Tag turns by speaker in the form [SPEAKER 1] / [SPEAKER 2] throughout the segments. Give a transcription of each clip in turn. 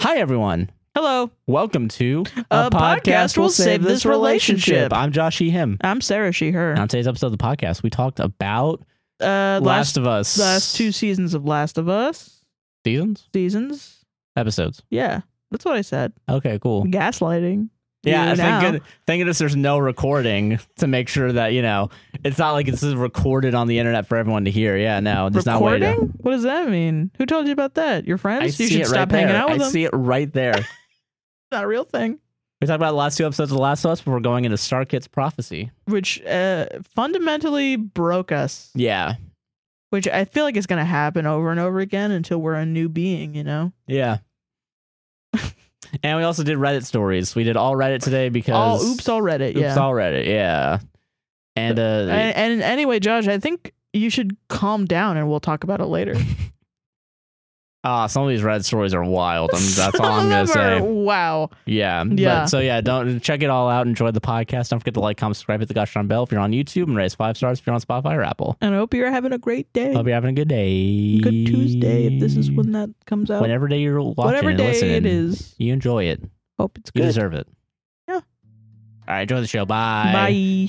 [SPEAKER 1] Hi, everyone.
[SPEAKER 2] Hello,
[SPEAKER 1] Welcome to
[SPEAKER 2] A Podcast Will Save This Relationship.
[SPEAKER 1] I'm Josh E. Him.
[SPEAKER 2] I'm Sarah. She her.
[SPEAKER 1] On today's episode of the podcast, we talked about
[SPEAKER 2] Uh,
[SPEAKER 1] Last, of Us.
[SPEAKER 2] last two seasons of Last of Us
[SPEAKER 1] seasons?
[SPEAKER 2] seasons.
[SPEAKER 1] Episodes.
[SPEAKER 2] Yeah, that's what I said.
[SPEAKER 1] Okay, cool.
[SPEAKER 2] Gaslighting.
[SPEAKER 1] Yeah,
[SPEAKER 2] You
[SPEAKER 1] thank,
[SPEAKER 2] know.
[SPEAKER 1] good, thank goodness there's no recording to make sure that, you know, it's not like this is recorded on the internet for everyone to hear. Yeah, no, there's not a way to-
[SPEAKER 2] Recording? What does that mean? Who told you about that? Your friends?
[SPEAKER 1] I
[SPEAKER 2] you
[SPEAKER 1] see
[SPEAKER 2] should
[SPEAKER 1] it right
[SPEAKER 2] stop
[SPEAKER 1] there.
[SPEAKER 2] hanging out with
[SPEAKER 1] I
[SPEAKER 2] them.
[SPEAKER 1] see it right there.
[SPEAKER 2] It's not a real thing.
[SPEAKER 1] we talked about the last two episodes of The Last of Us before going into Star Kids Prophecy.
[SPEAKER 2] Which uh, fundamentally broke us.
[SPEAKER 1] Yeah.
[SPEAKER 2] Which I feel like is going to happen over and over again until we're a new being. You know,
[SPEAKER 1] Yeah. and we also did Reddit stories. We did all Reddit today because
[SPEAKER 2] all oops, all Reddit.
[SPEAKER 1] Oops,
[SPEAKER 2] yeah.
[SPEAKER 1] all Reddit. Yeah. And uh,
[SPEAKER 2] and, and anyway, Josh, I think you should calm down, and we'll talk about it later.
[SPEAKER 1] ah, some of these Reddit stories are wild. i that's all I'm
[SPEAKER 2] Some
[SPEAKER 1] gonna
[SPEAKER 2] of them are-
[SPEAKER 1] say.
[SPEAKER 2] Wow.
[SPEAKER 1] Yeah.
[SPEAKER 2] Yeah.
[SPEAKER 1] But, so yeah, don't check it all out. Enjoy the podcast. Don't forget to like, comment, subscribe, hit the gosh darn bell if you're on YouTube, and raise five stars if you're on Spotify or Apple.
[SPEAKER 2] And I hope you're having a great day.
[SPEAKER 1] Hope you're having a good day.
[SPEAKER 2] Good Tuesday, if this is when that comes out.
[SPEAKER 1] whenever day you're watching,
[SPEAKER 2] Whatever
[SPEAKER 1] and
[SPEAKER 2] day it
[SPEAKER 1] listening,
[SPEAKER 2] is.
[SPEAKER 1] you enjoy it.
[SPEAKER 2] Hope it's
[SPEAKER 1] You
[SPEAKER 2] good.
[SPEAKER 1] deserve it.
[SPEAKER 2] Yeah.
[SPEAKER 1] All right. Enjoy the show.
[SPEAKER 2] Bye.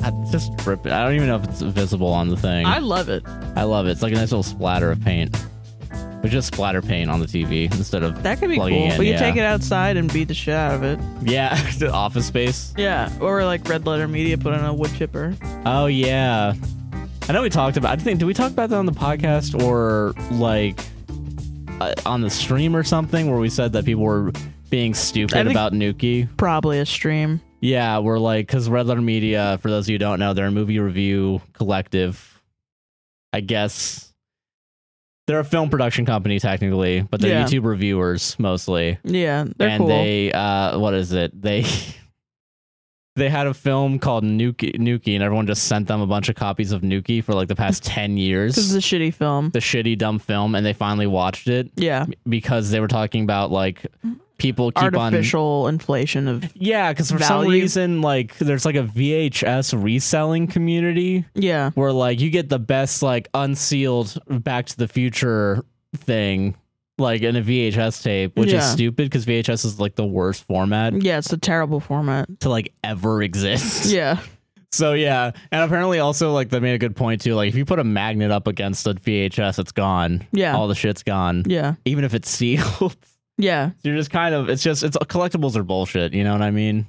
[SPEAKER 1] I just rip it. I don't even know if it's visible on the thing.
[SPEAKER 2] I
[SPEAKER 1] I,
[SPEAKER 2] love it.
[SPEAKER 1] love it. It's like a nice little splatter of paint. It's just splatter paint on the TV instead of
[SPEAKER 2] That could be
[SPEAKER 1] plugging
[SPEAKER 2] cool.
[SPEAKER 1] in,
[SPEAKER 2] we
[SPEAKER 1] yeah.
[SPEAKER 2] could take it outside and beat the shit out of it.
[SPEAKER 1] Yeah, the office space.
[SPEAKER 2] Yeah. Or like Red Letter Media put on a wood chipper.
[SPEAKER 1] Oh yeah, I know we talked about. I think did we talk about that on the podcast or like uh, on the stream or something where we said that people were being stupid
[SPEAKER 2] I think-
[SPEAKER 1] about Nuki.
[SPEAKER 2] Probably a stream.
[SPEAKER 1] Yeah, we're like because Red Letter Media, for those of you who don't know, they're a movie review collective. I guess they're a film production company technically, but they're
[SPEAKER 2] Yeah.
[SPEAKER 1] YouTube reviewers mostly.
[SPEAKER 2] Yeah. They're
[SPEAKER 1] and
[SPEAKER 2] cool.
[SPEAKER 1] they uh what is it they they had a film called nuki nuki and everyone just sent them a bunch of copies of nuki for like the past 10
[SPEAKER 2] this
[SPEAKER 1] years
[SPEAKER 2] is a shitty film.
[SPEAKER 1] the shitty dumb film and they finally watched it
[SPEAKER 2] Yeah.
[SPEAKER 1] because they were talking about like people keep on
[SPEAKER 2] Artificial inflation of.
[SPEAKER 1] yeah because for some
[SPEAKER 2] value.
[SPEAKER 1] reason like there's like a vhs reselling community
[SPEAKER 2] Yeah.
[SPEAKER 1] where like you get the best like unsealed back to the future thing like in a vhs tape which
[SPEAKER 2] Yeah.
[SPEAKER 1] is stupid because vhs is like the worst format
[SPEAKER 2] Yeah. It's a terrible format.
[SPEAKER 1] to like ever exist.
[SPEAKER 2] Yeah.
[SPEAKER 1] So yeah, and apparently also like they made a good point too. Like if you put a magnet up against a VHS, it's gone.
[SPEAKER 2] Yeah.
[SPEAKER 1] all the shit's gone.
[SPEAKER 2] Yeah.
[SPEAKER 1] Even if it's sealed,
[SPEAKER 2] Yeah.
[SPEAKER 1] you're just kind of. It's just it's collectibles are bullshit. You know what I mean?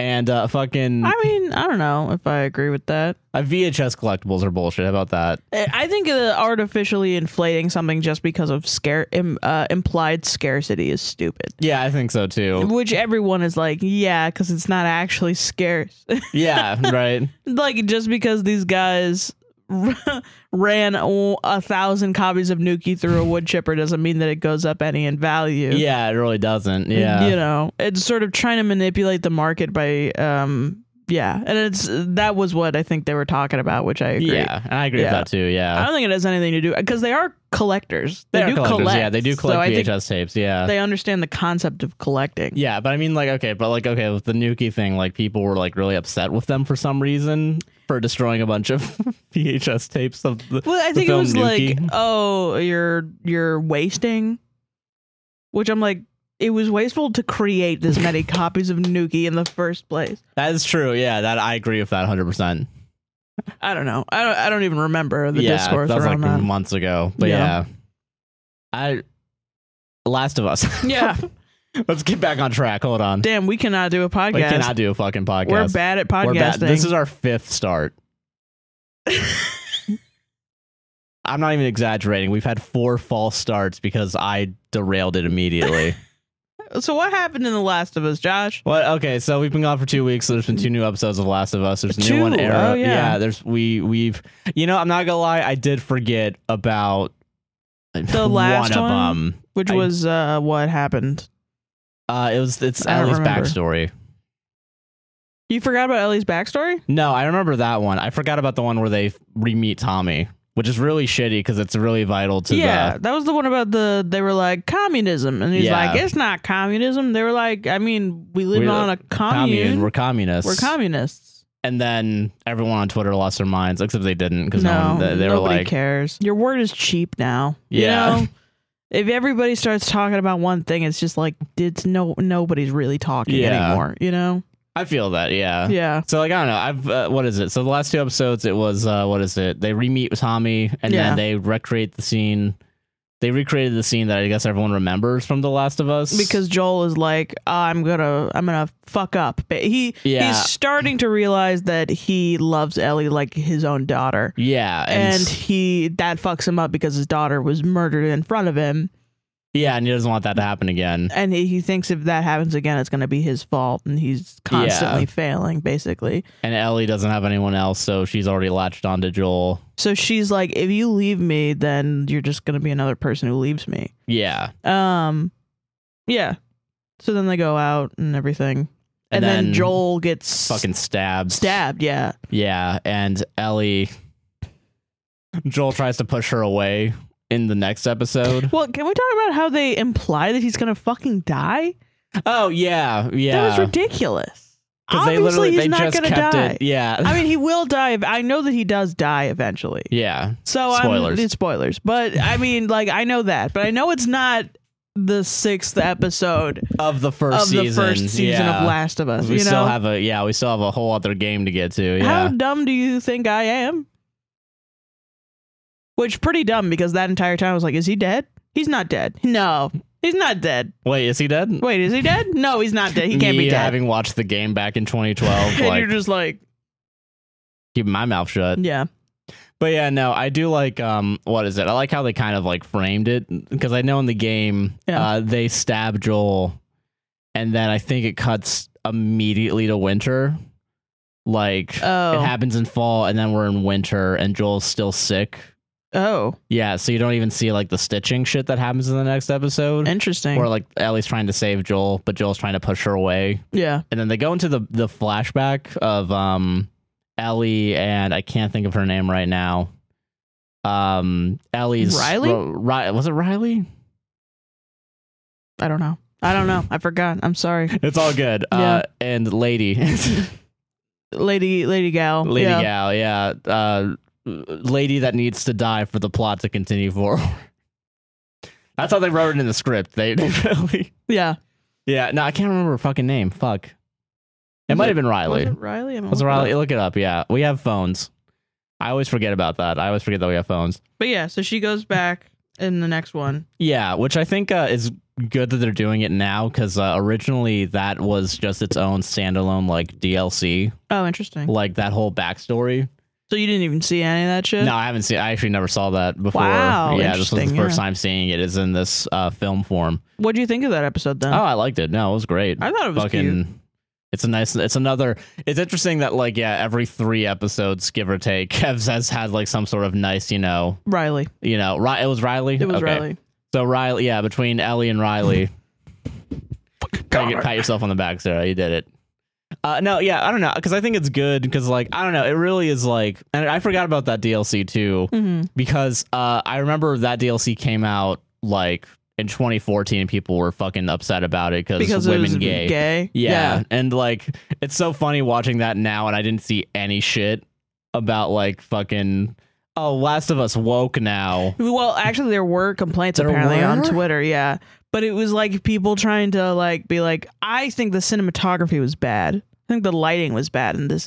[SPEAKER 1] And uh, fucking
[SPEAKER 2] I mean, I don't know if I agree with that.
[SPEAKER 1] uh, VHS collectibles are bullshit. How about that?
[SPEAKER 2] I Eh, I think the artificially inflating something just because of scare Im, uh, implied scarcity is stupid.
[SPEAKER 1] Yeah, I think so too.
[SPEAKER 2] Which everyone is like, yeah, because it's not actually scarce.
[SPEAKER 1] yeah, right.
[SPEAKER 2] like just because these guys ran a, a thousand copies of Nuki through a wood chipper doesn't mean that it goes up any in value.
[SPEAKER 1] Yeah, it really doesn't. Yeah,
[SPEAKER 2] you know, it's sort of trying to manipulate the market by, um, yeah, and it's that was what I think they were talking about, which I agree.
[SPEAKER 1] yeah, and I agree
[SPEAKER 2] Yeah.
[SPEAKER 1] with that too.
[SPEAKER 2] I
[SPEAKER 1] Yeah,
[SPEAKER 2] don't think it has anything to do because they are collectors. They,
[SPEAKER 1] are
[SPEAKER 2] do
[SPEAKER 1] collectors,
[SPEAKER 2] collect.
[SPEAKER 1] Yeah, they do
[SPEAKER 2] so I
[SPEAKER 1] collect
[SPEAKER 2] think
[SPEAKER 1] VHS tapes. Yeah,
[SPEAKER 2] they understand the concept of collecting.
[SPEAKER 1] Yeah, but I mean, like, okay, but like, okay, with the Nuki thing, like, people were like really upset with them for some reason for destroying a bunch of VHS tapes of the.
[SPEAKER 2] Well, I
[SPEAKER 1] the
[SPEAKER 2] think it
[SPEAKER 1] film
[SPEAKER 2] was like,
[SPEAKER 1] Nuki.
[SPEAKER 2] oh, you're you're wasting, which I'm like, it was wasteful to create this many copies of Nuki in the first place.
[SPEAKER 1] That is true. Yeah, that I agree with that 100. percent
[SPEAKER 2] I don't know. I don't. I don't even remember the
[SPEAKER 1] Yeah,
[SPEAKER 2] discourse
[SPEAKER 1] that was like
[SPEAKER 2] around that.
[SPEAKER 1] months ago. But
[SPEAKER 2] Yeah.
[SPEAKER 1] yeah. I. Last of Us.
[SPEAKER 2] Yeah.
[SPEAKER 1] Let's get back on track. Hold on.
[SPEAKER 2] Damn, we cannot do a podcast.
[SPEAKER 1] We cannot do a fucking podcast.
[SPEAKER 2] We're bad at podcasting.
[SPEAKER 1] We're bad. This is our fifth start. I'm not even exaggerating. We've had four false starts because I derailed it immediately.
[SPEAKER 2] what? So what happened in The Last of Us, Josh?
[SPEAKER 1] What? Okay, so we've been gone for two weeks. So there's been two new episodes of Last of Us. There's a
[SPEAKER 2] Two?
[SPEAKER 1] new one. Era.
[SPEAKER 2] Oh, yeah.
[SPEAKER 1] There's we we've. You know, I'm not gonna lie. I did forget about
[SPEAKER 2] The last
[SPEAKER 1] one,
[SPEAKER 2] one?
[SPEAKER 1] of them.
[SPEAKER 2] Which
[SPEAKER 1] I-
[SPEAKER 2] was uh, what happened?
[SPEAKER 1] Uh, it was it's
[SPEAKER 2] I don't
[SPEAKER 1] Ellie's
[SPEAKER 2] remember.
[SPEAKER 1] backstory.
[SPEAKER 2] You forgot about Ellie's backstory?
[SPEAKER 1] No, I remember that one. I forgot about the one where they re meet Tommy, which is really shitty because it's really vital to
[SPEAKER 2] yeah,
[SPEAKER 1] the.
[SPEAKER 2] that was the one about the. They were like communism, and he's
[SPEAKER 1] Yeah.
[SPEAKER 2] like, "It's not communism." They were like, "I mean, we live
[SPEAKER 1] We-
[SPEAKER 2] on a commune.
[SPEAKER 1] Commune. We're
[SPEAKER 2] We're,
[SPEAKER 1] communists.
[SPEAKER 2] communists."
[SPEAKER 1] and then everyone on Twitter lost their minds, except they didn't because no,
[SPEAKER 2] No,
[SPEAKER 1] one, they, they were
[SPEAKER 2] nobody
[SPEAKER 1] like,
[SPEAKER 2] cares. Your word is cheap now.
[SPEAKER 1] Yeah.
[SPEAKER 2] You know? If everybody starts talking about one thing, it's just like it's no nobody's really talking
[SPEAKER 1] Yeah. Uh,
[SPEAKER 2] anymore. You know?
[SPEAKER 1] I feel that. Yeah.
[SPEAKER 2] Yeah.
[SPEAKER 1] So like I don't know. I've uh, what is it? So the last two episodes, it was uh, what is it? They re-meet with Tommy, and
[SPEAKER 2] Yeah.
[SPEAKER 1] then they recreate the scene. They recreated the scene that I guess everyone remembers from The Last of Us
[SPEAKER 2] because Joel is like, I'm gonna, I'm gonna fuck up. But he,
[SPEAKER 1] Yeah.
[SPEAKER 2] he's starting to realize that he loves Ellie like his own daughter,
[SPEAKER 1] yeah, and,
[SPEAKER 2] and he that fucks him up because his daughter was murdered in front of him,
[SPEAKER 1] yeah, and he doesn't want that to happen again.
[SPEAKER 2] and he, he thinks if that happens again, it's gonna be his fault, and he's constantly
[SPEAKER 1] Yeah.
[SPEAKER 2] failing basically.
[SPEAKER 1] And Ellie doesn't have anyone else, so she's already latched onto Joel.
[SPEAKER 2] So she's like, if you leave me, then you're just gonna be another person who leaves me.
[SPEAKER 1] Yeah,
[SPEAKER 2] Um, yeah. So then they go out and everything, and, then, Joel gets
[SPEAKER 1] fucking stabs.
[SPEAKER 2] stabbed. Yeah.
[SPEAKER 1] Yeah, and Ellie. Joel tries to push her away in the next episode.
[SPEAKER 2] Well, can we talk about how they imply that he's gonna fucking die?
[SPEAKER 1] Oh yeah, yeah.
[SPEAKER 2] That was ridiculous.
[SPEAKER 1] 'Cause
[SPEAKER 2] Obviously,
[SPEAKER 1] they literally
[SPEAKER 2] he's
[SPEAKER 1] they
[SPEAKER 2] not
[SPEAKER 1] just
[SPEAKER 2] gonna
[SPEAKER 1] kept
[SPEAKER 2] die.
[SPEAKER 1] it. Yeah.
[SPEAKER 2] I mean, he will die. If, I know that he does die eventually.
[SPEAKER 1] yeah.
[SPEAKER 2] So I'm-
[SPEAKER 1] Spoilers.
[SPEAKER 2] it's spoilers, but I mean, like, I know that, but I know it's not the sixth episode
[SPEAKER 1] Of the first
[SPEAKER 2] of the
[SPEAKER 1] season.
[SPEAKER 2] first season
[SPEAKER 1] yeah.
[SPEAKER 2] of Last of Us.
[SPEAKER 1] We
[SPEAKER 2] you
[SPEAKER 1] still
[SPEAKER 2] know,
[SPEAKER 1] have a yeah, we still have a whole other game to get to.
[SPEAKER 2] how
[SPEAKER 1] Yeah.
[SPEAKER 2] dumb do you think I am? Which pretty dumb because that entire time I was like, is he dead? He's not dead. No, he's not dead.
[SPEAKER 1] Wait, is he dead?
[SPEAKER 2] Wait, is he dead? No, he's not dead. He can't
[SPEAKER 1] Me
[SPEAKER 2] be dead.
[SPEAKER 1] having watched the game back in 2012,
[SPEAKER 2] and you're
[SPEAKER 1] like
[SPEAKER 2] just like,
[SPEAKER 1] keeping my mouth shut.
[SPEAKER 2] yeah,
[SPEAKER 1] But yeah, no, I do like um, what is it? I like how they kind of like framed it because I know in the game,
[SPEAKER 2] Yeah.
[SPEAKER 1] uh, they stab Joel, and then I think it cuts immediately to winter. Like
[SPEAKER 2] Oh.
[SPEAKER 1] it happens in fall, and then we're in winter, and Joel's still sick.
[SPEAKER 2] oh,
[SPEAKER 1] Yeah, so you don't even see like the stitching shit that happens in the next episode,
[SPEAKER 2] interesting.
[SPEAKER 1] or like Ellie's trying to save Joel, but Joel's trying to push her away,
[SPEAKER 2] yeah,
[SPEAKER 1] and then they go into the the flashback of um Ellie and I can't think of her name right now. Um, Ellie's
[SPEAKER 2] Riley?
[SPEAKER 1] Ro- Ri- was it Riley?
[SPEAKER 2] I don't know. I don't know. I forgot. I'm sorry,
[SPEAKER 1] It's all good.
[SPEAKER 2] Yeah.
[SPEAKER 1] Uh, and Lady,
[SPEAKER 2] lady, lady gal,
[SPEAKER 1] Lady
[SPEAKER 2] yeah.
[SPEAKER 1] Gal, yeah, uh, Lady that needs to die for the plot to continue forward. That's how they wrote it in the script. They, they really,
[SPEAKER 2] yeah.
[SPEAKER 1] yeah. No, I can't remember her fucking name. Fuck. It
[SPEAKER 2] Was
[SPEAKER 1] might
[SPEAKER 2] it-
[SPEAKER 1] have been Riley.
[SPEAKER 2] Was it Riley? I'm
[SPEAKER 1] Was it
[SPEAKER 2] looking
[SPEAKER 1] Riley?
[SPEAKER 2] up.
[SPEAKER 1] Look it up. Yeah, we have phones. I always forget about that. I always forget that we have phones.
[SPEAKER 2] But yeah, so she goes back in the next one.
[SPEAKER 1] Yeah, which I think uh, is good that they're doing it now because uh, originally that was just its own standalone like DLC,
[SPEAKER 2] Oh, interesting.
[SPEAKER 1] like that whole backstory.
[SPEAKER 2] So you didn't even see any of that shit.
[SPEAKER 1] No, I haven't seen. I actually never saw that before.
[SPEAKER 2] Wow,
[SPEAKER 1] yeah, this was the
[SPEAKER 2] interesting,
[SPEAKER 1] first
[SPEAKER 2] yeah.
[SPEAKER 1] time seeing it. Is in this uh, film form.
[SPEAKER 2] What do you think of that episode then?
[SPEAKER 1] Oh, I liked it. No, it was great.
[SPEAKER 2] I thought it was cute.
[SPEAKER 1] It's a nice. It's another. It's interesting that like yeah, every three episodes, give or take, has has had like some sort of nice, you know,
[SPEAKER 2] Riley.
[SPEAKER 1] you know, Ri- it was Riley.
[SPEAKER 2] It was
[SPEAKER 1] Okay.
[SPEAKER 2] Riley.
[SPEAKER 1] So Riley, yeah, between Ellie and Riley, pat, pat yourself on the back, Sarah. You did it. Uh, no, yeah, I don't know, because I think it's good, because like I don't know, it really is like, and I forgot about that DLC too,
[SPEAKER 2] Mm-hmm.
[SPEAKER 1] because uh, I remember that DLC came out like in 2014, and people were fucking upset about it
[SPEAKER 2] Because it
[SPEAKER 1] women
[SPEAKER 2] was
[SPEAKER 1] gay.
[SPEAKER 2] gay.
[SPEAKER 1] Yeah. And like it's so funny watching that now and I didn't see any shit about like fucking oh Last of Us woke now.
[SPEAKER 2] Well, actually, there were complaints
[SPEAKER 1] There
[SPEAKER 2] apparently on
[SPEAKER 1] were?
[SPEAKER 2] Twitter. Yeah, but it was like people trying to like be like, I think the cinematography was bad. I think the lighting was bad in this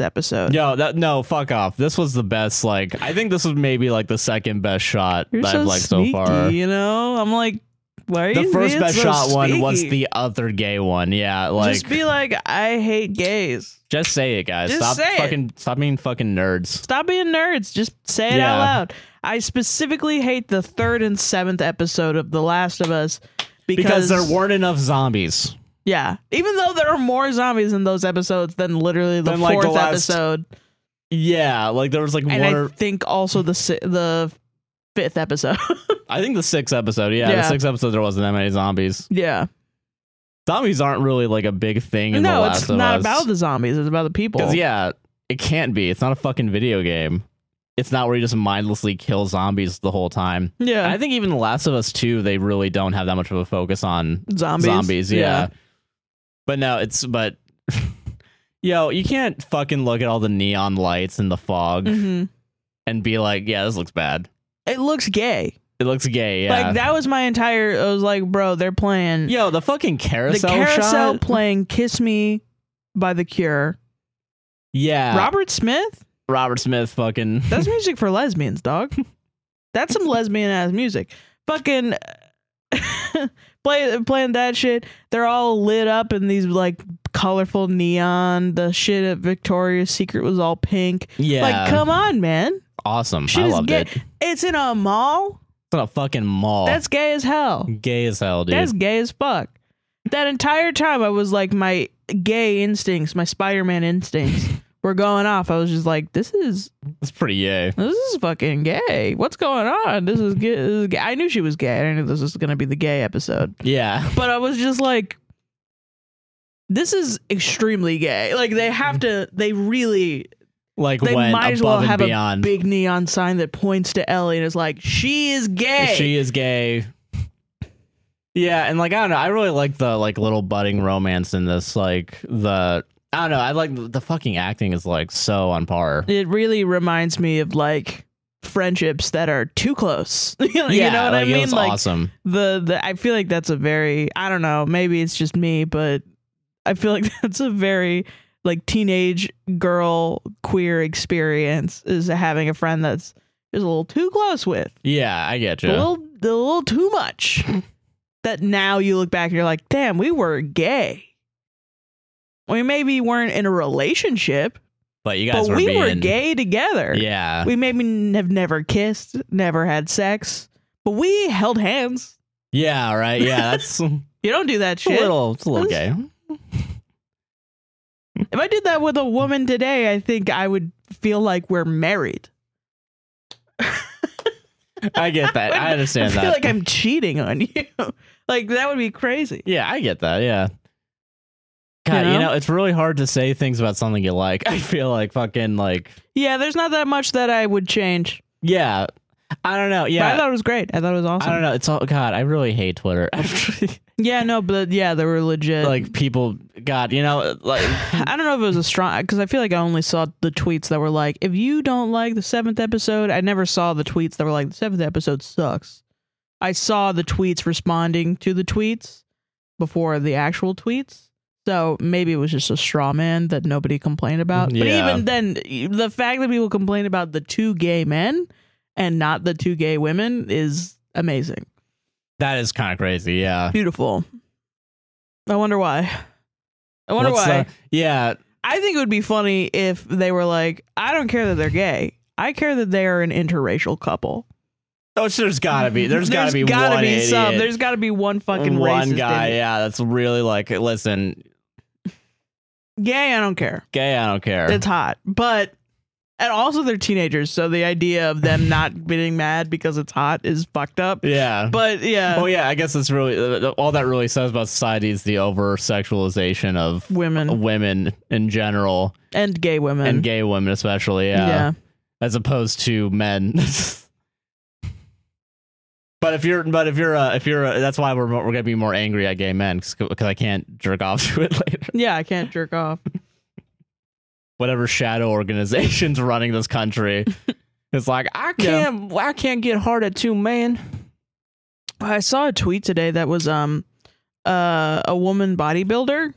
[SPEAKER 2] episode.
[SPEAKER 1] Yo, that no, fuck off. This was the best like I think this was maybe like the second best shot
[SPEAKER 2] You're
[SPEAKER 1] that
[SPEAKER 2] so
[SPEAKER 1] I've liked
[SPEAKER 2] sneaky,
[SPEAKER 1] so far.
[SPEAKER 2] You know, I'm like, why are
[SPEAKER 1] The
[SPEAKER 2] you
[SPEAKER 1] first
[SPEAKER 2] being
[SPEAKER 1] best
[SPEAKER 2] so
[SPEAKER 1] shot one was
[SPEAKER 2] sneaky?
[SPEAKER 1] the other gay one. Yeah, like
[SPEAKER 2] just be like, I hate gays.
[SPEAKER 1] just say it guys.
[SPEAKER 2] Just
[SPEAKER 1] stop
[SPEAKER 2] say it.
[SPEAKER 1] fucking stop being fucking nerds.
[SPEAKER 2] Stop being nerds. Just say it
[SPEAKER 1] Yeah.
[SPEAKER 2] out loud. I specifically hate the third and seventh episode of The Last of Us
[SPEAKER 1] because there weren't enough zombies.
[SPEAKER 2] yeah, even though there are more zombies in those episodes than literally the
[SPEAKER 1] Than, like,
[SPEAKER 2] fourth
[SPEAKER 1] the last
[SPEAKER 2] episode,
[SPEAKER 1] Yeah, like there was like
[SPEAKER 2] and
[SPEAKER 1] one.
[SPEAKER 2] I
[SPEAKER 1] Or,
[SPEAKER 2] think also the si- the fifth episode.
[SPEAKER 1] I think the sixth episode. Yeah,
[SPEAKER 2] Yeah.
[SPEAKER 1] the sixth episode there wasn't that many zombies.
[SPEAKER 2] yeah,
[SPEAKER 1] Zombies aren't really like a big thing in the
[SPEAKER 2] no,
[SPEAKER 1] Last
[SPEAKER 2] it's
[SPEAKER 1] of
[SPEAKER 2] not
[SPEAKER 1] Us.
[SPEAKER 2] about the zombies. It's about the people.
[SPEAKER 1] Because yeah, it can't be. It's not a fucking video game. It's not where you just mindlessly kill zombies the whole time.
[SPEAKER 2] yeah,
[SPEAKER 1] I think even The Last of Us 2, they really don't have that much of a focus on
[SPEAKER 2] zombies.
[SPEAKER 1] zombies. yeah. But no, it's but yo, you can't fucking look at all the neon lights and the fog
[SPEAKER 2] hmm
[SPEAKER 1] and be like, yeah, this looks bad.
[SPEAKER 2] It looks gay.
[SPEAKER 1] It looks gay. Yeah.
[SPEAKER 2] Like that was my entire. I was like, bro, they're playing
[SPEAKER 1] Yo, the fucking
[SPEAKER 2] the
[SPEAKER 1] carousel,
[SPEAKER 2] carousel
[SPEAKER 1] shot.
[SPEAKER 2] playing "Kiss Me" by The Cure.
[SPEAKER 1] yeah.
[SPEAKER 2] Robert Smith.
[SPEAKER 1] Robert Smith fucking
[SPEAKER 2] That's music for lesbians, dog. That's some lesbian ass music. Fucking play, playing that shit. They're all lit up in these like colorful neon. The shit at Victoria's Secret was all pink.
[SPEAKER 1] Yeah.
[SPEAKER 2] Like, come on, man.
[SPEAKER 1] awesome.
[SPEAKER 2] Shit
[SPEAKER 1] I
[SPEAKER 2] is
[SPEAKER 1] loved
[SPEAKER 2] gay.
[SPEAKER 1] it. Oh. It's
[SPEAKER 2] It's in a mall.
[SPEAKER 1] in a fucking mall.
[SPEAKER 2] That's gay as hell.
[SPEAKER 1] gay as hell, dude.
[SPEAKER 2] That's gay as fuck. That entire time, I was like, my gay instincts, my Spider Man instincts were going off. I was just like, this is
[SPEAKER 1] That's pretty gay.
[SPEAKER 2] this is fucking gay. What's going on? This is, gay. this is gay. I knew she was gay. I knew this was going to be the gay episode.
[SPEAKER 1] Yeah.
[SPEAKER 2] But I was just like, this is extremely gay. Like, they have to, they really,
[SPEAKER 1] Like
[SPEAKER 2] they
[SPEAKER 1] went
[SPEAKER 2] might
[SPEAKER 1] above
[SPEAKER 2] as well
[SPEAKER 1] and
[SPEAKER 2] have
[SPEAKER 1] beyond.
[SPEAKER 2] a big neon sign that points to Ellie and is like, she is gay.
[SPEAKER 1] She is gay. Yeah, and like I don't know, I really like the like little budding romance in this. Like the I don't know, I like the fucking acting is like so on par.
[SPEAKER 2] it really reminds me of like friendships that are too close. you know, you know what I
[SPEAKER 1] like,
[SPEAKER 2] mean?
[SPEAKER 1] It's
[SPEAKER 2] like
[SPEAKER 1] awesome.
[SPEAKER 2] the the I feel like that's a very I don't know, maybe it's just me, but I feel like that's a very like teenage girl queer experience is having a friend that's is a little too close with.
[SPEAKER 1] Yeah, I get you.
[SPEAKER 2] A little a little too much. that now you look back and you're like, "Damn, we were gay." We maybe weren't in a relationship,
[SPEAKER 1] but you guys
[SPEAKER 2] but
[SPEAKER 1] were
[SPEAKER 2] we were
[SPEAKER 1] being-
[SPEAKER 2] gay together.
[SPEAKER 1] Yeah,
[SPEAKER 2] We maybe n- have never kissed, never had sex, but we held hands.
[SPEAKER 1] yeah, right. Yeah, that's a
[SPEAKER 2] You don't do that shit.
[SPEAKER 1] little, it's a little gay.
[SPEAKER 2] If I did that with a woman today, I think I would feel like we're married.
[SPEAKER 1] I get that. I
[SPEAKER 2] I
[SPEAKER 1] understand
[SPEAKER 2] feel
[SPEAKER 1] that.
[SPEAKER 2] like I'm cheating on you. Like that would be crazy.
[SPEAKER 1] yeah, I get that. Yeah. God, you
[SPEAKER 2] know?
[SPEAKER 1] know, it's really hard to say things about something you like. I feel like fucking like
[SPEAKER 2] Yeah, there's not that much that I would change.
[SPEAKER 1] yeah. I don't know.
[SPEAKER 2] Yeah,
[SPEAKER 1] Yeah.
[SPEAKER 2] I thought it was great. I thought it was awesome.
[SPEAKER 1] I don't know. It's all God. I really hate Twitter.
[SPEAKER 2] Yeah, no, but yeah, they were legit.
[SPEAKER 1] like people, God, you know, like
[SPEAKER 2] I don't know if it was a strong because I feel like I only saw the tweets that were like, if you don't like the seventh episode, I never saw the tweets that were like, the seventh episode sucks. I saw the tweets responding to the tweets before the actual tweets. So maybe it was just a straw man that nobody complained about.
[SPEAKER 1] Yeah.
[SPEAKER 2] But even then, the fact that people complain about the two gay men and not the two gay women is amazing.
[SPEAKER 1] that is kind of crazy. Yeah.
[SPEAKER 2] Beautiful. I wonder why. I wonder
[SPEAKER 1] What's
[SPEAKER 2] why.
[SPEAKER 1] the- yeah.
[SPEAKER 2] I think it would be funny if they were like, I don't care that they're gay. I care that they are an interracial couple.
[SPEAKER 1] Oh, so there's gotta be. There's gotta be
[SPEAKER 2] gotta
[SPEAKER 1] one
[SPEAKER 2] be
[SPEAKER 1] idiot,
[SPEAKER 2] some. There's gotta be one fucking
[SPEAKER 1] one
[SPEAKER 2] racist
[SPEAKER 1] guy.
[SPEAKER 2] idiot.
[SPEAKER 1] Yeah, that's really like. Listen,
[SPEAKER 2] Gay, I don't care.
[SPEAKER 1] gay. I don't care.
[SPEAKER 2] It's hot, but and also they're teenagers, so the idea of them not getting mad because it's hot is fucked up.
[SPEAKER 1] yeah.
[SPEAKER 2] But yeah,
[SPEAKER 1] oh yeah. I guess that's really uh, all that really says about society is the over sexualization of
[SPEAKER 2] women
[SPEAKER 1] women in general
[SPEAKER 2] and gay women.
[SPEAKER 1] Oh, and gay women especially.
[SPEAKER 2] yeah.
[SPEAKER 1] as opposed to men. but if you're, but if you're, uh, if you're, uh, that's why we're more- we're gonna be more angry at gay men because I can't jerk off to it later.
[SPEAKER 2] Yeah, I can't jerk off.
[SPEAKER 1] Whatever shadow organization's running this country, it's like I can't, I can't get hard at two man.
[SPEAKER 2] I saw a tweet today that was um uh a woman bodybuilder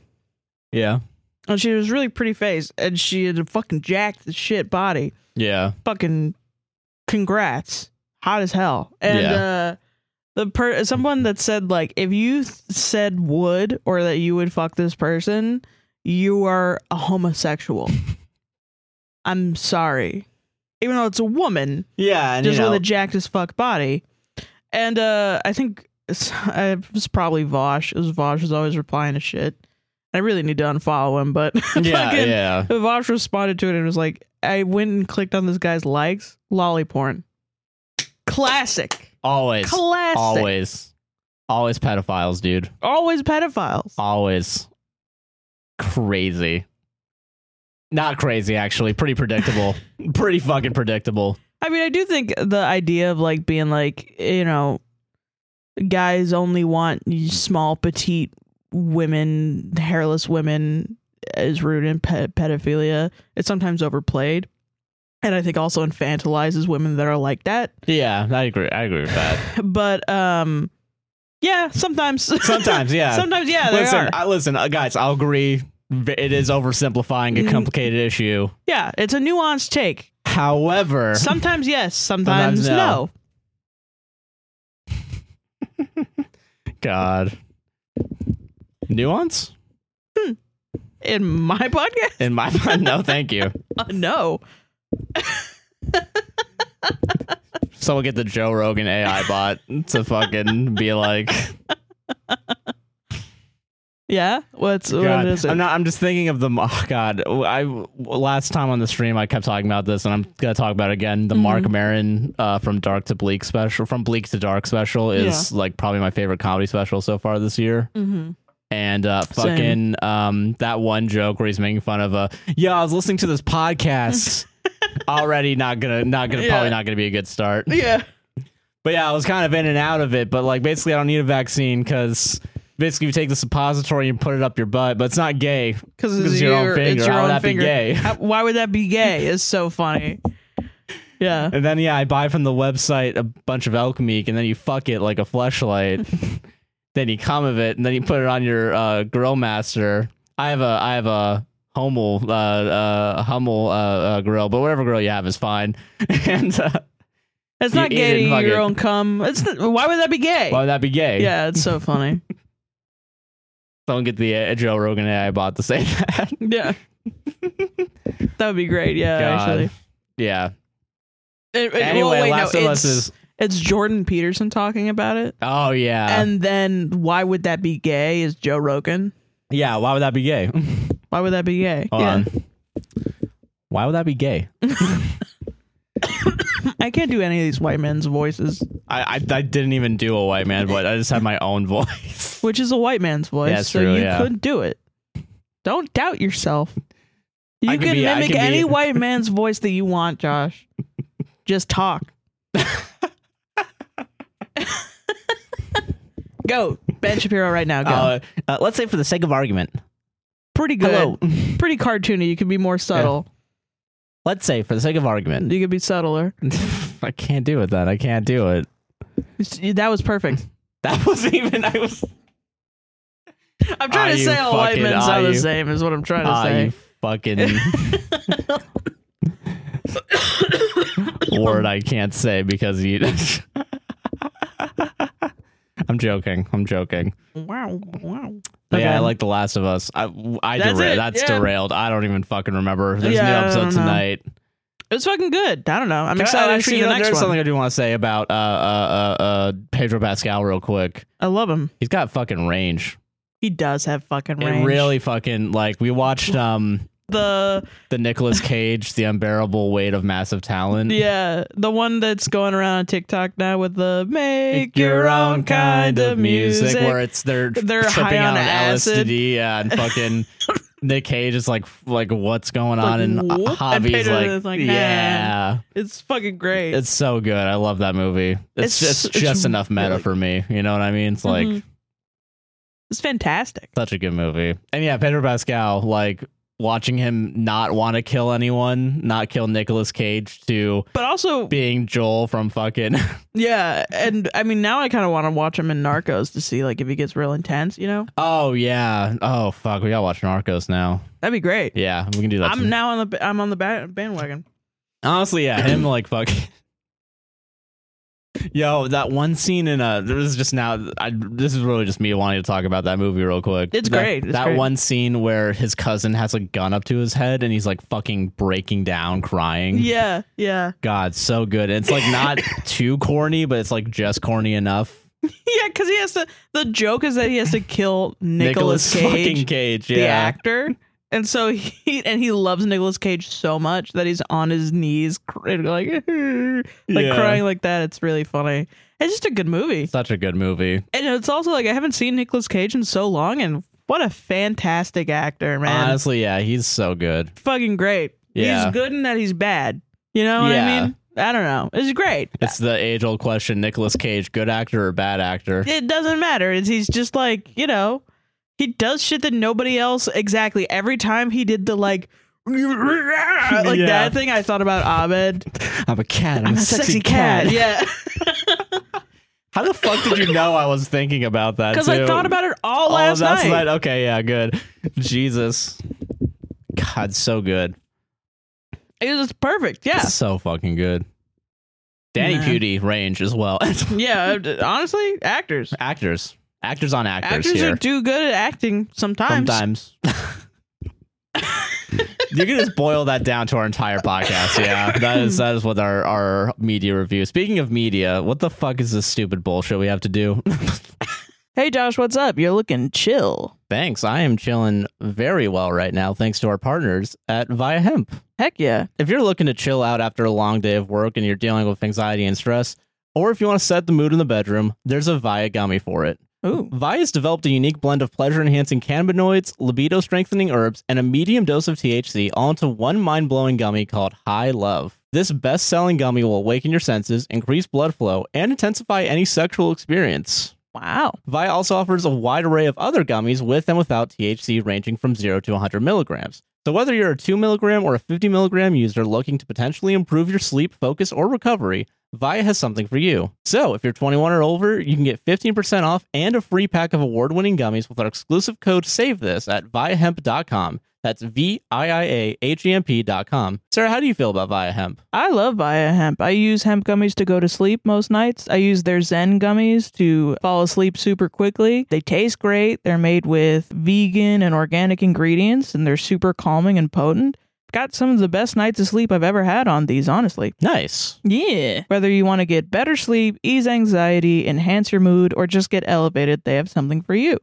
[SPEAKER 1] Yeah,
[SPEAKER 2] And she was really pretty face, and she had a fucking jacked the shit body.
[SPEAKER 1] yeah,
[SPEAKER 2] Fucking congrats, hot as hell. And uh, the per someone that said like, if you th- said would or that you would fuck this person, you are a homosexual. I'm sorry, even though it's a woman,
[SPEAKER 1] yeah.
[SPEAKER 2] just with a jacked as fuck body. And uh, I think it's, I, it was probably Vosh. It was Vosh was always replying to shit. I really need to unfollow him, but
[SPEAKER 1] Yeah,
[SPEAKER 2] fucking-
[SPEAKER 1] yeah.
[SPEAKER 2] Vosh responded to it and was like, I went and clicked on this guy's likes. Lolly porn. Classic.
[SPEAKER 1] Always.
[SPEAKER 2] Classic.
[SPEAKER 1] Always. Always pedophiles, dude.
[SPEAKER 2] Always pedophiles.
[SPEAKER 1] Always. Crazy. Not crazy, actually. Pretty predictable. Pretty fucking predictable.
[SPEAKER 2] I mean, I do think the idea of like being like, you know, guys only want small, petite women, hairless women is rooted in pe- pedophilia. It's sometimes overplayed. And I think also infantilizes women that are like that.
[SPEAKER 1] Yeah, I agree. I agree with that.
[SPEAKER 2] But, um, yeah, sometimes.
[SPEAKER 1] Sometimes, yeah.
[SPEAKER 2] sometimes, yeah, there
[SPEAKER 1] listen,
[SPEAKER 2] are.
[SPEAKER 1] I, listen, uh, guys. I'll agree. v- It is oversimplifying a
[SPEAKER 2] Mhm.
[SPEAKER 1] complicated issue.
[SPEAKER 2] yeah, it's a nuanced take.
[SPEAKER 1] However,
[SPEAKER 2] Sometimes yes, sometimes,
[SPEAKER 1] Sometimes no.
[SPEAKER 2] no.
[SPEAKER 1] God, nuance
[SPEAKER 2] In my podcast,
[SPEAKER 1] in my mind. No, thank you.
[SPEAKER 2] uh, no.
[SPEAKER 1] Someone get the Joe Rogan AI bot to fucking be like,
[SPEAKER 2] Yeah, what's what
[SPEAKER 1] God,
[SPEAKER 2] is it?
[SPEAKER 1] I'm not. I'm just thinking of the. Oh God, I last time on the stream I kept talking about this, and I'm gonna talk about it again. The
[SPEAKER 2] Mm-hmm.
[SPEAKER 1] Mark Marin uh, from Dark to Bleak special, from Bleak to Dark special, is like probably my favorite comedy special so far this year.
[SPEAKER 2] mm-hmm.
[SPEAKER 1] and uh,
[SPEAKER 2] Same.
[SPEAKER 1] fucking um, that one joke where he's making fun of uh, yeah, I was listening to this podcast. Already not gonna, not gonna, probably
[SPEAKER 2] Yeah.
[SPEAKER 1] not gonna be a good start.
[SPEAKER 2] Yeah.
[SPEAKER 1] But yeah, I was kind of in and out of it. But like, basically, I don't need a vaccine because basically, you take the suppository and put it up your butt, but it's not gay
[SPEAKER 2] Because
[SPEAKER 1] because it's your, own finger. How would that be gay?
[SPEAKER 2] why would that be gay? It's so funny. Yeah.
[SPEAKER 1] And then yeah, I buy from the website a bunch of Elkmeek, and then you fuck it like a fleshlight. then you come of it, and then you put it on your uh, grill master. I have a I have a Hummel uh, uh, Hummel uh, uh, grill, but whatever grill you have is fine. and uh,
[SPEAKER 2] It's
[SPEAKER 1] You
[SPEAKER 2] not
[SPEAKER 1] eat
[SPEAKER 2] gay
[SPEAKER 1] it
[SPEAKER 2] to
[SPEAKER 1] and fuck
[SPEAKER 2] eat your
[SPEAKER 1] it.
[SPEAKER 2] own cum. It's not, why would that be gay?
[SPEAKER 1] why would that be gay?
[SPEAKER 2] Yeah, it's so funny.
[SPEAKER 1] Don't get the uh, Joe Rogan AI bot to say that.
[SPEAKER 2] yeah. that would be great. Yeah,
[SPEAKER 1] God.
[SPEAKER 2] actually.
[SPEAKER 1] Yeah.
[SPEAKER 2] It- it-
[SPEAKER 1] Anyway,
[SPEAKER 2] well, wait,
[SPEAKER 1] Last
[SPEAKER 2] no,
[SPEAKER 1] of Us
[SPEAKER 2] it's-
[SPEAKER 1] is.
[SPEAKER 2] It's Jordan Peterson talking about it.
[SPEAKER 1] Oh yeah.
[SPEAKER 2] and then why would that be gay is Joe Rogan.
[SPEAKER 1] yeah. Why would that be gay?
[SPEAKER 2] Why would that be gay?
[SPEAKER 1] Hold
[SPEAKER 2] yeah.
[SPEAKER 1] on. Why would that be gay?
[SPEAKER 2] I can't do any of these white men's voices,
[SPEAKER 1] I, I I didn't even do a white man, but I just had my own voice.
[SPEAKER 2] which is a white man's voice.
[SPEAKER 1] That's
[SPEAKER 2] so
[SPEAKER 1] true,
[SPEAKER 2] you
[SPEAKER 1] yeah.
[SPEAKER 2] could do it. Don't doubt yourself. You
[SPEAKER 1] I
[SPEAKER 2] can,
[SPEAKER 1] could be- I
[SPEAKER 2] mimic
[SPEAKER 1] could be-
[SPEAKER 2] any white man's voice that you want, Josh. Just talk. go. Ben Shapiro right now. Go.
[SPEAKER 1] Uh, uh, let's say for the sake of argument,
[SPEAKER 2] pretty good.
[SPEAKER 1] hello.
[SPEAKER 2] Pretty cartoony. You could be more subtle.
[SPEAKER 1] let's say for the sake of argument,
[SPEAKER 2] You could be subtler.
[SPEAKER 1] I can't do it. Then I can't do it.
[SPEAKER 2] That was perfect.
[SPEAKER 1] That was even. I was.
[SPEAKER 2] I'm trying
[SPEAKER 1] Are
[SPEAKER 2] to
[SPEAKER 1] you
[SPEAKER 2] say all white
[SPEAKER 1] fucking-
[SPEAKER 2] men
[SPEAKER 1] are
[SPEAKER 2] sound the
[SPEAKER 1] you-
[SPEAKER 2] same is what I'm trying to
[SPEAKER 1] Ah,
[SPEAKER 2] say.
[SPEAKER 1] you fucking word I can't say because you. I'm joking. I'm joking.
[SPEAKER 2] Wow, wow.
[SPEAKER 1] But
[SPEAKER 2] Okay.
[SPEAKER 1] Yeah, I like The Last of Us. I, I
[SPEAKER 2] That's
[SPEAKER 1] dera-
[SPEAKER 2] it,
[SPEAKER 1] that's
[SPEAKER 2] yeah.
[SPEAKER 1] derailed. I don't even fucking remember. There's
[SPEAKER 2] Yeah, I
[SPEAKER 1] new
[SPEAKER 2] don't
[SPEAKER 1] episode
[SPEAKER 2] know.
[SPEAKER 1] tonight.
[SPEAKER 2] it was fucking good. I don't know. I'm
[SPEAKER 1] Can I-
[SPEAKER 2] excited
[SPEAKER 1] actually,
[SPEAKER 2] to see
[SPEAKER 1] you
[SPEAKER 2] the
[SPEAKER 1] know,
[SPEAKER 2] next
[SPEAKER 1] there's
[SPEAKER 2] one.
[SPEAKER 1] something I do want to say about uh, uh, uh, uh, Pedro Pascal real quick.
[SPEAKER 2] I love him.
[SPEAKER 1] He's got fucking range.
[SPEAKER 2] He does have fucking range.
[SPEAKER 1] It really fucking like we watched um
[SPEAKER 2] the
[SPEAKER 1] the Nicolas Cage, the unbearable weight of massive talent.
[SPEAKER 2] yeah the one that's going around on TikTok now with the make your own kind of music.
[SPEAKER 1] where it's they're
[SPEAKER 2] They're
[SPEAKER 1] tripping
[SPEAKER 2] high
[SPEAKER 1] out
[SPEAKER 2] on acid.
[SPEAKER 1] LSD yeah, and fucking Nick Cage is like f- like what's going
[SPEAKER 2] Like,
[SPEAKER 1] on and uh,
[SPEAKER 2] whoop, and
[SPEAKER 1] Javi's
[SPEAKER 2] Pedro
[SPEAKER 1] like,
[SPEAKER 2] is like, nah.
[SPEAKER 1] yeah.
[SPEAKER 2] It's fucking great.
[SPEAKER 1] It's so good. I love that movie. It's,
[SPEAKER 2] It's-
[SPEAKER 1] just
[SPEAKER 2] it's
[SPEAKER 1] just enough meta
[SPEAKER 2] really-
[SPEAKER 1] for me. You know what I mean? It's like
[SPEAKER 2] Mhm. it's fantastic.
[SPEAKER 1] Such a good movie. And yeah, Pedro Pascal, like watching him not want to kill anyone, not kill Nicolas Cage to
[SPEAKER 2] But also,
[SPEAKER 1] being Joel from fucking
[SPEAKER 2] yeah, and I mean now I kind of want to watch him in Narcos to see like if he gets real intense. You know,
[SPEAKER 1] Oh yeah. Oh fuck, we gotta watch Narcos now.
[SPEAKER 2] that'd be great.
[SPEAKER 1] Yeah, we can do that.
[SPEAKER 2] I'm
[SPEAKER 1] soon.
[SPEAKER 2] now on the I'm on the ba- bandwagon.
[SPEAKER 1] Honestly, yeah, him like fuck. Yo, that one scene in uh, there was just now. I, this is really just me wanting to talk about that movie real quick.
[SPEAKER 2] It's
[SPEAKER 1] That-
[SPEAKER 2] great, it's
[SPEAKER 1] that
[SPEAKER 2] great.
[SPEAKER 1] one scene where his cousin has a gun up to his head and he's like fucking breaking down, crying.
[SPEAKER 2] Yeah, yeah.
[SPEAKER 1] God, so good. It's like not too corny, but it's like just corny enough.
[SPEAKER 2] yeah, because he has to. The joke is that he has to kill
[SPEAKER 1] Nicolas
[SPEAKER 2] Nicolas Cage,
[SPEAKER 1] fucking Cage.
[SPEAKER 2] the
[SPEAKER 1] Yeah.
[SPEAKER 2] actor, and so he and he loves Nicolas Cage so much that he's on his knees, cr- like like
[SPEAKER 1] Yeah.
[SPEAKER 2] crying like that. It's really funny. It's just a good movie,
[SPEAKER 1] Such a good movie.
[SPEAKER 2] and it's also like I haven't seen Nicolas Cage in so long, and what a fantastic actor, man!
[SPEAKER 1] Honestly, yeah, he's so good.
[SPEAKER 2] Fucking great.
[SPEAKER 1] Yeah.
[SPEAKER 2] He's good in that he's bad. You know what
[SPEAKER 1] Yeah.
[SPEAKER 2] I mean? I don't know. It's great.
[SPEAKER 1] It's the age old question: Nicolas Cage, good actor or bad actor?
[SPEAKER 2] it doesn't matter. It's, he's just like, you know, he does shit that nobody else exactly. Every time he did the like like
[SPEAKER 1] Yeah.
[SPEAKER 2] that thing, I thought about Ahmed.
[SPEAKER 1] I'm a cat. I'm, a sexy, cat.
[SPEAKER 2] Yeah.
[SPEAKER 1] How the fuck did you know I was thinking about that?
[SPEAKER 2] Because I
[SPEAKER 1] too?
[SPEAKER 2] thought about it all
[SPEAKER 1] Oh,
[SPEAKER 2] last
[SPEAKER 1] that's
[SPEAKER 2] night.
[SPEAKER 1] right. Okay, yeah, good. Jesus, God, so good.
[SPEAKER 2] It was perfect. Yeah.
[SPEAKER 1] so fucking good. Danny
[SPEAKER 2] Nah.
[SPEAKER 1] Beauty range as well.
[SPEAKER 2] Yeah. uh, Honestly, actors.
[SPEAKER 1] actors, actors on actors,
[SPEAKER 2] Actors
[SPEAKER 1] here.
[SPEAKER 2] are too good at acting sometimes.
[SPEAKER 1] Sometimes. you can just boil that down to our entire podcast. Yeah, that is that is what our our media review. Speaking of media, what the fuck is this stupid bullshit we have to do?
[SPEAKER 2] Hey Josh, what's up? You're looking chill.
[SPEAKER 1] Thanks, I am chilling very well right now, thanks to our partners at Via Hemp.
[SPEAKER 2] Heck yeah.
[SPEAKER 1] If you're looking to chill out after a long day of work and you're dealing with anxiety and stress, or if you want to set the mood in the bedroom, there's a Via gummy for it.
[SPEAKER 2] Ooh.
[SPEAKER 1] Via's developed a unique blend of pleasure enhancing cannabinoids, libido strengthening herbs, and a medium dose of THC all into one mind blowing gummy called High Love. This best selling gummy will awaken your senses, increase blood flow, and intensify any sexual experience.
[SPEAKER 2] Wow.
[SPEAKER 1] Via also offers a wide array of other gummies with and without THC ranging from 0 to 100 milligrams. So, whether you're a 2 milligram or a 50 milligram user looking to potentially improve your sleep, focus, or recovery, Via has something for you. So, if you're 21 or over, you can get 15% off and a free pack of award winning gummies with our exclusive code SAVE THIS at viahemp.com. That's V I I A H E M P.com. Sarah, how do you feel about Via Hemp?
[SPEAKER 2] I love Via Hemp. I use hemp gummies to go to sleep most nights. I use their Zen gummies to fall asleep super quickly. They taste great. They're made with vegan and organic ingredients, and they're super calming and potent. Got some of the best nights of sleep I've ever had on these, honestly.
[SPEAKER 1] Nice.
[SPEAKER 2] Yeah. Whether you want to get better sleep, ease anxiety, enhance your mood, or just get elevated, they have something for you.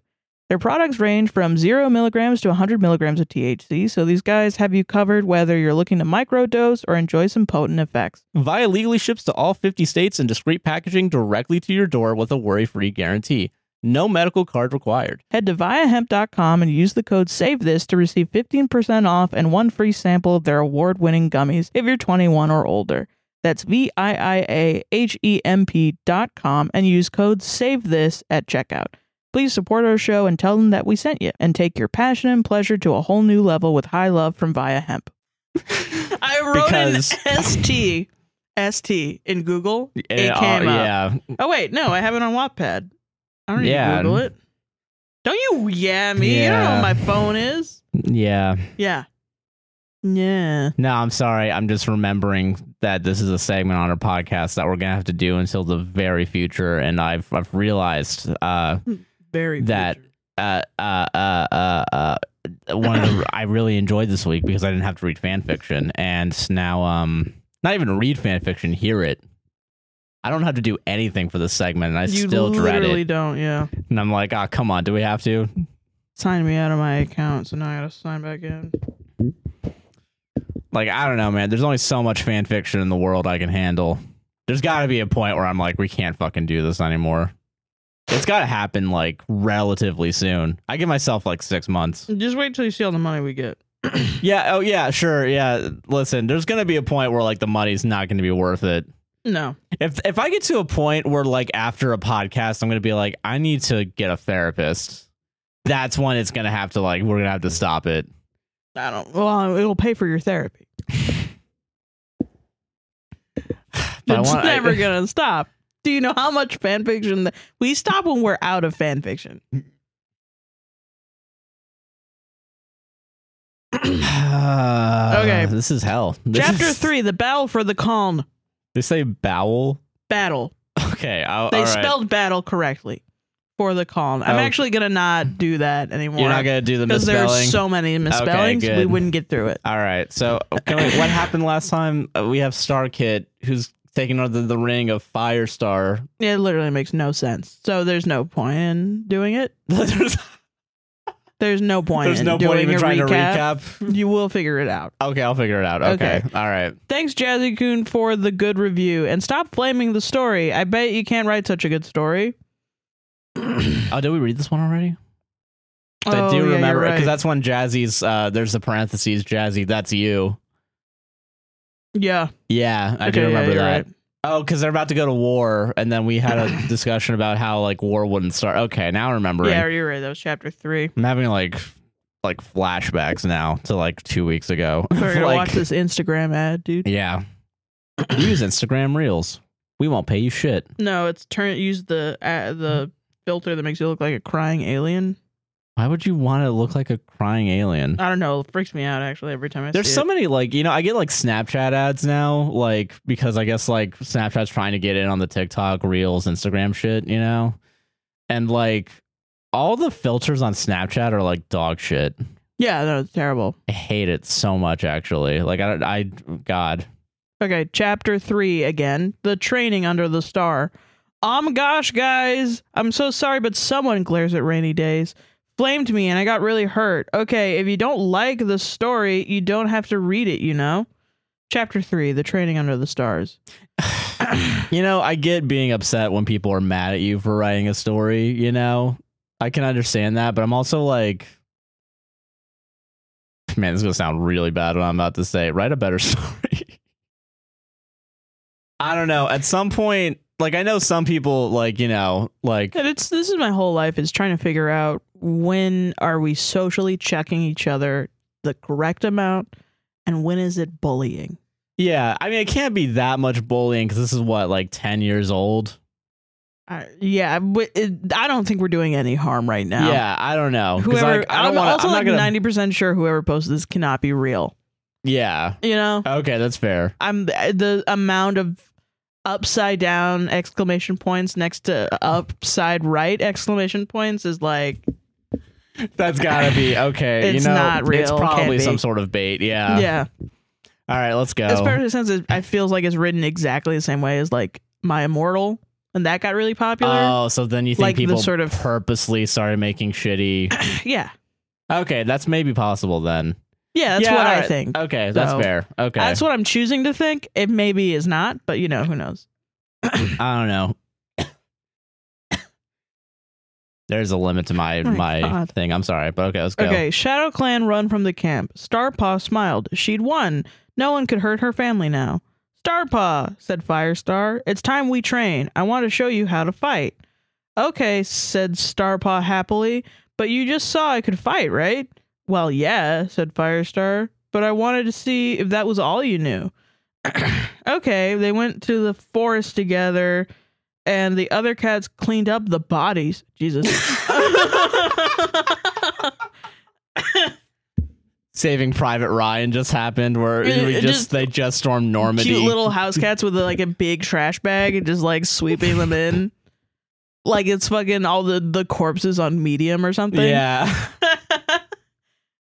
[SPEAKER 2] Their products range from 0 milligrams to 100 milligrams of THC, so these guys have you covered whether you're looking to microdose or enjoy some potent effects.
[SPEAKER 1] Via legally ships to all 50 states in discreet packaging directly to your door with a worry free guarantee. No medical card required.
[SPEAKER 2] Head to viahemp.com and use the code SAVETHIS to receive 15% off and one free sample of their award winning gummies if you're 21 or older. That's V I I A H E M P.com and use code SAVETHIS at checkout. Please support our show and tell them that we sent you and take your passion and pleasure to a whole new level with high love from Via Hemp. I wrote
[SPEAKER 1] Because-
[SPEAKER 2] in ST, ST in Google. It
[SPEAKER 1] Uh,
[SPEAKER 2] came up.
[SPEAKER 1] yeah.
[SPEAKER 2] Oh wait, no, I have it on Wattpad. I don't need
[SPEAKER 1] Yeah.
[SPEAKER 2] to Google it. Don't you yeah me? You don't know
[SPEAKER 1] Yeah.
[SPEAKER 2] what my phone is.
[SPEAKER 1] Yeah.
[SPEAKER 2] Yeah. Yeah.
[SPEAKER 1] No, I'm sorry. I'm just remembering that this is a segment on our podcast that we're going to have to do until the very future. And I've, I've realized uh,
[SPEAKER 2] Very
[SPEAKER 1] That-
[SPEAKER 2] future.
[SPEAKER 1] uh, uh, uh, uh, uh, one of the, I really enjoyed this week because I didn't have to read fan fiction. And now, um, not even read fan fiction, hear it. I don't have to do anything for this segment, and I
[SPEAKER 2] you
[SPEAKER 1] still dread
[SPEAKER 2] literally
[SPEAKER 1] it.
[SPEAKER 2] don't, yeah.
[SPEAKER 1] And I'm like, ah, come on, do we have to?
[SPEAKER 2] Sign me out of my account, so now I gotta sign back in.
[SPEAKER 1] Like, I don't know, man. There's only so much fan fiction in the world I can handle. There's got to be a point where I'm like, we can't fucking do this anymore. It's got to happen like relatively soon. I give myself like six months.
[SPEAKER 2] Just wait till you see all the money we get.
[SPEAKER 1] Yeah. Oh, yeah. Sure. Yeah. Listen, there's gonna be a point where like the money's not gonna be worth it.
[SPEAKER 2] No.
[SPEAKER 1] If if I get to a point where like after a podcast, I'm gonna be like, I need to get a therapist. That's when it's gonna have to like we're gonna have to stop it.
[SPEAKER 2] I don't well, it'll pay for your therapy.
[SPEAKER 1] But I
[SPEAKER 2] it's
[SPEAKER 1] wanna- I-
[SPEAKER 2] never gonna stop. Do you know how much fan fiction that we stop when we're out of fan fiction?
[SPEAKER 1] okay. This is hell. This
[SPEAKER 2] Chapter
[SPEAKER 1] is-
[SPEAKER 2] three, the battle for the Kaln.
[SPEAKER 1] They say bowel.
[SPEAKER 2] Battle.
[SPEAKER 1] Okay. I,
[SPEAKER 2] They
[SPEAKER 1] all right.
[SPEAKER 2] spelled battle correctly for the column. I'm
[SPEAKER 1] Oh.
[SPEAKER 2] actually gonna not do that anymore.
[SPEAKER 1] You're not gonna do the misspelling.
[SPEAKER 2] there are so many misspellings, we
[SPEAKER 1] good.
[SPEAKER 2] wouldn't get through it.
[SPEAKER 1] All right. So, okay, wait, what happened last time? Uh, we have Star Kid, who's taking on the, the ring of Firestar.
[SPEAKER 2] It literally makes no sense. So there's no point in doing it.
[SPEAKER 1] there's
[SPEAKER 2] There's no point.
[SPEAKER 1] there's
[SPEAKER 2] in
[SPEAKER 1] no
[SPEAKER 2] doing
[SPEAKER 1] point even
[SPEAKER 2] a
[SPEAKER 1] trying
[SPEAKER 2] recap.
[SPEAKER 1] to recap.
[SPEAKER 2] You will figure it out.
[SPEAKER 1] Okay, I'll figure it out. Okay,
[SPEAKER 2] Okay.
[SPEAKER 1] all right.
[SPEAKER 2] Thanks, Jazzy Coon, for the good review. And stop flaming the story. I bet you can't write such a good story.
[SPEAKER 1] Oh, did we read this one already? I
[SPEAKER 2] Oh,
[SPEAKER 1] do
[SPEAKER 2] yeah, you're
[SPEAKER 1] remember because
[SPEAKER 2] right.
[SPEAKER 1] that's when Jazzy's. Uh, there's the parentheses. Jazzy, that's you.
[SPEAKER 2] Yeah,
[SPEAKER 1] Yeah, I do
[SPEAKER 2] Okay, yeah,
[SPEAKER 1] remember
[SPEAKER 2] you're
[SPEAKER 1] that.
[SPEAKER 2] right.
[SPEAKER 1] Oh, because they're about to go to war, and then we had a discussion about how like war wouldn't start. Okay, now I remember.
[SPEAKER 2] Yeah, you're right. That was chapter three.
[SPEAKER 1] I'm having like like flashbacks now to like two weeks ago.
[SPEAKER 2] We're gonna
[SPEAKER 1] Like,
[SPEAKER 2] watch this Instagram ad, dude.
[SPEAKER 1] Yeah. Use Instagram Reels. We won't pay you shit.
[SPEAKER 2] No, it's turn. Use the uh, the filter that makes you look like a crying alien.
[SPEAKER 1] Why would you want to look like a crying alien?
[SPEAKER 2] I don't know. It freaks me out actually every time I
[SPEAKER 1] There's
[SPEAKER 2] see
[SPEAKER 1] so
[SPEAKER 2] it.
[SPEAKER 1] many like you know I get like Snapchat ads now like because I guess like Snapchat's trying to get in on the TikTok Reels Instagram shit you know, and like all the filters on Snapchat are like dog shit.
[SPEAKER 2] Yeah, no, it's terrible.
[SPEAKER 1] I hate it so much actually. Like I don't I God
[SPEAKER 2] Okay, chapter three again. The training under the star. Oh my gosh, guys. I'm so sorry, but someone glares at rainy days. Flamed me and I got really hurt. Okay, if you don't like the story, you don't have to read it, you know? Chapter three, the training under the stars.
[SPEAKER 1] You know, I get being upset when people are mad at you for writing a story, you know? I can understand that, but I'm also like Man, this is gonna sound really bad what I'm about to say. Write a better story. I don't know. At some point, like I know some people like, you know, like
[SPEAKER 2] And it's this is my whole life is trying to figure out when are we socially checking each other the correct amount and when is it bullying?
[SPEAKER 1] yeah, I mean it can't be that much bullying because this is what, like ten years old?
[SPEAKER 2] I, yeah, but it, I don't think we're doing any harm right now.
[SPEAKER 1] Yeah, I don't know. 'Cause,
[SPEAKER 2] Whoever,
[SPEAKER 1] like,
[SPEAKER 2] I
[SPEAKER 1] I don't
[SPEAKER 2] am
[SPEAKER 1] want
[SPEAKER 2] also
[SPEAKER 1] I'm
[SPEAKER 2] like
[SPEAKER 1] not gonna,
[SPEAKER 2] ninety percent sure whoever posted this cannot be real.
[SPEAKER 1] Yeah.
[SPEAKER 2] You know,
[SPEAKER 1] Okay, that's fair.
[SPEAKER 2] I'm the amount of upside down exclamation points next to upside right exclamation points is like,
[SPEAKER 1] That's gotta be okay.
[SPEAKER 2] It's
[SPEAKER 1] you know,
[SPEAKER 2] not real.
[SPEAKER 1] It's
[SPEAKER 2] Can't
[SPEAKER 1] probably
[SPEAKER 2] be.
[SPEAKER 1] some sort of bait. Yeah.
[SPEAKER 2] yeah.
[SPEAKER 1] All right, let's go.
[SPEAKER 2] Especially since it, it feels like it's written exactly the same way as like My Immortal, and that got really popular.
[SPEAKER 1] oh, so then you think
[SPEAKER 2] Like the
[SPEAKER 1] people
[SPEAKER 2] sort of-
[SPEAKER 1] purposely started making shitty?
[SPEAKER 2] yeah,
[SPEAKER 1] okay, that's maybe possible then.
[SPEAKER 2] yeah, that's
[SPEAKER 1] Yeah,
[SPEAKER 2] what
[SPEAKER 1] all
[SPEAKER 2] I
[SPEAKER 1] right.
[SPEAKER 2] think.
[SPEAKER 1] Okay, that's
[SPEAKER 2] So,
[SPEAKER 1] fair. Okay,
[SPEAKER 2] That's what I'm choosing to think. It maybe is not, but you know who knows.
[SPEAKER 1] I don't know. There's a limit to my
[SPEAKER 2] Oh My
[SPEAKER 1] my
[SPEAKER 2] God.
[SPEAKER 1] thing. I'm sorry, but okay, let's go.
[SPEAKER 2] Okay, Shadow Clan run from the camp. Starpaw smiled. She'd won. No one could hurt her family now. Starpaw, said Firestar, it's time we train. I want to show you how to fight. Okay, said Starpaw happily, but you just saw I could fight, right? Well, yeah, said Firestar, but I wanted to see if that was all you knew. okay, they went to the forest together, and the other cats cleaned up the bodies. Jesus.
[SPEAKER 1] Saving Private Ryan just happened where
[SPEAKER 2] Yeah,
[SPEAKER 1] we
[SPEAKER 2] it
[SPEAKER 1] just,
[SPEAKER 2] Uh, just-
[SPEAKER 1] they just stormed Normandy.
[SPEAKER 2] cute little house cats with like a big trash bag and just like sweeping them in. Like it's fucking all the the corpses on medium or something.
[SPEAKER 1] yeah.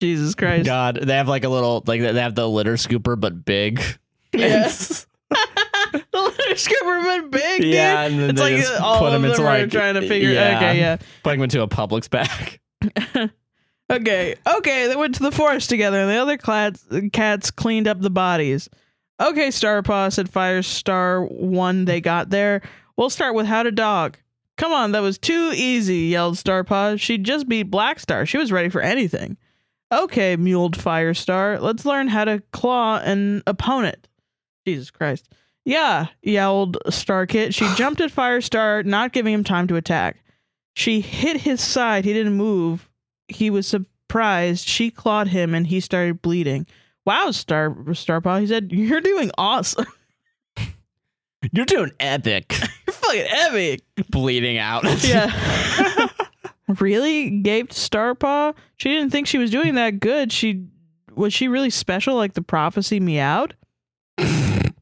[SPEAKER 2] Jesus Christ.
[SPEAKER 1] God, they have like a little like they have the litter scooper but big.
[SPEAKER 2] Yes. the litter scooper went big, dude.
[SPEAKER 1] Yeah, and then
[SPEAKER 2] It's
[SPEAKER 1] they
[SPEAKER 2] like
[SPEAKER 1] just
[SPEAKER 2] all
[SPEAKER 1] put
[SPEAKER 2] of
[SPEAKER 1] them
[SPEAKER 2] them
[SPEAKER 1] into
[SPEAKER 2] are
[SPEAKER 1] like
[SPEAKER 2] trying to figure.
[SPEAKER 1] yeah,
[SPEAKER 2] Okay, yeah.
[SPEAKER 1] putting them into a Publix bag.
[SPEAKER 2] Okay, okay, they went to the forest together, and the other clats, cats cleaned up the bodies. Okay, Starpaw said Firestar one they got there. We'll start with How to Dog. Come on, that was too easy, yelled Starpaw. She just beat Blackstar. She was ready for anything. Okay, muled Firestar. Let's learn how to claw an opponent. Jesus Christ. Yeah, yelled Starkit. She jumped at Firestar, not giving him time to attack. She hit his side. He didn't move. He was surprised. She clawed him and he started bleeding. Wow, Star Starpaw. He said, You're doing awesome.
[SPEAKER 1] You're doing epic,
[SPEAKER 2] You're fucking epic.
[SPEAKER 1] bleeding out.
[SPEAKER 2] Yeah. really? Gaped Starpaw? She didn't think she was doing that good. She was she really special like the prophecy meowed?
[SPEAKER 1] because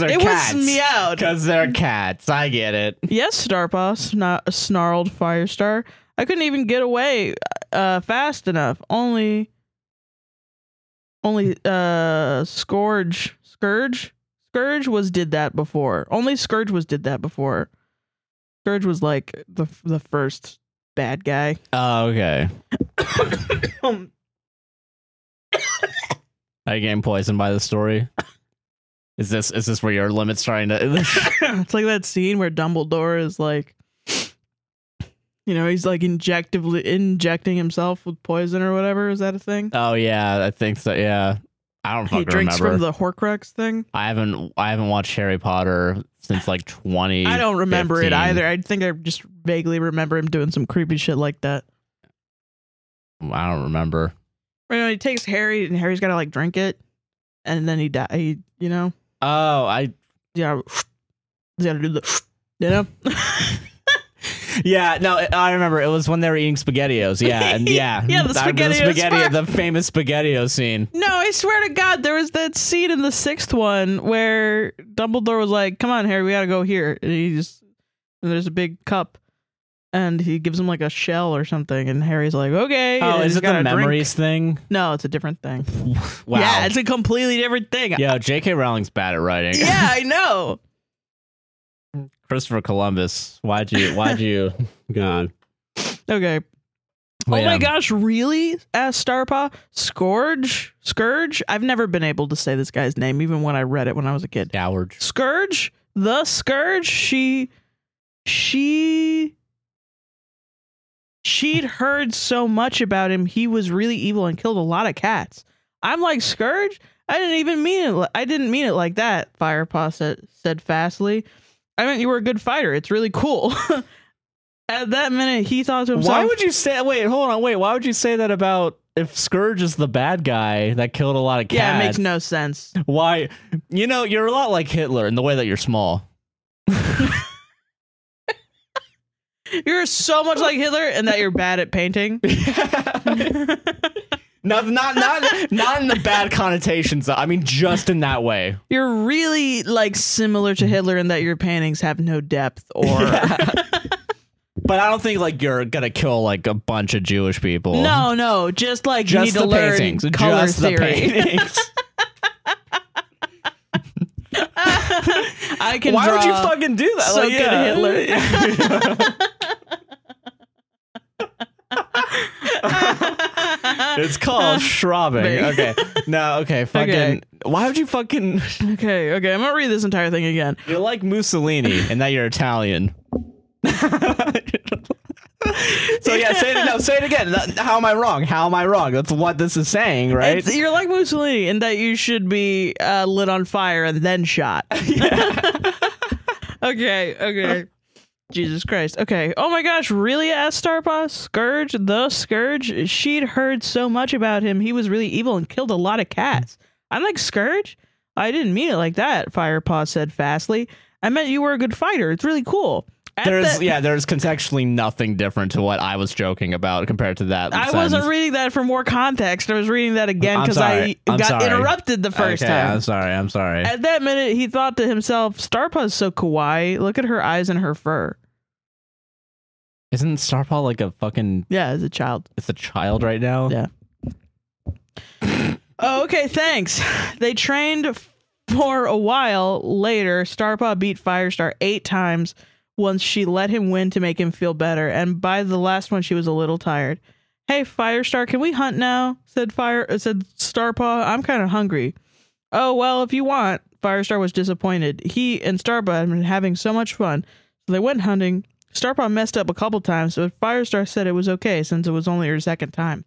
[SPEAKER 1] they're
[SPEAKER 2] it
[SPEAKER 1] cats.
[SPEAKER 2] was meowed.
[SPEAKER 1] Because they're cats. I get it.
[SPEAKER 2] Yes, Starpaw, sna- snarled Firestar. I couldn't even get away uh, fast enough. Only, only uh, Scourge, Scourge, Scourge was did that before. Only Scourge was did that before. Scourge was like the the first bad guy.
[SPEAKER 1] Oh, okay. Are you getting poisoned by the story? Is this is this where your limit's trying to?
[SPEAKER 2] it's like that scene where Dumbledore is like, you know, he's like injectively injecting himself with poison or whatever. Is that a thing?
[SPEAKER 1] oh yeah, I think so. Yeah, I don't
[SPEAKER 2] he
[SPEAKER 1] fucking
[SPEAKER 2] drinks
[SPEAKER 1] remember.
[SPEAKER 2] from the Horcrux thing.
[SPEAKER 1] I haven't I haven't watched Harry Potter since like twenty.
[SPEAKER 2] I don't remember
[SPEAKER 1] 15.
[SPEAKER 2] it either. I think I just vaguely remember him doing some creepy shit like that.
[SPEAKER 1] I don't remember.
[SPEAKER 2] You know, he takes Harry, and Harry's got to like drink it, and then he die. He, you know,
[SPEAKER 1] Oh, I
[SPEAKER 2] yeah, he's got to do the, you know.
[SPEAKER 1] yeah no I remember it was when they were eating spaghettios yeah and yeah
[SPEAKER 2] Yeah, the
[SPEAKER 1] I remember
[SPEAKER 2] SpaghettiOs part.
[SPEAKER 1] the famous spaghettio scene
[SPEAKER 2] No, I swear to God, there was that scene in the sixth one where Dumbledore was like, "Come on, Harry, we gotta go here," and he just and there's a big cup, and he gives him like a shell or something, and Harry's like, "Okay."
[SPEAKER 1] oh
[SPEAKER 2] and
[SPEAKER 1] is
[SPEAKER 2] he's
[SPEAKER 1] it
[SPEAKER 2] got
[SPEAKER 1] the
[SPEAKER 2] a drink.
[SPEAKER 1] memories
[SPEAKER 2] No, it's a different thing.
[SPEAKER 1] thing wow
[SPEAKER 2] Yeah, it's a completely different thing.
[SPEAKER 1] Yo, J.K. Rowling's bad at writing.
[SPEAKER 2] yeah, I know.
[SPEAKER 1] Christopher Columbus. Why'd you? Why'd you? God.
[SPEAKER 2] Okay. Oh
[SPEAKER 1] Yeah.
[SPEAKER 2] my gosh, really? Asked Starpaw. Scourge? Scourge? I've never been able to say this guy's name, even when I read it when I was a kid.
[SPEAKER 1] Dowarge.
[SPEAKER 2] Scourge? The Scourge? She. She. She'd heard so much about him. He was really evil and killed a lot of cats. I'm like, Scourge? I didn't even mean it. li- I didn't mean it like that, Firepaw said, said fastly. I meant you were a good fighter. It's really cool. At that minute, he thought to himself,
[SPEAKER 1] Why would you say? Wait, hold on. Wait, why would you say that about if Scourge is the bad guy that killed a lot of cats?
[SPEAKER 2] Yeah, it makes no sense.
[SPEAKER 1] Why? You know, you're a lot like Hitler in the way that you're small.
[SPEAKER 2] You're so much like Hitler and that you're bad at painting.
[SPEAKER 1] not, not, not, not in the bad connotations. though. I mean, just in that way.
[SPEAKER 2] You're really like similar to Hitler in that your paintings have no depth or
[SPEAKER 1] But I don't think like you're gonna kill like a bunch of Jewish people.
[SPEAKER 2] No, no, just like you need
[SPEAKER 1] just
[SPEAKER 2] to
[SPEAKER 1] the
[SPEAKER 2] learn
[SPEAKER 1] paintings.
[SPEAKER 2] color
[SPEAKER 1] just the
[SPEAKER 2] theory.
[SPEAKER 1] paintings.
[SPEAKER 2] I can
[SPEAKER 1] Why would you
[SPEAKER 2] draw-
[SPEAKER 1] fucking do that?
[SPEAKER 2] so good at Hitler.
[SPEAKER 1] it's called schrabbing. Okay. No, okay. Fucking.
[SPEAKER 2] Okay.
[SPEAKER 1] Why would you fucking.
[SPEAKER 2] Okay, okay, I'm gonna read this entire thing again.
[SPEAKER 1] You're like Mussolini and that you're Italian. so yeah, say it. No, say it again. Th- How am I wrong? How am I wrong? That's what this is saying, right?
[SPEAKER 2] It's, you're like Mussolini in that you should be uh, lit on fire and then shot. okay, okay. Jesus Christ. Okay. Oh my gosh, really? Asked Starpaw. Scourge, the Scourge. She'd heard so much about him. He was really evil and killed a lot of cats. I'm like, Scourge? I didn't mean it like that, Firepaw said fastly. I meant you were a good fighter. It's really cool. At
[SPEAKER 1] There's
[SPEAKER 2] the-
[SPEAKER 1] yeah, there's contextually nothing different to what I was joking about compared to that.
[SPEAKER 2] I
[SPEAKER 1] sentence.
[SPEAKER 2] wasn't reading that for more context. I was reading that again
[SPEAKER 1] I'm
[SPEAKER 2] because I
[SPEAKER 1] sorry. I'm
[SPEAKER 2] got
[SPEAKER 1] sorry.
[SPEAKER 2] interrupted the first
[SPEAKER 1] Okay,
[SPEAKER 2] time.
[SPEAKER 1] I'm sorry. I'm sorry.
[SPEAKER 2] At that minute, he thought to himself, Starpaw's so kawaii. Look at her eyes and her fur.
[SPEAKER 1] Isn't Starpaw like a fucking?
[SPEAKER 2] Yeah, as a child.
[SPEAKER 1] It's a child right now.
[SPEAKER 2] Yeah. Oh, okay, thanks. They trained for a while. Later, Starpaw beat Firestar eight times once she let him win to make him feel better, and by the last one, she was a little tired. Hey, Firestar, can we hunt now? said Fire uh, said Starpaw. I'm kind of hungry. Oh well, if you want. Firestar was disappointed. He and Starpaw had been having so much fun, so they went hunting. Starpaw messed up a couple times, but Firestar said it was okay since it was only her second time.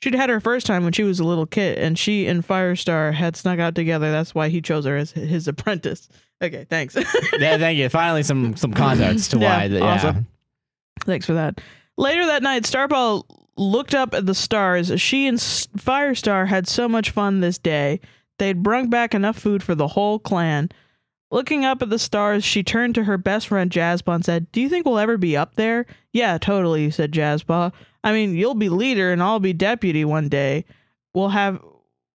[SPEAKER 2] She'd had her first time when she was a little kid, and she and Firestar had snuck out together. That's why he chose her as his apprentice. Okay, thanks.
[SPEAKER 1] yeah, thank you. Finally, some some context to
[SPEAKER 2] Yeah,
[SPEAKER 1] why. That, yeah.
[SPEAKER 2] awesome. thanks for that. Later that night, Starpaw looked up at the stars. She and S- Firestar had so much fun this day. They'd brung back enough food for the whole clan. Looking up at the stars, she turned to her best friend Jazba and said, Do you think we'll ever be up there? Yeah, totally, said Jazba. I mean, you'll be leader and I'll be deputy one day. We'll have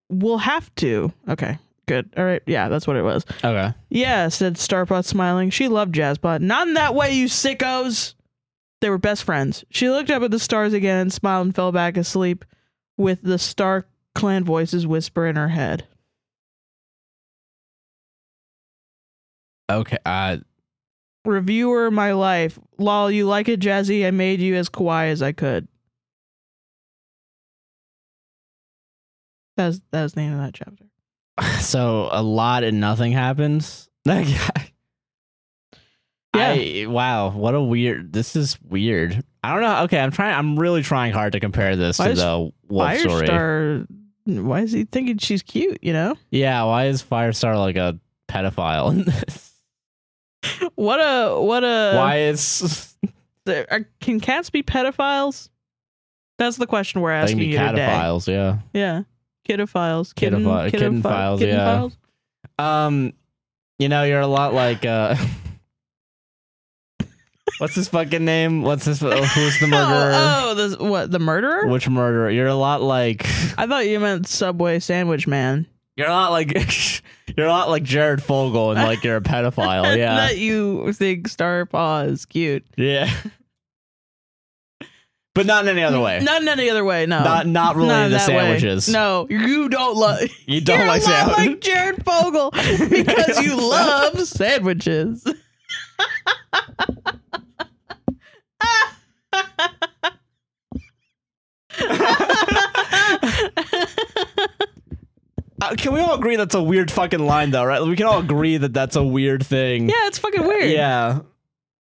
[SPEAKER 2] we'll have to. Okay, good. All right. Yeah, that's what it was.
[SPEAKER 1] Okay.
[SPEAKER 2] Yeah, said Starpot, smiling. She loved Jazzbot. Not in that way, you sickos! They were best friends. She looked up at the stars again and smiled and fell back asleep with the Star Clan voices whisper in her head.
[SPEAKER 3] Okay. Uh,
[SPEAKER 2] Reviewer my life. Lol, you like it, Jazzy? I made you as kawaii as I could. That's that's the end of that chapter.
[SPEAKER 1] So a lot and nothing happens. Like, I- I, wow, what a weird. This is weird. I don't know. Okay, I'm trying. I'm really trying hard to compare this
[SPEAKER 2] Why
[SPEAKER 1] to
[SPEAKER 2] is
[SPEAKER 1] the wolf story.
[SPEAKER 2] Firestar. Why is he thinking she's cute? You know
[SPEAKER 1] Yeah, why is Firestar like a pedophile in this?
[SPEAKER 2] what a what a
[SPEAKER 1] why is
[SPEAKER 2] There- are, uh, can cats be pedophiles? That's the question we're
[SPEAKER 1] they can
[SPEAKER 2] asking
[SPEAKER 1] be
[SPEAKER 2] you today.
[SPEAKER 1] cataphiles? Yeah.
[SPEAKER 2] Yeah, kidophiles, kitten,
[SPEAKER 1] Kidofi-
[SPEAKER 2] kidophi-
[SPEAKER 1] kittenphiles, yeah.
[SPEAKER 2] kittenphiles?
[SPEAKER 1] Um, you know, you're a lot like uh. What's his fucking name? What's his? Who's the murderer?
[SPEAKER 2] Oh, oh the, what the murderer?
[SPEAKER 1] Which murderer? You're a lot like.
[SPEAKER 2] I thought you meant Subway Sandwich Man.
[SPEAKER 1] You're a lot like. you're a lot like Jared Fogle, and like you're a pedophile. Yeah.
[SPEAKER 2] that you think Starpaw is cute.
[SPEAKER 1] yeah. But not in any other way.
[SPEAKER 2] Not in any other way. No,
[SPEAKER 1] Eh. Not not
[SPEAKER 2] Not
[SPEAKER 1] related to
[SPEAKER 2] that way.
[SPEAKER 1] sandwiches.
[SPEAKER 2] No, you don't love.
[SPEAKER 1] You don't
[SPEAKER 2] You're
[SPEAKER 1] like
[SPEAKER 2] a lot
[SPEAKER 1] sandwiches.
[SPEAKER 2] like Jared Fogle because you love sandwiches.
[SPEAKER 1] Uh, can we all agree that's a weird fucking line, though, right? We can all agree that that's a weird thing.
[SPEAKER 2] Yeah, it's fucking weird.
[SPEAKER 1] Yeah.
[SPEAKER 2] What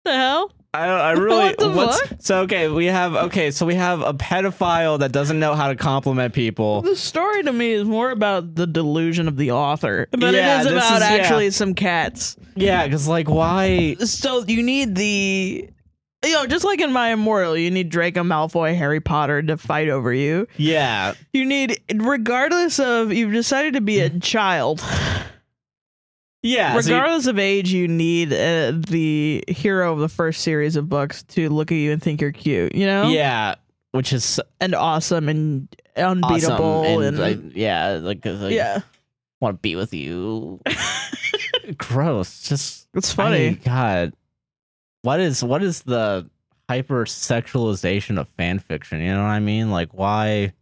[SPEAKER 2] the hell?
[SPEAKER 1] I, I really.
[SPEAKER 2] What the
[SPEAKER 1] what's-
[SPEAKER 2] fuck?
[SPEAKER 1] So okay, we have okay, so we have a pedophile that doesn't know how to compliment people.
[SPEAKER 2] The story to me is more about the delusion of the author than
[SPEAKER 1] Yeah,
[SPEAKER 2] it is
[SPEAKER 1] this
[SPEAKER 2] about
[SPEAKER 1] is- yeah.
[SPEAKER 2] actually some cats.
[SPEAKER 1] Yeah, because like why?
[SPEAKER 2] So you need the. You know, just like in My Immortal, you need Draco Malfoy, Harry Potter to fight over you.
[SPEAKER 1] Yeah,
[SPEAKER 2] You need, regardless of, you've decided to be a child.
[SPEAKER 1] yeah. Mm-hmm. so you-
[SPEAKER 2] regardless of age, you need uh, the hero of the first series of books to look at you and think you're cute, you know?
[SPEAKER 1] yeah, which is
[SPEAKER 2] And awesome and
[SPEAKER 1] awesome.
[SPEAKER 2] unbeatable.
[SPEAKER 1] and,
[SPEAKER 2] and,
[SPEAKER 1] like, yeah, like, 'cause I
[SPEAKER 2] yeah.
[SPEAKER 1] want to be with you. Gross. Just
[SPEAKER 2] It's funny.
[SPEAKER 1] I- God, what is what is the hyper sexualization of fan fiction? You know what I mean? Like why?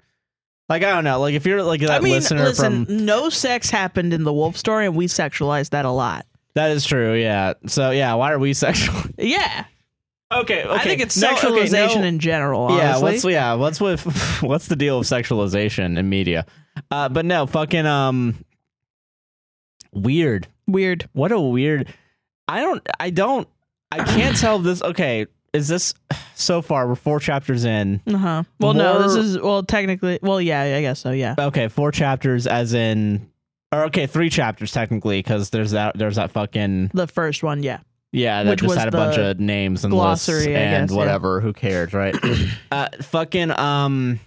[SPEAKER 1] Like I don't know. Like if you're like that
[SPEAKER 2] I mean,
[SPEAKER 1] listener
[SPEAKER 2] listen,
[SPEAKER 1] from
[SPEAKER 2] no sex happened in the wolf story, and we sexualized that a lot.
[SPEAKER 1] that is true. Yeah. So yeah, why are we sexual?
[SPEAKER 2] Yeah.
[SPEAKER 1] Okay, okay.
[SPEAKER 2] I think it's
[SPEAKER 1] No, okay,
[SPEAKER 2] sexualization
[SPEAKER 1] no-
[SPEAKER 2] in general,
[SPEAKER 1] yeah,
[SPEAKER 2] honestly.
[SPEAKER 1] what's yeah, what's with what's the deal with sexualization in media? Uh, but no, fucking um, weird.
[SPEAKER 2] Weird.
[SPEAKER 1] What a weird. I don't. I don't. I can't tell if this. Okay, is this so far? We're four chapters in.
[SPEAKER 2] Uh huh. Well, no, this
[SPEAKER 1] More-
[SPEAKER 2] is, well, technically, well, yeah, I guess so, yeah.
[SPEAKER 1] Okay, four chapters, as in, or okay, three chapters technically, because there's that there's that fucking
[SPEAKER 2] The first one, yeah.
[SPEAKER 1] Yeah, that
[SPEAKER 2] Which
[SPEAKER 1] just
[SPEAKER 2] was
[SPEAKER 1] had a
[SPEAKER 2] the
[SPEAKER 1] bunch of names and lists
[SPEAKER 2] glossary, I
[SPEAKER 1] and
[SPEAKER 2] guess, yeah.
[SPEAKER 1] whatever. Who cares, right? uh, fucking um.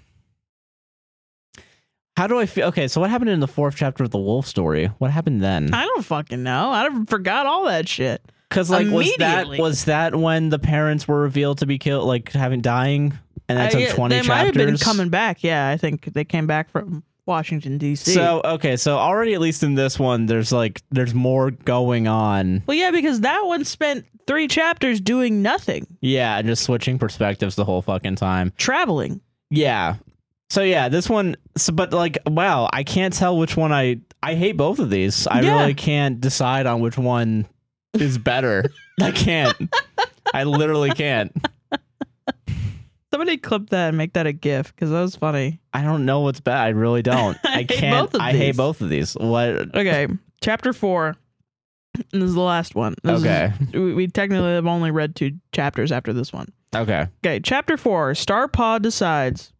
[SPEAKER 1] How do I feel? Okay, so what happened in the fourth chapter of the wolf story? What happened then?
[SPEAKER 2] I don't fucking know. I don't- forgot all that shit.
[SPEAKER 1] Because like, was that
[SPEAKER 2] Immediately.
[SPEAKER 1] was that when the parents were revealed to be killed, like having dying, and that
[SPEAKER 2] I-
[SPEAKER 1] took
[SPEAKER 2] Uh, yeah,
[SPEAKER 1] twenty
[SPEAKER 2] they
[SPEAKER 1] chapters?
[SPEAKER 2] might have been coming back. Yeah, I think they came back from Washington D.C.
[SPEAKER 1] So okay, so already at least in this one, there's like there's more going on.
[SPEAKER 2] well, yeah, because that one spent three chapters doing nothing,
[SPEAKER 1] Yeah, and just switching perspectives the whole fucking time.
[SPEAKER 2] traveling.
[SPEAKER 1] Yeah. So yeah, this one. So, but like, wow, I can't tell which one I. I hate both of these. I
[SPEAKER 2] Yeah.
[SPEAKER 1] really can't decide on which one is better. I can't. I literally can't.
[SPEAKER 2] Somebody clip that and make that a gif because that was funny.
[SPEAKER 1] I don't know what's bad. I really don't.
[SPEAKER 2] I
[SPEAKER 1] I,
[SPEAKER 2] hate
[SPEAKER 1] can't.
[SPEAKER 2] both of
[SPEAKER 1] I
[SPEAKER 2] these.
[SPEAKER 1] hate both of these. What?
[SPEAKER 2] Okay, chapter four. And this is the last one. This is-
[SPEAKER 1] Okay.
[SPEAKER 2] we, we technically have only read two chapters after this one.
[SPEAKER 1] Okay.
[SPEAKER 2] Okay, chapter four. Starpaw decides.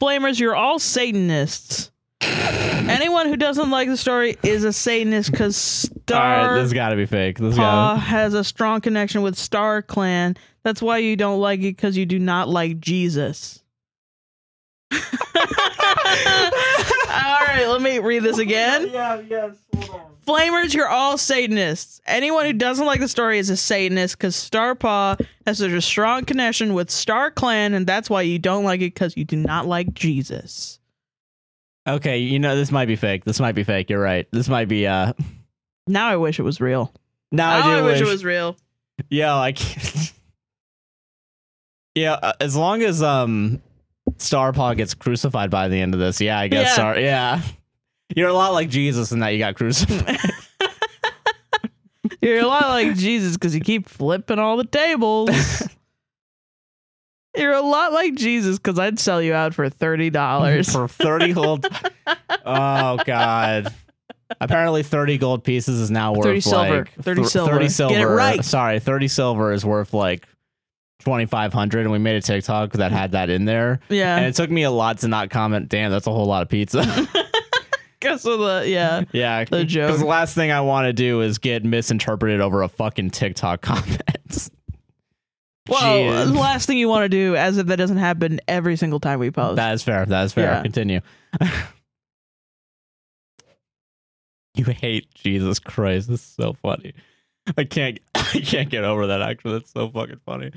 [SPEAKER 2] Flamers, you're all Satanists. Anyone who doesn't like the story is a Satanist because
[SPEAKER 1] All
[SPEAKER 2] Star.
[SPEAKER 1] right. This has got to be fake. This
[SPEAKER 2] Paw
[SPEAKER 1] got.
[SPEAKER 2] has a strong connection with Star Clan. That's why you don't like it because you do not like Jesus. all right, let me read this again.
[SPEAKER 1] Yeah. Yes. Hold on.
[SPEAKER 2] Flamers, you're all Satanists. Anyone who doesn't like the story is a Satanist because Starpaw has such a strong connection with Star Clan, and that's why you don't like it because you do not like Jesus.
[SPEAKER 1] Okay. You know this might be fake. This might be fake. You're right. This might be. Uh.
[SPEAKER 2] Now I wish it was real.
[SPEAKER 1] Now
[SPEAKER 2] now
[SPEAKER 1] I do
[SPEAKER 2] I
[SPEAKER 1] wish.
[SPEAKER 2] wish it was real.
[SPEAKER 1] Yeah, I can't. yeah, uh, as long as um, Starpaw gets crucified by the end of this, yeah, I guess.
[SPEAKER 2] Yeah.
[SPEAKER 1] Yeah. Star- yeah, you're a lot like Jesus in that you got crucified.
[SPEAKER 2] You're a lot like Jesus because you keep flipping all the tables. You're a lot like Jesus because I'd sell you out for thirty dollars.
[SPEAKER 1] for 30 gold. oh god. Apparently 30 gold pieces is now worth
[SPEAKER 2] 30 silver.
[SPEAKER 1] like
[SPEAKER 2] 30
[SPEAKER 1] thir-
[SPEAKER 2] silver.
[SPEAKER 1] 30
[SPEAKER 2] Get it
[SPEAKER 1] silver.
[SPEAKER 2] right.
[SPEAKER 1] Sorry, 30 silver is worth like 2500 and we made a TikTok that had that in there. And
[SPEAKER 2] Yeah,
[SPEAKER 1] it took me a lot to not comment, damn, that's a whole lot of pizza.
[SPEAKER 2] because of the yeah.
[SPEAKER 1] yeah.
[SPEAKER 2] The joke.
[SPEAKER 1] Cuz the last thing I want to do is get misinterpreted over a fucking TikTok comment.
[SPEAKER 2] Well,
[SPEAKER 1] Jeez.
[SPEAKER 2] the last thing you want to do, as if that doesn't happen every single time we post.
[SPEAKER 1] That is fair. That is fair.
[SPEAKER 2] Yeah.
[SPEAKER 1] Continue. you hate Jesus Christ. This is so funny. I can't. I can't get over that. Actually, that's so fucking funny.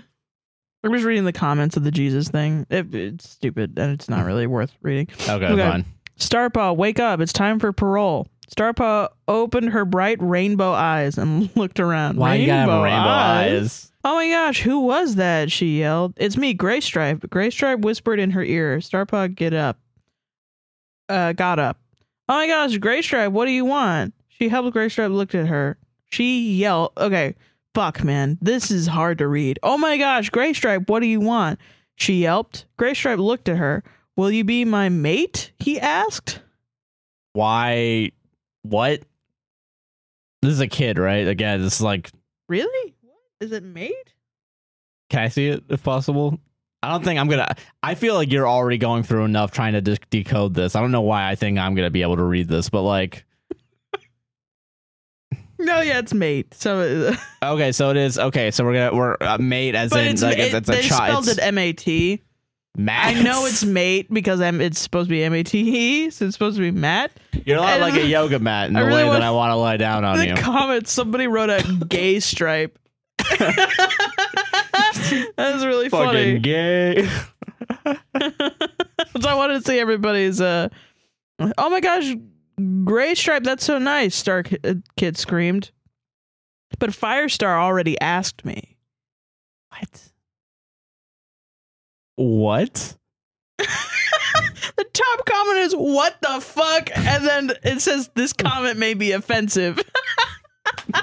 [SPEAKER 2] I'm just reading the comments of the Jesus thing. It, it's stupid and it's not really worth reading.
[SPEAKER 1] Okay,
[SPEAKER 2] Okay.
[SPEAKER 1] fine.
[SPEAKER 2] Starpa, wake up. It's time for parole. Starpa opened her bright rainbow eyes and looked around.
[SPEAKER 1] Why you gotta have rainbow eyes?
[SPEAKER 2] Oh my gosh, who was that? She yelled. It's me, Gray Stripe. Gray Stripe whispered in her ear. Starpa, get up. Uh, got up. Oh my gosh, Gray Stripe, what do you want? She helped Gray Stripe looked at her. She yelled. Okay, fuck, man. This is hard to read. Oh my gosh, Gray Stripe, what do you want? She yelped. Gray Stripe looked at her. Will you be my mate? He asked.
[SPEAKER 1] Why? What? This is a kid, right? Again, this is like.
[SPEAKER 2] Really? What? Is it mate?
[SPEAKER 1] Can I see it if possible? I don't think I'm gonna. I feel like you're already going through enough trying to de- decode this. I don't know why I think I'm gonna be able to read this, but like.
[SPEAKER 2] No, yeah, it's mate. So,
[SPEAKER 1] Okay, so it is. Okay, so we're gonna we're uh, mate as
[SPEAKER 2] but
[SPEAKER 1] in
[SPEAKER 2] it's,
[SPEAKER 1] like
[SPEAKER 2] it-
[SPEAKER 1] it's, it's
[SPEAKER 2] they
[SPEAKER 1] a child.
[SPEAKER 2] spelled it M A T. I
[SPEAKER 1] Matt.
[SPEAKER 2] know it's mate because I'm, it's supposed to be M A T E, so it's supposed to be Matt.
[SPEAKER 1] you're a lot
[SPEAKER 2] I-
[SPEAKER 1] like a yoga mat in
[SPEAKER 2] I
[SPEAKER 1] the
[SPEAKER 2] really
[SPEAKER 1] way
[SPEAKER 2] want-
[SPEAKER 1] that I want to lie down on
[SPEAKER 2] In
[SPEAKER 1] you.
[SPEAKER 2] the comments, somebody wrote a gay stripe. that was really
[SPEAKER 1] Fucking
[SPEAKER 2] funny.
[SPEAKER 1] gay.
[SPEAKER 2] so I wanted to see everybody's. Uh, oh my gosh, gray stripe! That's so nice. Star Ki- uh, Kid screamed. But Firestar already asked me.
[SPEAKER 1] What? What?
[SPEAKER 2] The top comment is "What the fuck," and then it says this comment may be offensive.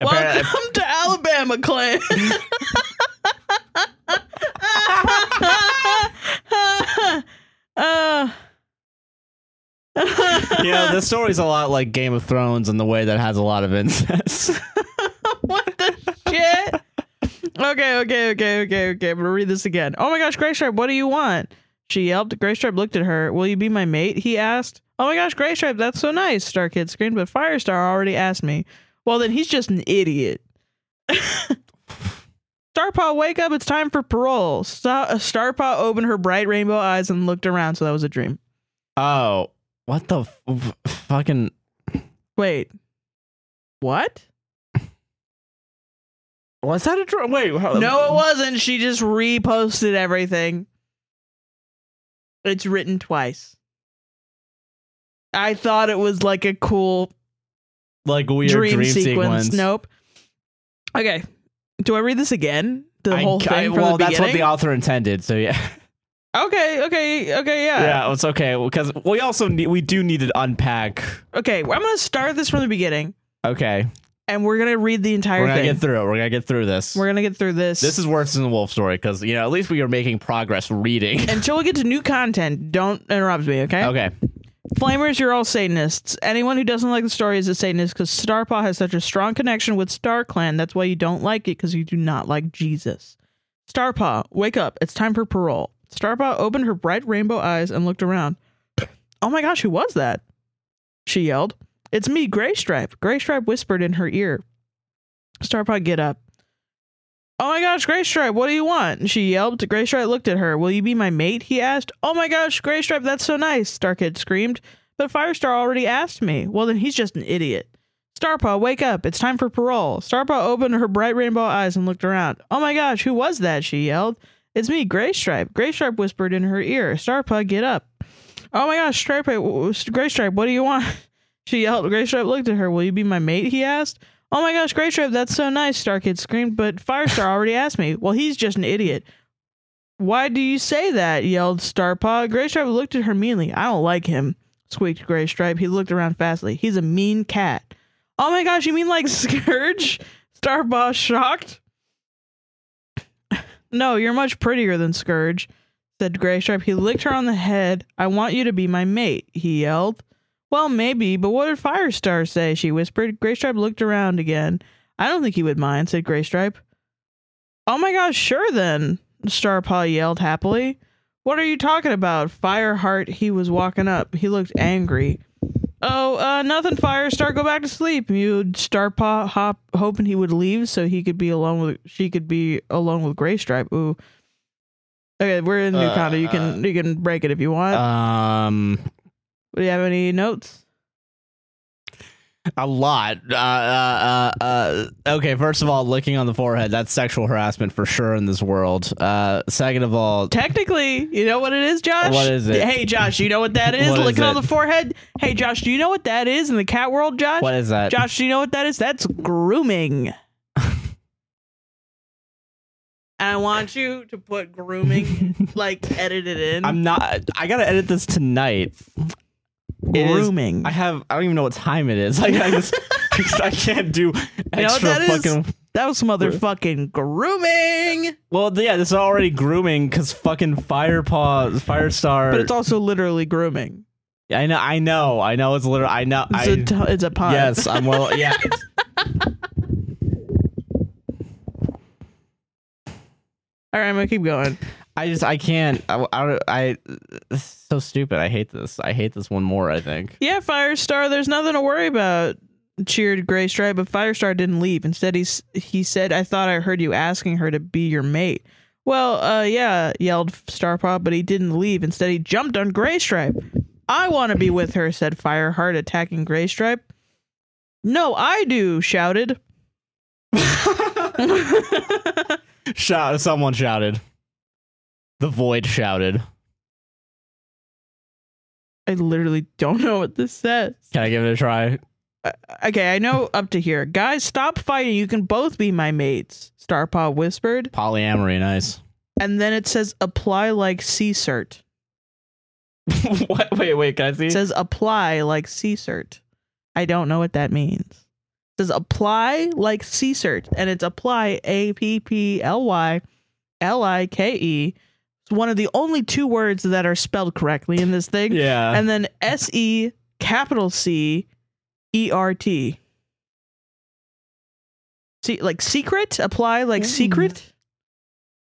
[SPEAKER 1] Apparently-
[SPEAKER 2] Welcome to Alabama, Clay. uh,
[SPEAKER 1] you know, this story's a lot like Game of Thrones in the way that has a lot of incest.
[SPEAKER 2] what the shit? Okay, okay, okay, okay, okay. I'm gonna read this again. Oh my gosh, Gray Stripe, what do you want? She yelped. Gray Stripe looked at her. Will you be my mate? He asked. Oh my gosh, Gray Stripe, that's so nice, Star Kid screamed, but Firestar already asked me. Well, then he's just an idiot. Starpaw, wake up. It's time for parole. Star- Starpaw opened her bright rainbow eyes and looked around, so that was a dream.
[SPEAKER 1] oh, what the f- f- fucking?
[SPEAKER 2] Wait. What?
[SPEAKER 1] Was that a drum? Wait, how-
[SPEAKER 2] No, it wasn't. She just reposted everything. It's written twice. I thought it was like a cool
[SPEAKER 1] like weird
[SPEAKER 2] dream,
[SPEAKER 1] dream,
[SPEAKER 2] sequence.
[SPEAKER 1] sequence.
[SPEAKER 2] Nope. Okay. Do I read this again? The
[SPEAKER 1] I-
[SPEAKER 2] whole thing.
[SPEAKER 1] I-
[SPEAKER 2] from
[SPEAKER 1] well,
[SPEAKER 2] the
[SPEAKER 1] that's what the
[SPEAKER 2] beginning?
[SPEAKER 1] author intended. So yeah.
[SPEAKER 2] Okay. Okay. Okay. Yeah.
[SPEAKER 1] yeah, it's okay because we also need we do need to unpack.
[SPEAKER 2] Okay. well, I'm gonna start this from the beginning,
[SPEAKER 1] Okay,
[SPEAKER 2] and we're gonna read the entire
[SPEAKER 1] we're gonna
[SPEAKER 2] thing.
[SPEAKER 1] get through it. We're gonna get through this.
[SPEAKER 2] we're gonna get through this.
[SPEAKER 1] this is worse than the wolf story because you know at least we are making progress reading.
[SPEAKER 2] until we get to new content. Don't interrupt me. Okay.
[SPEAKER 1] okay,
[SPEAKER 2] Flamers, you're all Satanists. Anyone who doesn't like the story is a Satanist because Starpaw has such a strong connection with Star Clan. That's why you don't like it because you do not like Jesus. Starpaw, wake up. It's time for parole. Starpaw opened her bright rainbow eyes and looked around. Oh my gosh, who was that? She yelled. It's me, Gray Stripe. Gray Stripe whispered in her ear. Starpaw, get up. Oh my gosh, Gray Stripe, what do you want? She yelped. Gray Stripe looked at her. Will you be my mate? He asked. Oh my gosh, Gray Stripe, that's so nice, Starkid screamed. But Firestar already asked me. Well, then he's just an idiot. Starpaw, wake up. It's time for parole. Starpaw opened her bright rainbow eyes and looked around. Oh my gosh, who was that? She yelled. It's me, Gray Stripe. Gray Stripe whispered in her ear. Starpaw, get up. Oh my gosh, Stripe, Gray Stripe, what do you want? She yelled. Gray Stripe looked at her. Will you be my mate? He asked. Oh my gosh, Gray Stripe, that's so nice, Starkid screamed, but Firestar already asked me. Well, he's just an idiot. Why do you say that? yelled Starpaw. Gray Stripe looked at her meanly. I don't like him, squeaked Gray Stripe. He looked around fastly. He's a mean cat. Oh my gosh, you mean like Scourge? Starboss shocked. No, you're much prettier than Scourge, said Graystripe. He licked her on the head. I want you to be my mate, he yelled. Well, maybe, but what did Firestar say? She whispered. Graystripe looked around again. I don't think he would mind, said Graystripe. Oh my gosh, sure then, Starpaw yelled happily. What are you talking about? Fireheart, he was walking up. He looked angry. Oh, uh, nothing, Firestar. Go back to sleep. You Starpaw hop, hoping he would leave so he could be alone with she could be alone with Graystripe. Ooh. Okay, we're in new
[SPEAKER 1] Uh,
[SPEAKER 2] condo. You can you can break it if you want.
[SPEAKER 1] Um,
[SPEAKER 2] Do you have any notes?
[SPEAKER 1] a lot. Uh, uh, uh, uh, okay, first of all, licking on the forehead—that's sexual harassment for sure in this world. Uh, second of all,
[SPEAKER 2] Technically, you know what it is, Josh.
[SPEAKER 1] What is it?
[SPEAKER 2] Hey, Josh, you know what that is?
[SPEAKER 1] What is
[SPEAKER 2] Looking on
[SPEAKER 1] it?
[SPEAKER 2] the forehead. Hey, Josh, do you know what that is in the cat world, Josh?
[SPEAKER 1] what is that?
[SPEAKER 2] Josh, do you know what that is? That's grooming. I want you to put grooming, like edited in.
[SPEAKER 1] I'm not. I gotta edit this tonight. It is-
[SPEAKER 2] grooming.
[SPEAKER 1] I have. I don't even know what time it is. Like I just. I can't do
[SPEAKER 2] know what
[SPEAKER 1] extra
[SPEAKER 2] that is?
[SPEAKER 1] fucking.
[SPEAKER 2] that was motherfucking grooming.
[SPEAKER 1] Well, yeah, this is already grooming because fucking Firepaw, Firestar.
[SPEAKER 2] But it's also literally grooming.
[SPEAKER 1] I know. I know. I know. It's literally. I know.
[SPEAKER 2] It's,
[SPEAKER 1] I,
[SPEAKER 2] a t- it's a pun.
[SPEAKER 1] Yes, I'm well. Yeah.
[SPEAKER 2] All right, I'm gonna keep going.
[SPEAKER 1] I just. I can't. I. I, don't- I this is so stupid. I hate this. I hate this one more. I think.
[SPEAKER 2] Yeah, Firestar, there's nothing to worry about. Cheered Gray Stripe, but Firestar didn't leave. Instead, he s- he said, "I thought I heard you asking her to be your mate." Well, uh, yeah, yelled Starpaw, but he didn't leave. Instead, he jumped on Gray Stripe. I want to be with her," said Fireheart, attacking Gray Stripe. No, I do, shouted.
[SPEAKER 1] Shout. Someone shouted. The void shouted.
[SPEAKER 2] I literally don't know what this says.
[SPEAKER 1] Can I give it a try?
[SPEAKER 2] Okay, I know up to here. Guys, stop fighting. You can both be my mates, Starpaw whispered.
[SPEAKER 1] Polyamory. Nice.
[SPEAKER 2] and then it says apply like C cert.
[SPEAKER 1] what? Wait. Wait. Can I see?
[SPEAKER 2] It says apply like C cert. I don't know what that means. It says apply like C cert, and it's apply A P P L Y L I K E. It's one of the only two words that are spelled correctly in this thing.
[SPEAKER 1] yeah.
[SPEAKER 2] And then S E capital C E R T. See, like secret? Apply like
[SPEAKER 1] Mm.
[SPEAKER 2] secret?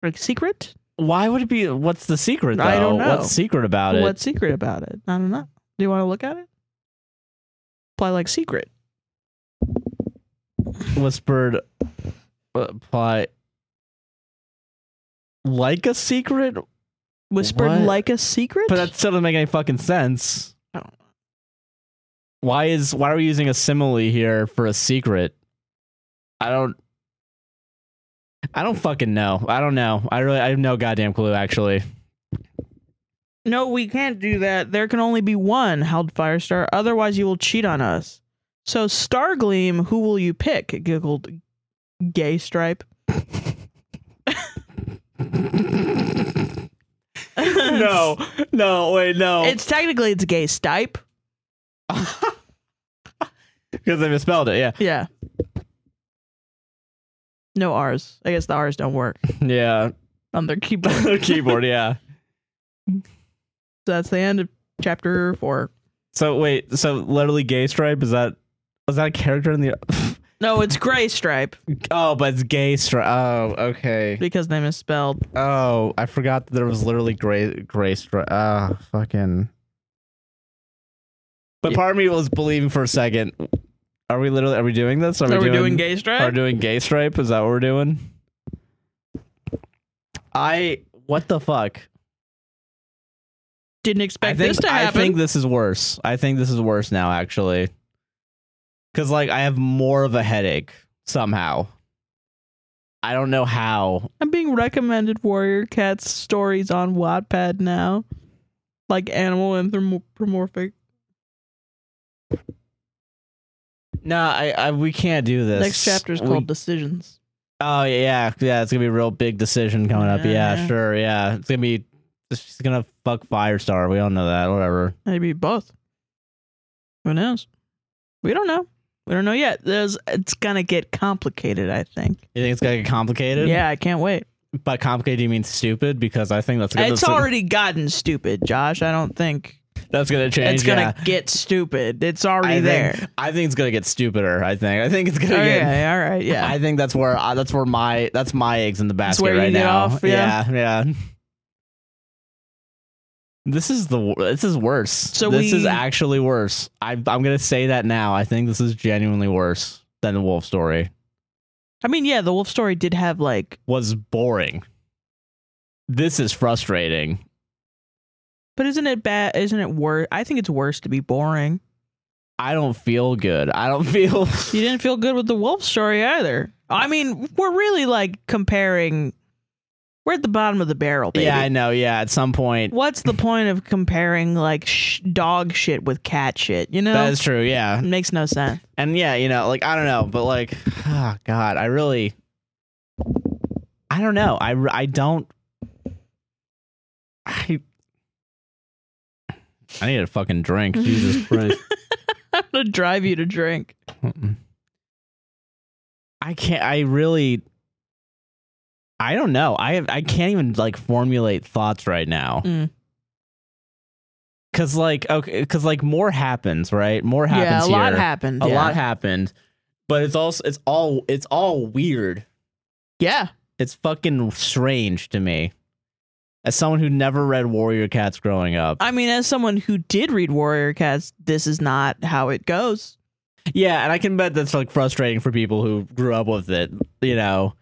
[SPEAKER 2] Like secret?
[SPEAKER 1] Why would it be? What's the secret? Though?
[SPEAKER 2] I don't know.
[SPEAKER 1] What's secret about it?
[SPEAKER 2] What's secret about it? I don't know. Do you want to look at it? Apply like secret.
[SPEAKER 1] whispered uh, apply like a secret,
[SPEAKER 2] Whispered
[SPEAKER 1] What?
[SPEAKER 2] like a secret.
[SPEAKER 1] but that still doesn't make any fucking sense.
[SPEAKER 2] I don't
[SPEAKER 1] Oh. Why is why are we using a simile here for a secret? I don't. I don't fucking know. I don't know. I really, I have no goddamn clue. Actually,
[SPEAKER 2] no, we can't do that. There can only be one. Howled Firestar. Otherwise, you will cheat on us. So Stargleam, who will you pick? Giggled Gay Stripe.
[SPEAKER 1] no, no, wait, no,
[SPEAKER 2] It's technically it's Gay Stipe.
[SPEAKER 1] because I misspelled it. Yeah,
[SPEAKER 2] Yeah. No R's. I guess the R's don't work
[SPEAKER 1] yeah,
[SPEAKER 2] on their keyboard. so
[SPEAKER 1] keyboard. Yeah.
[SPEAKER 2] that's the end of chapter four.
[SPEAKER 1] So wait, so literally gay stripe is that was that a character in the
[SPEAKER 2] No, it's Gray Stripe.
[SPEAKER 1] Oh, but it's gay stripe. Oh, okay.
[SPEAKER 2] because they misspelled.
[SPEAKER 1] Oh, I forgot that there was literally gray gray stripe. Ah, fucking. But part of me was believing for a second. Are we literally are we doing this? Are,
[SPEAKER 2] Are,
[SPEAKER 1] we, doing,
[SPEAKER 2] gay
[SPEAKER 1] Are we
[SPEAKER 2] stripe?
[SPEAKER 1] doing gay stripe? Is that what we're doing? I what the fuck?
[SPEAKER 2] Didn't expect
[SPEAKER 1] I think,
[SPEAKER 2] this to
[SPEAKER 1] I
[SPEAKER 2] happen.
[SPEAKER 1] think this is worse. I think this is worse now, actually. Because, like, I have more of a headache somehow. I don't know how.
[SPEAKER 2] I'm being recommended Warrior Cats stories on Wattpad now, like animal anthropomorphic.
[SPEAKER 1] No, I, I we can't do this.
[SPEAKER 2] Next chapter is
[SPEAKER 1] We-
[SPEAKER 2] called Decisions.
[SPEAKER 1] oh yeah, yeah. It's gonna be a real big decision coming up. Yeah,
[SPEAKER 2] Yeah.
[SPEAKER 1] sure. Yeah, it's gonna be. She's gonna fuck Firestar. We all know that. Whatever.
[SPEAKER 2] Maybe both. Who knows? We don't know. We don't know yet. There's, it's gonna get complicated. I think.
[SPEAKER 1] You think it's gonna get complicated?
[SPEAKER 2] Yeah, I can't wait.
[SPEAKER 1] By complicated, you mean stupid? Because I think that's gonna,
[SPEAKER 2] It's
[SPEAKER 1] that's,
[SPEAKER 2] already gotten stupid, Josh. I don't think
[SPEAKER 1] that's gonna change.
[SPEAKER 2] it's gonna
[SPEAKER 1] yeah.
[SPEAKER 2] get stupid. It's
[SPEAKER 1] I
[SPEAKER 2] already
[SPEAKER 1] think,
[SPEAKER 2] there.
[SPEAKER 1] I think it's gonna get stupider. I think. I think it's
[SPEAKER 2] Oh,
[SPEAKER 1] gonna get.
[SPEAKER 2] yeah, all right, yeah.
[SPEAKER 1] I think that's where I that's where my that's my eggs in the basket
[SPEAKER 2] where you
[SPEAKER 1] right
[SPEAKER 2] get
[SPEAKER 1] now.
[SPEAKER 2] off, yeah?
[SPEAKER 1] yeah, yeah. This is the wor- this is worse. So
[SPEAKER 2] So
[SPEAKER 1] this is
[SPEAKER 2] we-
[SPEAKER 1] actually worse. I, I'm gonna say that now. I think this is genuinely worse than the wolf story.
[SPEAKER 2] I mean, yeah, the wolf story did have like,
[SPEAKER 1] Was boring. This is frustrating.
[SPEAKER 2] but isn't it bad? Isn't it worse? I think it's worse to be boring.
[SPEAKER 1] I don't feel good. I don't feel.
[SPEAKER 2] You didn't feel good with the wolf story either. I mean, we're really like comparing. We're at the bottom of the barrel, baby.
[SPEAKER 1] yeah, I know. Yeah, at some point.
[SPEAKER 2] What's the point of comparing like sh- dog shit with cat shit? You know,
[SPEAKER 1] That is true. Yeah.
[SPEAKER 2] it makes no sense.
[SPEAKER 1] And yeah, you know, like I don't know, but like, oh God, I really, I don't know. I r- I don't. I I need a fucking drink. Jesus Christ.
[SPEAKER 2] I'm gonna drive you to drink.
[SPEAKER 1] Mm-mm. I can't. I really. I don't know. I have, I can't even like formulate thoughts right now.
[SPEAKER 2] Mm.
[SPEAKER 1] Cause like okay, cause like more happens, right? More happens.
[SPEAKER 2] Yeah, a lot
[SPEAKER 1] here.
[SPEAKER 2] happened.
[SPEAKER 1] A
[SPEAKER 2] yeah.
[SPEAKER 1] lot happened, but it's also it's all it's all weird.
[SPEAKER 2] yeah,
[SPEAKER 1] It's fucking strange to me. As someone who never read Warrior Cats growing up.
[SPEAKER 2] I mean, as someone who did read Warrior Cats, this is not how it goes.
[SPEAKER 1] Yeah, and I can bet that's like frustrating for people who grew up with it, you know.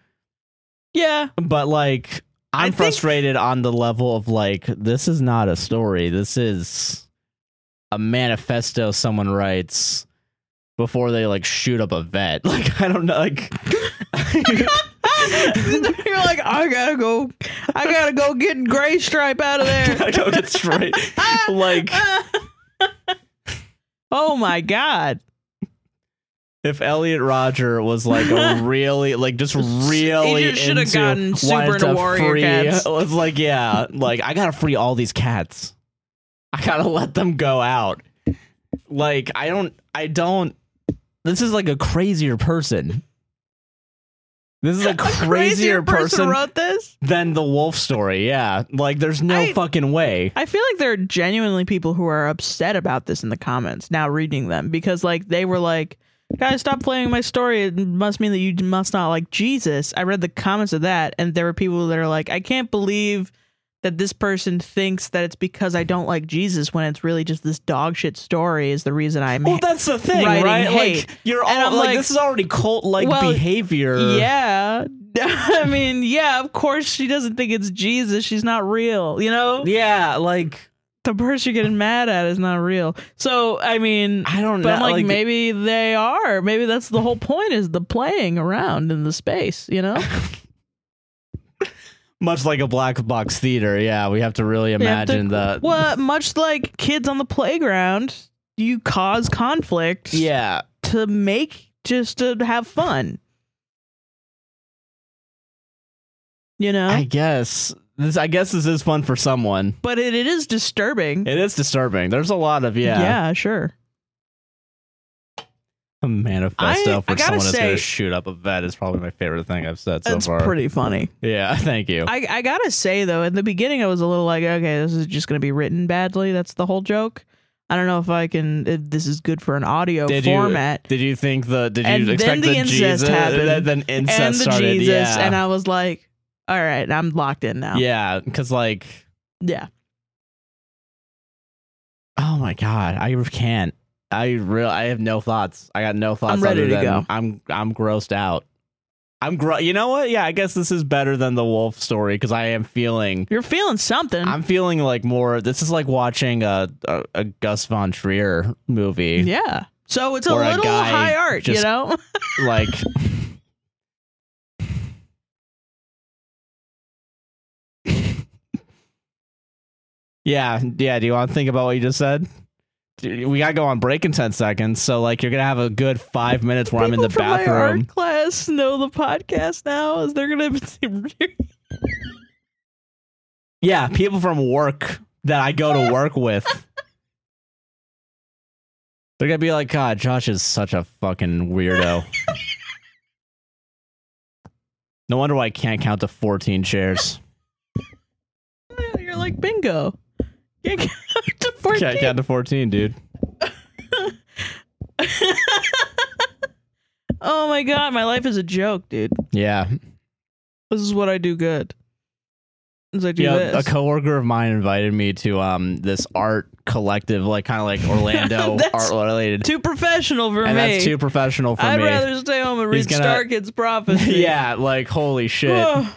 [SPEAKER 2] Yeah,
[SPEAKER 1] But like
[SPEAKER 2] I
[SPEAKER 1] I'm
[SPEAKER 2] think-
[SPEAKER 1] frustrated on the level of like this is not a story. This is a manifesto someone writes before they like shoot up a vet. Like I don't know like
[SPEAKER 2] You're like, I gotta go, I gotta go get Gray Stripe out of there.
[SPEAKER 1] I don't get straight. like
[SPEAKER 2] oh my god!
[SPEAKER 1] If Elliot Roger was like a really, like just really
[SPEAKER 2] just shoulda
[SPEAKER 1] into,
[SPEAKER 2] gotten super
[SPEAKER 1] wanted
[SPEAKER 2] into
[SPEAKER 1] to
[SPEAKER 2] warrior
[SPEAKER 1] free,
[SPEAKER 2] cats.
[SPEAKER 1] was like, yeah, like I gotta free all these cats. I gotta let them go out. Like I don't, I don't. This is like a crazier person. This is a crazier, person,
[SPEAKER 2] wrote this.
[SPEAKER 1] than the wolf story. Yeah, like there's no
[SPEAKER 2] I-
[SPEAKER 1] fucking way.
[SPEAKER 2] I feel like there are genuinely people who are upset about this in the comments now reading them because like they were like, guys, stop playing my story. It must mean that you must not like Jesus. I read the comments of that, and there were people that are like, I can't believe that this person thinks that it's because I don't like Jesus when it's really just this dog shit story is the reason I'm
[SPEAKER 1] Well, that's the thing,
[SPEAKER 2] writing
[SPEAKER 1] right?
[SPEAKER 2] hate.
[SPEAKER 1] Like you're all
[SPEAKER 2] And
[SPEAKER 1] like,
[SPEAKER 2] I'm like,
[SPEAKER 1] this is already cult like
[SPEAKER 2] well,
[SPEAKER 1] behavior.
[SPEAKER 2] Yeah. I mean, yeah, of course she doesn't think it's Jesus. She's not real. You know?
[SPEAKER 1] yeah, like.
[SPEAKER 2] The person you're getting mad at is not real. So, I mean,
[SPEAKER 1] I don't
[SPEAKER 2] but
[SPEAKER 1] know.
[SPEAKER 2] I'm like, maybe they are. Maybe that's the whole point is the playing around in the space, you know?
[SPEAKER 1] much like a black box theater. Yeah, we have to really imagine the.
[SPEAKER 2] Well, much like kids on the playground, you cause conflict
[SPEAKER 1] Yeah,
[SPEAKER 2] to make just to have fun. You know?
[SPEAKER 1] I guess this. I guess this is fun for someone.
[SPEAKER 2] but it, it is disturbing.
[SPEAKER 1] It is disturbing. There's a lot of yeah,
[SPEAKER 2] Yeah, sure.
[SPEAKER 1] A manifesto
[SPEAKER 2] I-
[SPEAKER 1] for
[SPEAKER 2] I gotta
[SPEAKER 1] someone who's gonna
[SPEAKER 2] say-
[SPEAKER 1] shoot up a vet is probably my favorite thing I've said so
[SPEAKER 2] That's
[SPEAKER 1] far.
[SPEAKER 2] pretty funny.
[SPEAKER 1] yeah, thank you.
[SPEAKER 2] I, I gotta say though, in the beginning I was a little like, okay, this is just gonna be written badly. That's the whole joke. I don't know if I can. If this is good for an audio
[SPEAKER 1] did
[SPEAKER 2] format.
[SPEAKER 1] you did you think the did you
[SPEAKER 2] And then
[SPEAKER 1] expect
[SPEAKER 2] the incest
[SPEAKER 1] Jesus,
[SPEAKER 2] happened.
[SPEAKER 1] Then, then incest
[SPEAKER 2] and the
[SPEAKER 1] started.
[SPEAKER 2] Jesus,
[SPEAKER 1] yeah,
[SPEAKER 2] and I was like, all right, I'm locked in now.
[SPEAKER 1] yeah, because like
[SPEAKER 2] yeah.
[SPEAKER 1] Oh my god, I can't. I real. I have no thoughts. I got no thoughts.
[SPEAKER 2] I'm ready
[SPEAKER 1] other
[SPEAKER 2] to
[SPEAKER 1] than
[SPEAKER 2] go.
[SPEAKER 1] I'm I'm grossed out. I'm gro. You know what? Yeah, I guess this is better than the wolf story because I am feeling.
[SPEAKER 2] You're feeling something.
[SPEAKER 1] I'm feeling like more. This is like watching a a, a Gus von Trier movie.
[SPEAKER 2] yeah. So it's a
[SPEAKER 1] Or a
[SPEAKER 2] little
[SPEAKER 1] guy
[SPEAKER 2] high art, you
[SPEAKER 1] just-
[SPEAKER 2] know.
[SPEAKER 1] Like. yeah, yeah. Do you want to think about what you just said? Dude, We gotta go on break in ten seconds, so like you're gonna have a good five minutes where I'm in
[SPEAKER 2] People
[SPEAKER 1] the
[SPEAKER 2] from My
[SPEAKER 1] bathroom.
[SPEAKER 2] art class know the podcast now. Is they're gonna?
[SPEAKER 1] Yeah, people from work that I go to work with. They're gonna be like, God, Josh is such a fucking weirdo. no wonder why I can't count to 14 chairs.
[SPEAKER 2] You're like bingo. Can't count to 14.
[SPEAKER 1] Can't count to 14, dude.
[SPEAKER 2] Oh my god, my life is a joke, dude.
[SPEAKER 1] Yeah.
[SPEAKER 2] This is what I do good. Is I do
[SPEAKER 1] yeah,
[SPEAKER 2] this.
[SPEAKER 1] a coworker of mine invited me to um this art collective, like kind of like Orlando
[SPEAKER 2] That's
[SPEAKER 1] art related,
[SPEAKER 2] too professional for
[SPEAKER 1] and
[SPEAKER 2] me.
[SPEAKER 1] that's too professional for
[SPEAKER 2] I'd
[SPEAKER 1] me.
[SPEAKER 2] rather stay home and
[SPEAKER 1] He's
[SPEAKER 2] read
[SPEAKER 1] gonna-
[SPEAKER 2] Starkid's prophecy.
[SPEAKER 1] yeah, like holy shit,
[SPEAKER 2] Oh,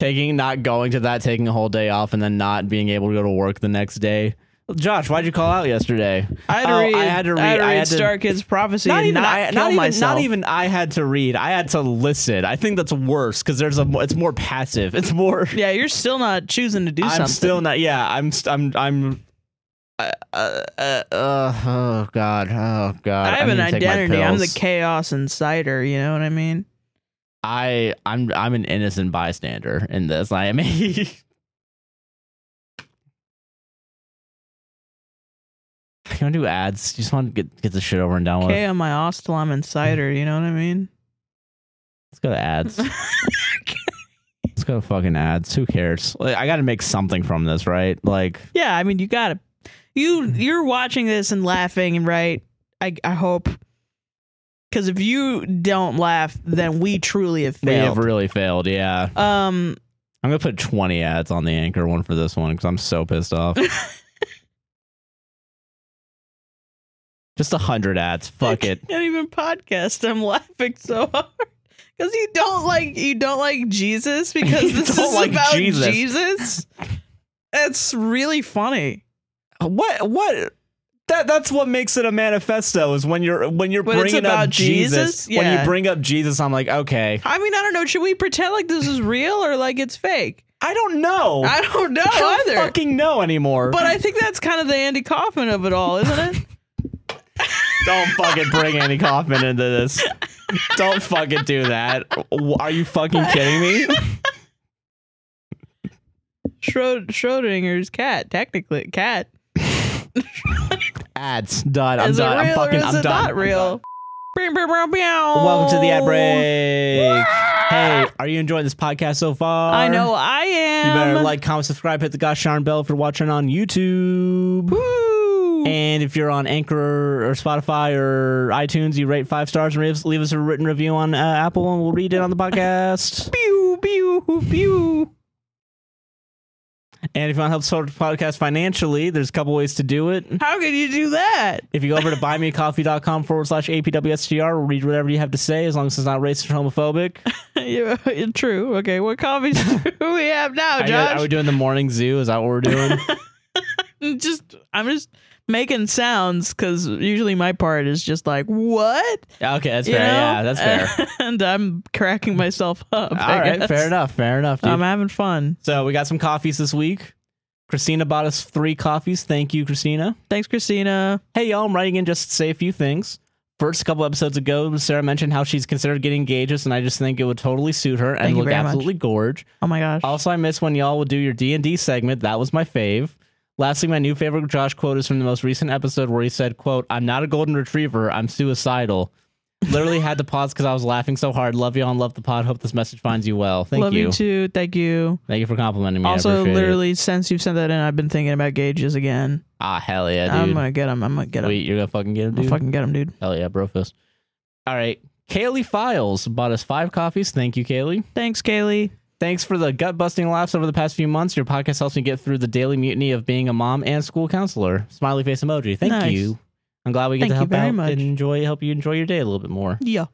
[SPEAKER 1] taking not going to that, taking a whole day off, and then not being able to go to work the next day. Josh, why'd you call out yesterday?
[SPEAKER 2] I had to
[SPEAKER 1] Oh,
[SPEAKER 2] read.
[SPEAKER 1] I had to read. I had to-
[SPEAKER 2] Star Kid's prophecy and not
[SPEAKER 1] I,
[SPEAKER 2] kill
[SPEAKER 1] not even,
[SPEAKER 2] myself.
[SPEAKER 1] Not even I had to read. I had to listen. I think that's worse because there's a. mo- It's more passive. It's more.
[SPEAKER 2] Yeah, you're still not choosing to do
[SPEAKER 1] I'm
[SPEAKER 2] something.
[SPEAKER 1] still not. Yeah, I'm. st- I'm. I'm. Uh, uh, uh, oh god. Oh god.
[SPEAKER 2] I have an
[SPEAKER 1] need to take my
[SPEAKER 2] identity. I'm the
[SPEAKER 1] pills.
[SPEAKER 2] chaos insider. You know what I mean?
[SPEAKER 1] I. I'm. I'm an innocent bystander in this. I am. you want to do ads? You just want to get get the shit over and done with.
[SPEAKER 2] Chaos, my hostile, I'm insider. You know what I mean?
[SPEAKER 1] Let's go to ads. Let's go to fucking ads. Who cares? Like, I got to make something from this, right? Like,
[SPEAKER 2] Yeah, I mean you gotta you you're watching this and laughing and right. I I hope because if you don't laugh, then we truly have
[SPEAKER 1] we have
[SPEAKER 2] failed.
[SPEAKER 1] really failed. Yeah,
[SPEAKER 2] um,
[SPEAKER 1] I'm gonna put 20 ads on the anchor one for this one because I'm so pissed off. Just a hundred ads. Fuck it.
[SPEAKER 2] I can't even podcast. I'm laughing so hard because you don't like you don't like Jesus because
[SPEAKER 1] You
[SPEAKER 2] this is
[SPEAKER 1] don't like
[SPEAKER 2] about
[SPEAKER 1] Jesus.
[SPEAKER 2] Jesus. That's really funny,
[SPEAKER 1] What? What? That that's what makes it a manifesto is when you're when you're
[SPEAKER 2] When it's
[SPEAKER 1] bringing up
[SPEAKER 2] about
[SPEAKER 1] Jesus.
[SPEAKER 2] Jesus?
[SPEAKER 1] When
[SPEAKER 2] Yeah.
[SPEAKER 1] you bring up Jesus, I'm like, okay,
[SPEAKER 2] I mean, I don't know. Should we pretend like this is real or like it's fake?
[SPEAKER 1] I don't know.
[SPEAKER 2] I don't know
[SPEAKER 1] I don't
[SPEAKER 2] either.
[SPEAKER 1] fucking know anymore.
[SPEAKER 2] But I think that's kind of the Andy Kaufman of it all, isn't it?
[SPEAKER 1] Don't fucking bring Andy Kaufman into this. Don't fucking do that. W- Are you fucking kidding me?
[SPEAKER 2] Schrod- Schrodinger's cat, technically cat.
[SPEAKER 1] Ads. Done. I'm
[SPEAKER 2] is
[SPEAKER 1] done.
[SPEAKER 2] it real
[SPEAKER 1] I'm fucking.
[SPEAKER 2] or is
[SPEAKER 1] I'm
[SPEAKER 2] it
[SPEAKER 1] done.
[SPEAKER 2] not real? Bing, bing, bing, bing.
[SPEAKER 1] Welcome to the
[SPEAKER 2] Oh.
[SPEAKER 1] ad break. hey, are you enjoying this podcast so far?
[SPEAKER 2] I know I
[SPEAKER 1] You
[SPEAKER 2] am.
[SPEAKER 1] better like, comment, subscribe, hit the gosh darn bell if you're watching on YouTube.
[SPEAKER 2] Woo.
[SPEAKER 1] And if you're on Anchor or Spotify or iTunes, you rate five stars and leave- leave us a written review on uh, Apple, and we'll read it on the podcast.
[SPEAKER 2] pew pew pew.
[SPEAKER 1] and if you want to help support the podcast financially, there's a couple ways to do it.
[SPEAKER 2] How could you do that?
[SPEAKER 1] If you go over to buymeacoffee.com forward slash APWSTR, we'll read whatever you have to say as long as it's not racist or homophobic.
[SPEAKER 2] Yeah, uh, True. Okay, what coffees do we have now,
[SPEAKER 1] Are, you, are we
[SPEAKER 2] Oh, Josh?
[SPEAKER 1] doing the morning zoo? Is that what we're doing?
[SPEAKER 2] Mm, just I'm just making sounds because usually my part is just like what.
[SPEAKER 1] okay, that's
[SPEAKER 2] You
[SPEAKER 1] fair.
[SPEAKER 2] know?
[SPEAKER 1] Yeah, that's fair.
[SPEAKER 2] And I'm cracking myself up. I
[SPEAKER 1] All right,
[SPEAKER 2] guess.
[SPEAKER 1] fair enough. Fair enough, dude.
[SPEAKER 2] I'm having fun.
[SPEAKER 1] so we got some coffees this week. Christina bought us three coffees. Thank you, Christina.
[SPEAKER 2] Thanks, Christina.
[SPEAKER 1] Hey, y'all, I'm writing in just to say a few things. First couple episodes ago, Sarah mentioned how she's considered getting engaged, and I just think it would totally suit her and
[SPEAKER 2] Thank you
[SPEAKER 1] look
[SPEAKER 2] very much.
[SPEAKER 1] absolutely gorge.
[SPEAKER 2] Oh my gosh.
[SPEAKER 1] Also, I miss when y'all would do your D and D segment. That was my fave. Lastly, my new favorite Josh quote is from the most recent episode where he said, "quote I'm not a golden retriever. I'm suicidal." Literally had to pause because I was laughing so hard. Love y'all and love the pod. Hope this message finds you well. Thank
[SPEAKER 2] Love
[SPEAKER 1] you.
[SPEAKER 2] you too. Thank you.
[SPEAKER 1] Thank you for complimenting me. I
[SPEAKER 2] also,
[SPEAKER 1] appreciate it.
[SPEAKER 2] literally, since you've sent that in, I've been thinking about gauges again.
[SPEAKER 1] ah hell yeah,
[SPEAKER 2] I'm
[SPEAKER 1] dude.
[SPEAKER 2] gonna get them. I'm gonna get them.
[SPEAKER 1] Wait, you're gonna fucking get him,
[SPEAKER 2] I'm gonna
[SPEAKER 1] dude.
[SPEAKER 2] fucking get them, dude.
[SPEAKER 1] Hell yeah, bro fist. All right, Kaylee Files bought us five coffees. Thank you, Kaylee.
[SPEAKER 2] Thanks, Kaylee.
[SPEAKER 1] Thanks for the gut busting laughs over the past few months. Your podcast helps me get through the daily mutiny of being a mom and school counselor. Smiley face emoji. Thank
[SPEAKER 2] Nice.
[SPEAKER 1] you. I'm glad we get
[SPEAKER 2] Thank
[SPEAKER 1] to
[SPEAKER 2] you
[SPEAKER 1] help
[SPEAKER 2] very
[SPEAKER 1] out
[SPEAKER 2] much.
[SPEAKER 1] and enjoy help you enjoy your day a little bit more.
[SPEAKER 2] Yeah,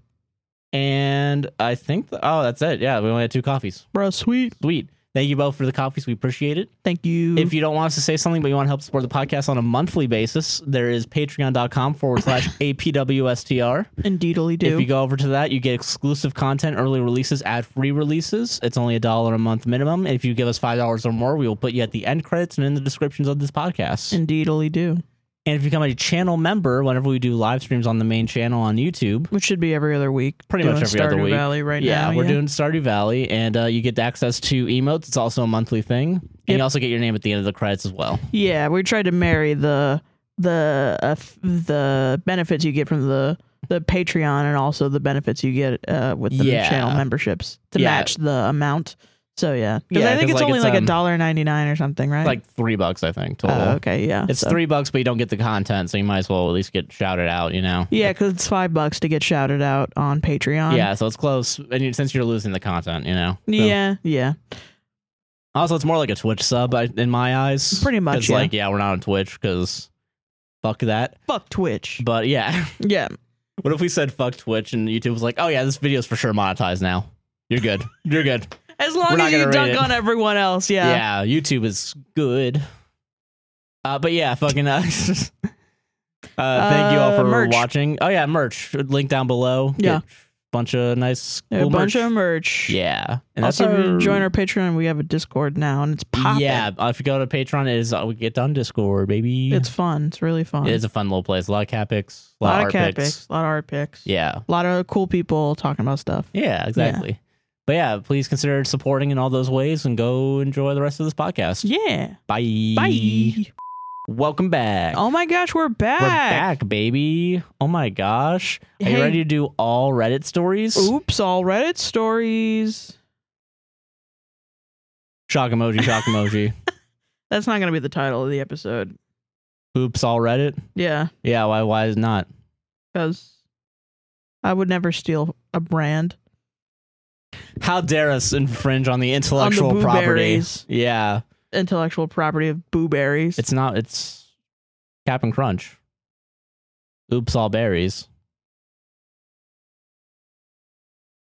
[SPEAKER 1] And I think th- oh that's it. Yeah, we only had two coffees.
[SPEAKER 2] bro. Sweet.
[SPEAKER 1] Sweet. Thank you both for the coffees. We appreciate it.
[SPEAKER 2] Thank you.
[SPEAKER 1] If you don't want us to say something, but you want to help support the podcast on a monthly basis, there is patreon.com forward slash APWSTR.
[SPEAKER 2] Indeedly do.
[SPEAKER 1] If you go over to that, you get exclusive content, early releases, ad free releases. It's only a dollar a month minimum. If you give us five dollars or more, we will put you at the end credits and in the descriptions of this podcast.
[SPEAKER 2] Indeedly do.
[SPEAKER 1] And if you become a channel member, whenever we do live streams on the main channel on YouTube,
[SPEAKER 2] Which should be every other week.
[SPEAKER 1] Pretty
[SPEAKER 2] Doing
[SPEAKER 1] much every other
[SPEAKER 2] Stardew
[SPEAKER 1] week.
[SPEAKER 2] Valley right
[SPEAKER 1] yeah,
[SPEAKER 2] now.
[SPEAKER 1] we're doing Stardew Valley, and uh, you get access to emotes. It's also a monthly thing, and
[SPEAKER 2] Yep.
[SPEAKER 1] you also get your name at the end of the credits as well.
[SPEAKER 2] Yeah, we tried to marry the the uh, f- the benefits you get from the the Patreon and also the benefits you get uh, with the
[SPEAKER 1] Yeah.
[SPEAKER 2] channel memberships to
[SPEAKER 1] Yeah.
[SPEAKER 2] match the amount. So yeah, because
[SPEAKER 1] Yeah,
[SPEAKER 2] I think
[SPEAKER 1] 'cause,
[SPEAKER 2] it's
[SPEAKER 1] like,
[SPEAKER 2] only
[SPEAKER 1] it's,
[SPEAKER 2] like a
[SPEAKER 1] um,
[SPEAKER 2] dollar ninety nine or something, right?
[SPEAKER 1] like three bucks, I think total.
[SPEAKER 2] oh, okay, yeah,
[SPEAKER 1] It's
[SPEAKER 2] so-
[SPEAKER 1] three bucks, but you don't get the content, so you might as well at least get shouted out. You know.
[SPEAKER 2] Yeah, because it's five bucks to get shouted out on Patreon.
[SPEAKER 1] yeah, so it's close, and you, since you're losing the content, you know. So-
[SPEAKER 2] yeah, yeah.
[SPEAKER 1] Also, it's more like a Twitch sub I- in my eyes.
[SPEAKER 2] Pretty much,
[SPEAKER 1] It's
[SPEAKER 2] yeah.
[SPEAKER 1] like, yeah, we're not on Twitch because fuck that.
[SPEAKER 2] Fuck Twitch.
[SPEAKER 1] But yeah,
[SPEAKER 2] Yeah,
[SPEAKER 1] what if we said fuck Twitch and YouTube was like, oh yeah, this video's for sure monetized now. You're good. You're good.
[SPEAKER 2] as
[SPEAKER 1] We're
[SPEAKER 2] long
[SPEAKER 1] not
[SPEAKER 2] as you
[SPEAKER 1] gonna read
[SPEAKER 2] dunk
[SPEAKER 1] it.
[SPEAKER 2] on everyone else. Yeah.
[SPEAKER 1] yeah. YouTube is good. Uh, but yeah, fucking uh, uh, thank you all
[SPEAKER 2] Uh,
[SPEAKER 1] for
[SPEAKER 2] merch.
[SPEAKER 1] watching. Oh yeah, merch link down below. Get
[SPEAKER 2] Yeah.
[SPEAKER 1] bunch of nice
[SPEAKER 2] A
[SPEAKER 1] cool
[SPEAKER 2] bunch
[SPEAKER 1] merch.
[SPEAKER 2] of merch.
[SPEAKER 1] yeah. And that's
[SPEAKER 2] Also, if you
[SPEAKER 1] our-
[SPEAKER 2] join our Patreon. We have a Discord now, and it's popping.
[SPEAKER 1] yeah. uh, If you go to Patreon, it is uh, we get on Discord, baby.
[SPEAKER 2] It's fun. It's really fun.
[SPEAKER 1] It is a fun little place. A lot of cat pics, a
[SPEAKER 2] a
[SPEAKER 1] lot,
[SPEAKER 2] lot
[SPEAKER 1] of
[SPEAKER 2] of
[SPEAKER 1] art
[SPEAKER 2] cat
[SPEAKER 1] pics.
[SPEAKER 2] pics, a lot of art pics.
[SPEAKER 1] Yeah.
[SPEAKER 2] A lot of cool people talking about stuff.
[SPEAKER 1] Yeah, exactly. But yeah, please consider supporting in all those ways and go enjoy the rest of this podcast.
[SPEAKER 2] Yeah.
[SPEAKER 1] Bye.
[SPEAKER 2] Bye.
[SPEAKER 1] Welcome back.
[SPEAKER 2] Oh my gosh, we're back.
[SPEAKER 1] We're back, baby. Oh my gosh. Are
[SPEAKER 2] Hey.
[SPEAKER 1] you ready to do all Reddit stories?
[SPEAKER 2] Oops, all Reddit stories.
[SPEAKER 1] Shock emoji, shock emoji.
[SPEAKER 2] That's not going to be the title of the episode.
[SPEAKER 1] Oops, all Reddit?
[SPEAKER 2] Yeah,
[SPEAKER 1] Yeah, why why is not?
[SPEAKER 2] because I would never steal a brand.
[SPEAKER 1] How dare us infringe on the intellectual property?
[SPEAKER 2] blueberries.
[SPEAKER 1] Yeah.
[SPEAKER 2] Intellectual property of Boo Berries.
[SPEAKER 1] It's not it's Cap and Crunch. Oops all berries.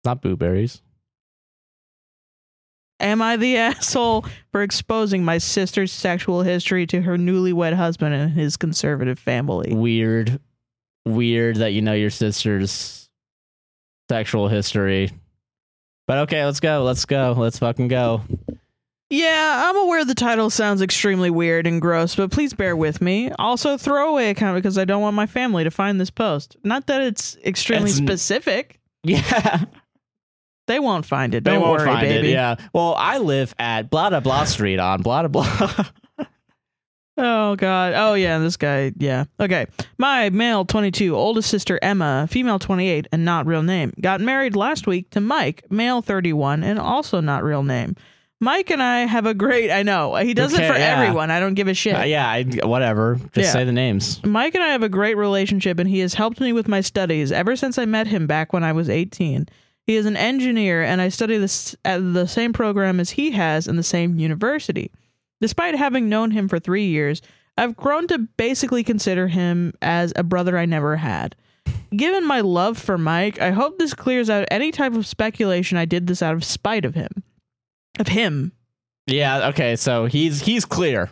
[SPEAKER 1] Not blueberries.
[SPEAKER 2] Am I the asshole for exposing my sister's sexual history to her newlywed husband and his conservative family?
[SPEAKER 1] Weird weird that you know your sister's sexual history. But okay, let's go. Let's go. Let's fucking go.
[SPEAKER 2] Yeah, I'm aware the title sounds extremely weird and gross, but please bear with me. Also, throwaway account because I don't want my family to find this post. Not that it's extremely
[SPEAKER 1] It's n-
[SPEAKER 2] specific.
[SPEAKER 1] Yeah.
[SPEAKER 2] They won't find it.
[SPEAKER 1] They
[SPEAKER 2] Don't
[SPEAKER 1] won't
[SPEAKER 2] worry,
[SPEAKER 1] find
[SPEAKER 2] baby.
[SPEAKER 1] it. Yeah. Well, I live at blah blah blah street on blah blah blah.
[SPEAKER 2] Oh god. Oh yeah, this guy. Yeah. Okay. My male 22, oldest sister Emma, female 28 and not real name, got married last week to Mike, male 31 and also not real name. Mike and I have a great I know. He does it
[SPEAKER 1] Okay,
[SPEAKER 2] for
[SPEAKER 1] yeah.
[SPEAKER 2] everyone. I don't give a shit.
[SPEAKER 1] Uh, yeah, I, whatever. Just
[SPEAKER 2] Yeah.
[SPEAKER 1] say the names.
[SPEAKER 2] Mike and I have a great relationship, and he has helped me with my studies ever since I met him back when I was 18. He is an engineer, and I study this at the same program as he has in the same university. Despite having known him for three years, I've grown to basically consider him as a brother I never had. Given my love for Mike, I hope this clears out any type of speculation I did this out of spite of him. Of him.
[SPEAKER 1] Yeah, okay. So he's he's clear.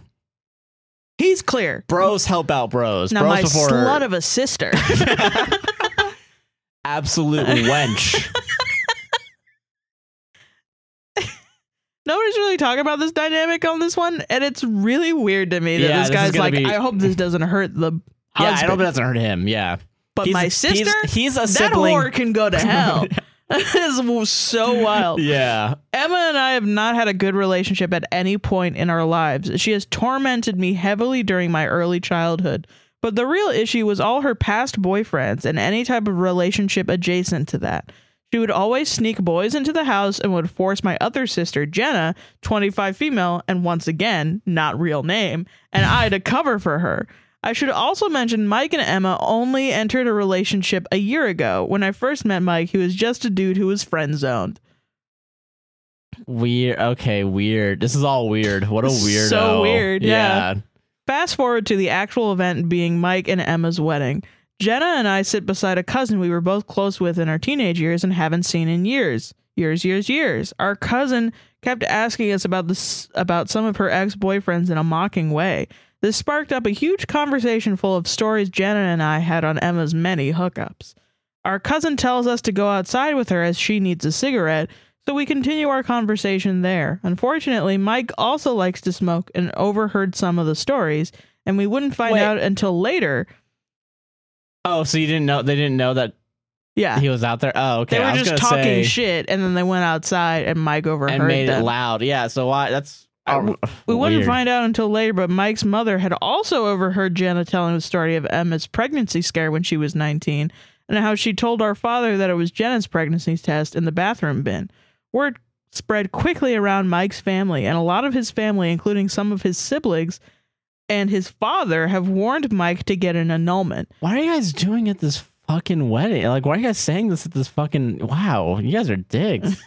[SPEAKER 2] He's clear.
[SPEAKER 1] Bros help out bros.
[SPEAKER 2] Now,
[SPEAKER 1] bros
[SPEAKER 2] my
[SPEAKER 1] before
[SPEAKER 2] slut of a sister.
[SPEAKER 1] absolute wench.
[SPEAKER 2] Nobody's really talking about this dynamic on this one, and it's really weird to me that
[SPEAKER 1] Yeah, this
[SPEAKER 2] this
[SPEAKER 1] is
[SPEAKER 2] guy's
[SPEAKER 1] gonna
[SPEAKER 2] like,
[SPEAKER 1] be-
[SPEAKER 2] I hope this doesn't hurt the
[SPEAKER 1] yeah, I
[SPEAKER 2] husband,
[SPEAKER 1] hope that's hurt him. Yeah,
[SPEAKER 2] but
[SPEAKER 1] He's-
[SPEAKER 2] my
[SPEAKER 1] he's-
[SPEAKER 2] sister,
[SPEAKER 1] He's, a
[SPEAKER 2] that
[SPEAKER 1] sibling.
[SPEAKER 2] whore can go to hell. it's so wild.
[SPEAKER 1] Yeah,
[SPEAKER 2] Emma and I have not had a good relationship at any point in our lives. She has tormented me heavily during my early childhood. But the real issue was all her past boyfriends and any type of relationship adjacent to that. She would always sneak boys into the house and would force my other sister, Jenna, 25 female, and once again, not real name, and I to cover for her. I should also mention Mike and Emma only entered a relationship a year ago. When I first met Mike, he was just a dude who was friend zoned.
[SPEAKER 1] weird. Okay, weird. This is all weird. What a
[SPEAKER 2] This
[SPEAKER 1] weirdo.
[SPEAKER 2] is so weird, yeah. Fast forward to the actual event being Mike and Emma's wedding. Jenna and I sit beside a cousin we were both close with in our teenage years and haven't seen in years. Years, years, years. Our cousin kept asking us about this about some of her ex-boyfriends in a mocking way. This sparked up a huge conversation full of stories Jenna and I had on Emma's many hookups. Our cousin tells us to go outside with her as she needs a cigarette, so we continue our conversation there. Unfortunately, Mike also likes to smoke and overheard some of the stories, and we wouldn't find
[SPEAKER 1] Wait.
[SPEAKER 2] out until later.
[SPEAKER 1] Oh, so you didn't know? They didn't know that
[SPEAKER 2] Yeah.
[SPEAKER 1] he was out there. Oh, okay.
[SPEAKER 2] they
[SPEAKER 1] I
[SPEAKER 2] were
[SPEAKER 1] was
[SPEAKER 2] just
[SPEAKER 1] gonna
[SPEAKER 2] talking
[SPEAKER 1] say,
[SPEAKER 2] shit, and then they went outside, and Mike overheard
[SPEAKER 1] and made it
[SPEAKER 2] them.
[SPEAKER 1] loud. Yeah. So why? That's Oh,
[SPEAKER 2] We wouldn't
[SPEAKER 1] weird.
[SPEAKER 2] find out until later, but Mike's mother had also overheard Janet telling the story of Emma's pregnancy scare when she was 19 and how she told our father that it was Janet's pregnancy test in the bathroom bin. Word spread quickly around Mike's family, and a lot of his family, including some of his siblings and his father, have warned Mike to get an annulment.
[SPEAKER 1] Why are you guys doing at this fucking wedding? Like, why are you guys saying this at this fucking? Wow, you guys are dicks.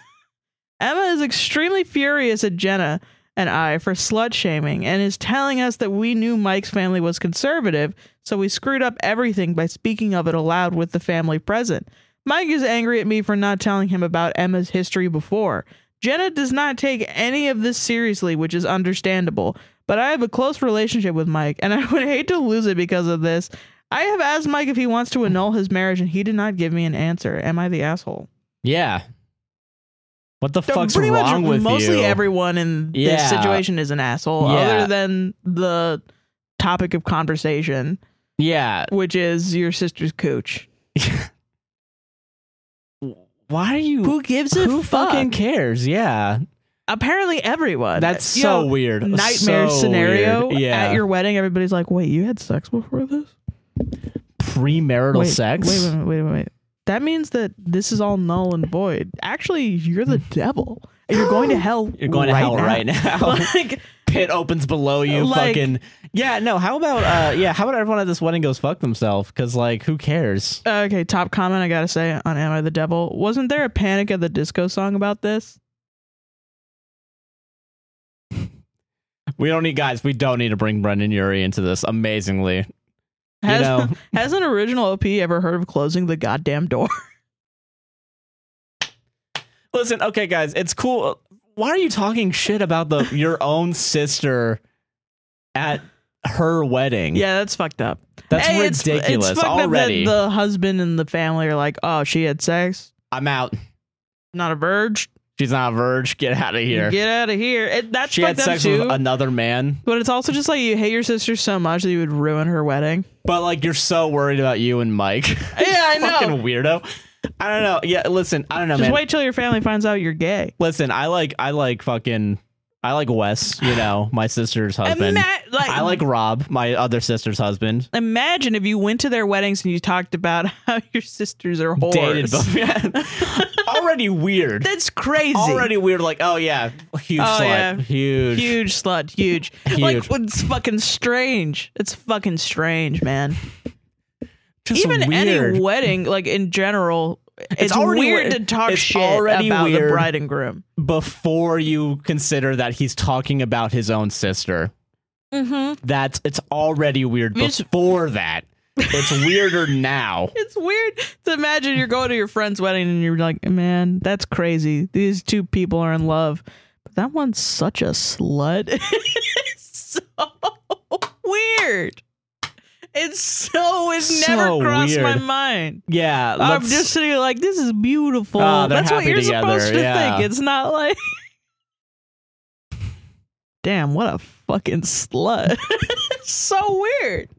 [SPEAKER 2] Emma is extremely furious at Jenna and I for slut shaming and is telling us that we knew Mike's family was conservative, so we screwed up everything by speaking of it aloud with the family present. Mike is angry at me for not telling him about Emma's history before. Jenna does not take any of this seriously, which is understandable, but I have a close relationship with Mike and I would hate to lose it because of this. I have asked Mike if he wants to annul his marriage and he did not give me an answer. Am I the asshole?
[SPEAKER 1] yeah. What the
[SPEAKER 2] So
[SPEAKER 1] fuck's
[SPEAKER 2] pretty
[SPEAKER 1] wrong
[SPEAKER 2] much
[SPEAKER 1] with
[SPEAKER 2] mostly
[SPEAKER 1] you?
[SPEAKER 2] everyone in
[SPEAKER 1] Yeah.
[SPEAKER 2] this situation is an asshole
[SPEAKER 1] Yeah.
[SPEAKER 2] other than the topic of conversation
[SPEAKER 1] yeah.
[SPEAKER 2] which is your sister's cooch
[SPEAKER 1] Why are you?
[SPEAKER 2] who gives a
[SPEAKER 1] who
[SPEAKER 2] fuck?
[SPEAKER 1] fucking cares? Yeah.
[SPEAKER 2] apparently everyone
[SPEAKER 1] That's
[SPEAKER 2] You
[SPEAKER 1] so
[SPEAKER 2] know,
[SPEAKER 1] weird. So
[SPEAKER 2] nightmare scenario
[SPEAKER 1] weird. Yeah.
[SPEAKER 2] at your wedding everybody's like wait you had sex before this
[SPEAKER 1] premarital
[SPEAKER 2] wait,
[SPEAKER 1] sex.
[SPEAKER 2] wait wait wait wait wait that means that this is all null and void actually you're the devil and you're going to hell
[SPEAKER 1] You're going to
[SPEAKER 2] right
[SPEAKER 1] hell
[SPEAKER 2] now.
[SPEAKER 1] right now.
[SPEAKER 2] like
[SPEAKER 1] Pit opens below you.
[SPEAKER 2] Like-
[SPEAKER 1] fucking yeah. No. How about uh? Yeah. How about everyone at this wedding goes fuck themselves? Because like, who cares?
[SPEAKER 2] Okay, top comment I gotta say on Am I the Devil? Wasn't there a Panic at the Disco song about this?
[SPEAKER 1] We don't need guys. We don't need to bring Brendan Urie into this. Amazingly,
[SPEAKER 2] Has,
[SPEAKER 1] know.
[SPEAKER 2] has an original OP ever heard of closing the goddamn door?
[SPEAKER 1] Listen, okay, guys, it's cool. Why are you talking shit about the your own sister at her wedding?
[SPEAKER 2] yeah, that's fucked up.
[SPEAKER 1] that's
[SPEAKER 2] Hey, it's-
[SPEAKER 1] ridiculous
[SPEAKER 2] It's, fucked up that
[SPEAKER 1] already.
[SPEAKER 2] the husband and the family are like, oh, she had sex?
[SPEAKER 1] I'm out.
[SPEAKER 2] Not a verge?
[SPEAKER 1] She's not a verge. Get out of here.
[SPEAKER 2] Get out of here. It, that's
[SPEAKER 1] she had
[SPEAKER 2] fucked up
[SPEAKER 1] sex
[SPEAKER 2] too.
[SPEAKER 1] with another man,
[SPEAKER 2] but it's also just like you hate your sister so much that you would ruin her wedding.
[SPEAKER 1] but like you're so worried about you and Mike.
[SPEAKER 2] Yeah, I know.
[SPEAKER 1] Fucking weirdo. I don't know. Yeah, listen, I don't know,
[SPEAKER 2] Just
[SPEAKER 1] man.
[SPEAKER 2] wait till your family finds out you're gay.
[SPEAKER 1] Listen, I like, I like fucking, I like Wes. You know, my sister's husband.
[SPEAKER 2] Ima- like,
[SPEAKER 1] I like Rob, my other sister's husband.
[SPEAKER 2] imagine if you went to their weddings and you talked about how your sisters are whores.
[SPEAKER 1] dated both. Yeah. already weird.
[SPEAKER 2] That's crazy.
[SPEAKER 1] Already weird. Like, oh yeah, huge
[SPEAKER 2] Oh,
[SPEAKER 1] slut,
[SPEAKER 2] yeah.
[SPEAKER 1] huge.
[SPEAKER 2] Huge slut, huge.
[SPEAKER 1] Huge.
[SPEAKER 2] Like it's fucking strange. It's fucking strange, man.
[SPEAKER 1] Just
[SPEAKER 2] Even
[SPEAKER 1] weird.
[SPEAKER 2] any wedding, like in general, it's,
[SPEAKER 1] already
[SPEAKER 2] weird
[SPEAKER 1] weird.
[SPEAKER 2] to talk
[SPEAKER 1] It's
[SPEAKER 2] shit
[SPEAKER 1] already
[SPEAKER 2] about the
[SPEAKER 1] weird.
[SPEAKER 2] bride and groom.
[SPEAKER 1] before you consider that he's talking about his own sister.
[SPEAKER 2] Mm-hmm.
[SPEAKER 1] That's it's already weird
[SPEAKER 2] It's-
[SPEAKER 1] before that. It's weirder now.
[SPEAKER 2] It's weird to imagine you're going to your friend's wedding and you're like, man, that's crazy. These two people are in love, but that one's such a slut. it's so weird. It's so. It
[SPEAKER 1] So
[SPEAKER 2] never crossed my
[SPEAKER 1] weird.
[SPEAKER 2] mind.
[SPEAKER 1] Yeah,
[SPEAKER 2] I'm
[SPEAKER 1] let's-
[SPEAKER 2] just sitting here like, this is beautiful.
[SPEAKER 1] Oh, they're
[SPEAKER 2] That's what
[SPEAKER 1] happy
[SPEAKER 2] you're
[SPEAKER 1] together,
[SPEAKER 2] supposed to
[SPEAKER 1] yeah.
[SPEAKER 2] think. It's not like, damn, what a fucking slut. so weird.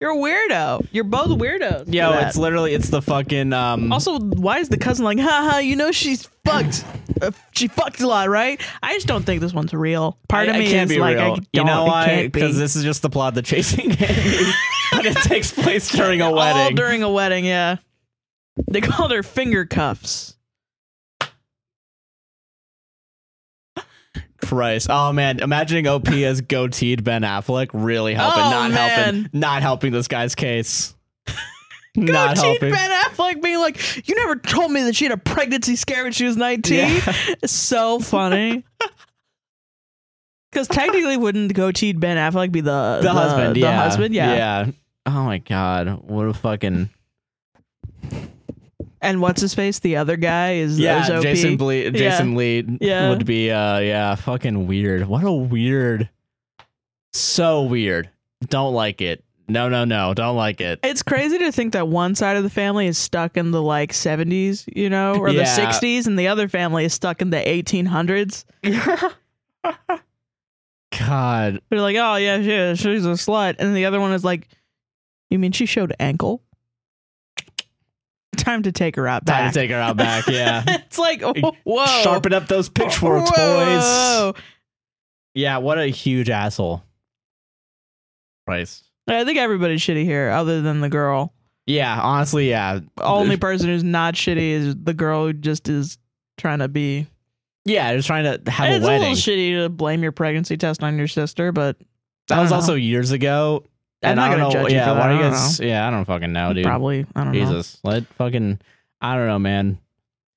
[SPEAKER 2] You're a weirdo. You're both weirdos. for
[SPEAKER 1] yo.
[SPEAKER 2] that.
[SPEAKER 1] It's literally it's the fucking um.
[SPEAKER 2] also why is the cousin like, haha? You know she's fucked. Uh, she fucked a lot, right? I just don't think this one's real. Part
[SPEAKER 1] I-
[SPEAKER 2] of
[SPEAKER 1] I
[SPEAKER 2] me
[SPEAKER 1] can't
[SPEAKER 2] is
[SPEAKER 1] be
[SPEAKER 2] like,
[SPEAKER 1] real.
[SPEAKER 2] I don't,
[SPEAKER 1] you know
[SPEAKER 2] it
[SPEAKER 1] why?
[SPEAKER 2] can't be.
[SPEAKER 1] Because this is just the plot that chasing Amy, but it takes place during a
[SPEAKER 2] all
[SPEAKER 1] wedding.
[SPEAKER 2] during a wedding. Yeah, they called her finger cuffs.
[SPEAKER 1] Christ. Oh man, imagining OP as goateed Ben Affleck really helping,
[SPEAKER 2] Oh,
[SPEAKER 1] not helping,
[SPEAKER 2] man.
[SPEAKER 1] not helping this guy's case. not
[SPEAKER 2] Goateed
[SPEAKER 1] helping.
[SPEAKER 2] Ben Affleck being like, "You never told me that she had a pregnancy scare when she was 19."
[SPEAKER 1] Yeah.
[SPEAKER 2] So funny. Because technically, wouldn't goateed Ben Affleck be the
[SPEAKER 1] the, husband,
[SPEAKER 2] The
[SPEAKER 1] yeah,
[SPEAKER 2] husband, yeah.
[SPEAKER 1] yeah. Oh my god, what a fucking
[SPEAKER 2] And what's his face? The other guy is is
[SPEAKER 1] yeah.
[SPEAKER 2] OP.
[SPEAKER 1] Jason Ble- Jason Lee
[SPEAKER 2] Yeah.
[SPEAKER 1] would be uh yeah, fucking weird. What a weird, so weird. Don't like it. No, no, no. Don't like it.
[SPEAKER 2] it's crazy to think that one side of the family is stuck in the like 70s, you know, or
[SPEAKER 1] Yeah.
[SPEAKER 2] the 60s, and the other family is stuck in the 1800s.
[SPEAKER 1] God,
[SPEAKER 2] They're like, "Oh yeah, she, she's a slut," and the other one is like, "You mean she showed ankle?" Time to take her out
[SPEAKER 1] time
[SPEAKER 2] back.
[SPEAKER 1] to take her out back. Yeah,
[SPEAKER 2] it's like, oh, whoa,
[SPEAKER 1] sharpen up those pitchforks,
[SPEAKER 2] Whoa.
[SPEAKER 1] boys. Yeah, what a huge asshole. Christ.
[SPEAKER 2] I think everybody's shitty here, other than the girl.
[SPEAKER 1] Yeah, honestly, yeah.
[SPEAKER 2] Only person who's not shitty is the girl who just is trying to be.
[SPEAKER 1] Yeah, just trying to have
[SPEAKER 2] it's
[SPEAKER 1] a wedding.
[SPEAKER 2] little shitty to blame your pregnancy test on your sister, but I
[SPEAKER 1] that
[SPEAKER 2] don't
[SPEAKER 1] was
[SPEAKER 2] know.
[SPEAKER 1] also years ago.
[SPEAKER 2] I'm
[SPEAKER 1] And
[SPEAKER 2] not
[SPEAKER 1] I
[SPEAKER 2] gonna
[SPEAKER 1] don't know.
[SPEAKER 2] judge you
[SPEAKER 1] yeah,
[SPEAKER 2] for that.
[SPEAKER 1] why do
[SPEAKER 2] I
[SPEAKER 1] you
[SPEAKER 2] don't
[SPEAKER 1] guys? Yeah, I don't fucking know, Oh, dude.
[SPEAKER 2] probably I don't know.
[SPEAKER 1] Jesus, let fucking. I don't know, man.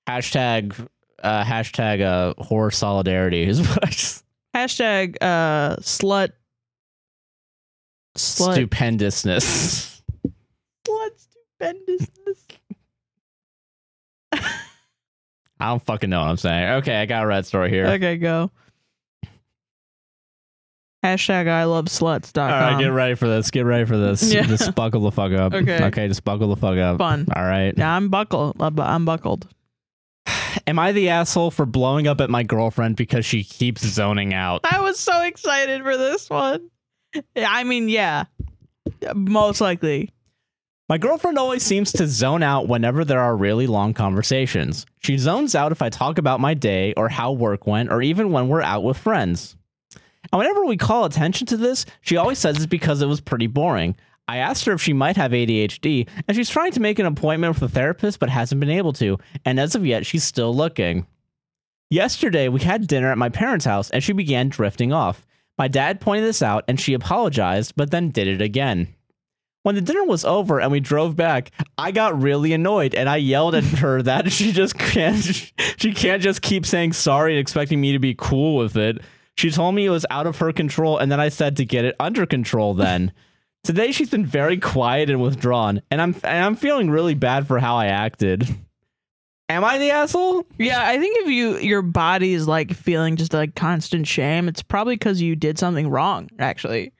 [SPEAKER 1] Hashtag, uh, hashtag, uh, whore solidarity is what I just.
[SPEAKER 2] Hashtag uh, slut. Slut.
[SPEAKER 1] Stupendousness.
[SPEAKER 2] Slut stupendousness.
[SPEAKER 1] I don't fucking know what I'm saying. Okay, I got a red story here.
[SPEAKER 2] Okay, go. Hashtag I love sluts.com.
[SPEAKER 1] All right, get ready for this. Get ready for this.
[SPEAKER 2] um, Yeah.
[SPEAKER 1] Just buckle the fuck up.
[SPEAKER 2] Okay.
[SPEAKER 1] Okay, just buckle the fuck up.
[SPEAKER 2] Fun.
[SPEAKER 1] All right.
[SPEAKER 2] Yeah, I'm buckled. I'm bu- I'm buckled.
[SPEAKER 1] Am I the asshole for blowing up at my girlfriend because she keeps zoning out?
[SPEAKER 2] I was so excited for this one. Yeah, I mean, yeah, most likely.
[SPEAKER 1] My girlfriend always seems to zone out whenever there are really long conversations. She zones out if I talk about my day or how work went or even when we're out with friends. And whenever we call attention to this, she always says it's because it was pretty boring. I asked her if she might have ADHD, and she's trying to make an appointment with a therapist but hasn't been able to, and as of yet, she's still looking. Yesterday, we had dinner at my parents' house, and she began drifting off. My dad pointed this out, and she apologized, but then did it again. When the dinner was over and we drove back, I got really annoyed and I yelled at her that she just can't she can't just keep saying sorry and expecting me to be cool with it. She told me it was out of her control and then I said to get it under control then. Today she's been very quiet and withdrawn and I'm and I'm feeling really bad for how I acted. Am I the asshole?
[SPEAKER 2] Yeah, I think if you your body is like feeling just like constant shame, it's probably because you did something wrong. Actually,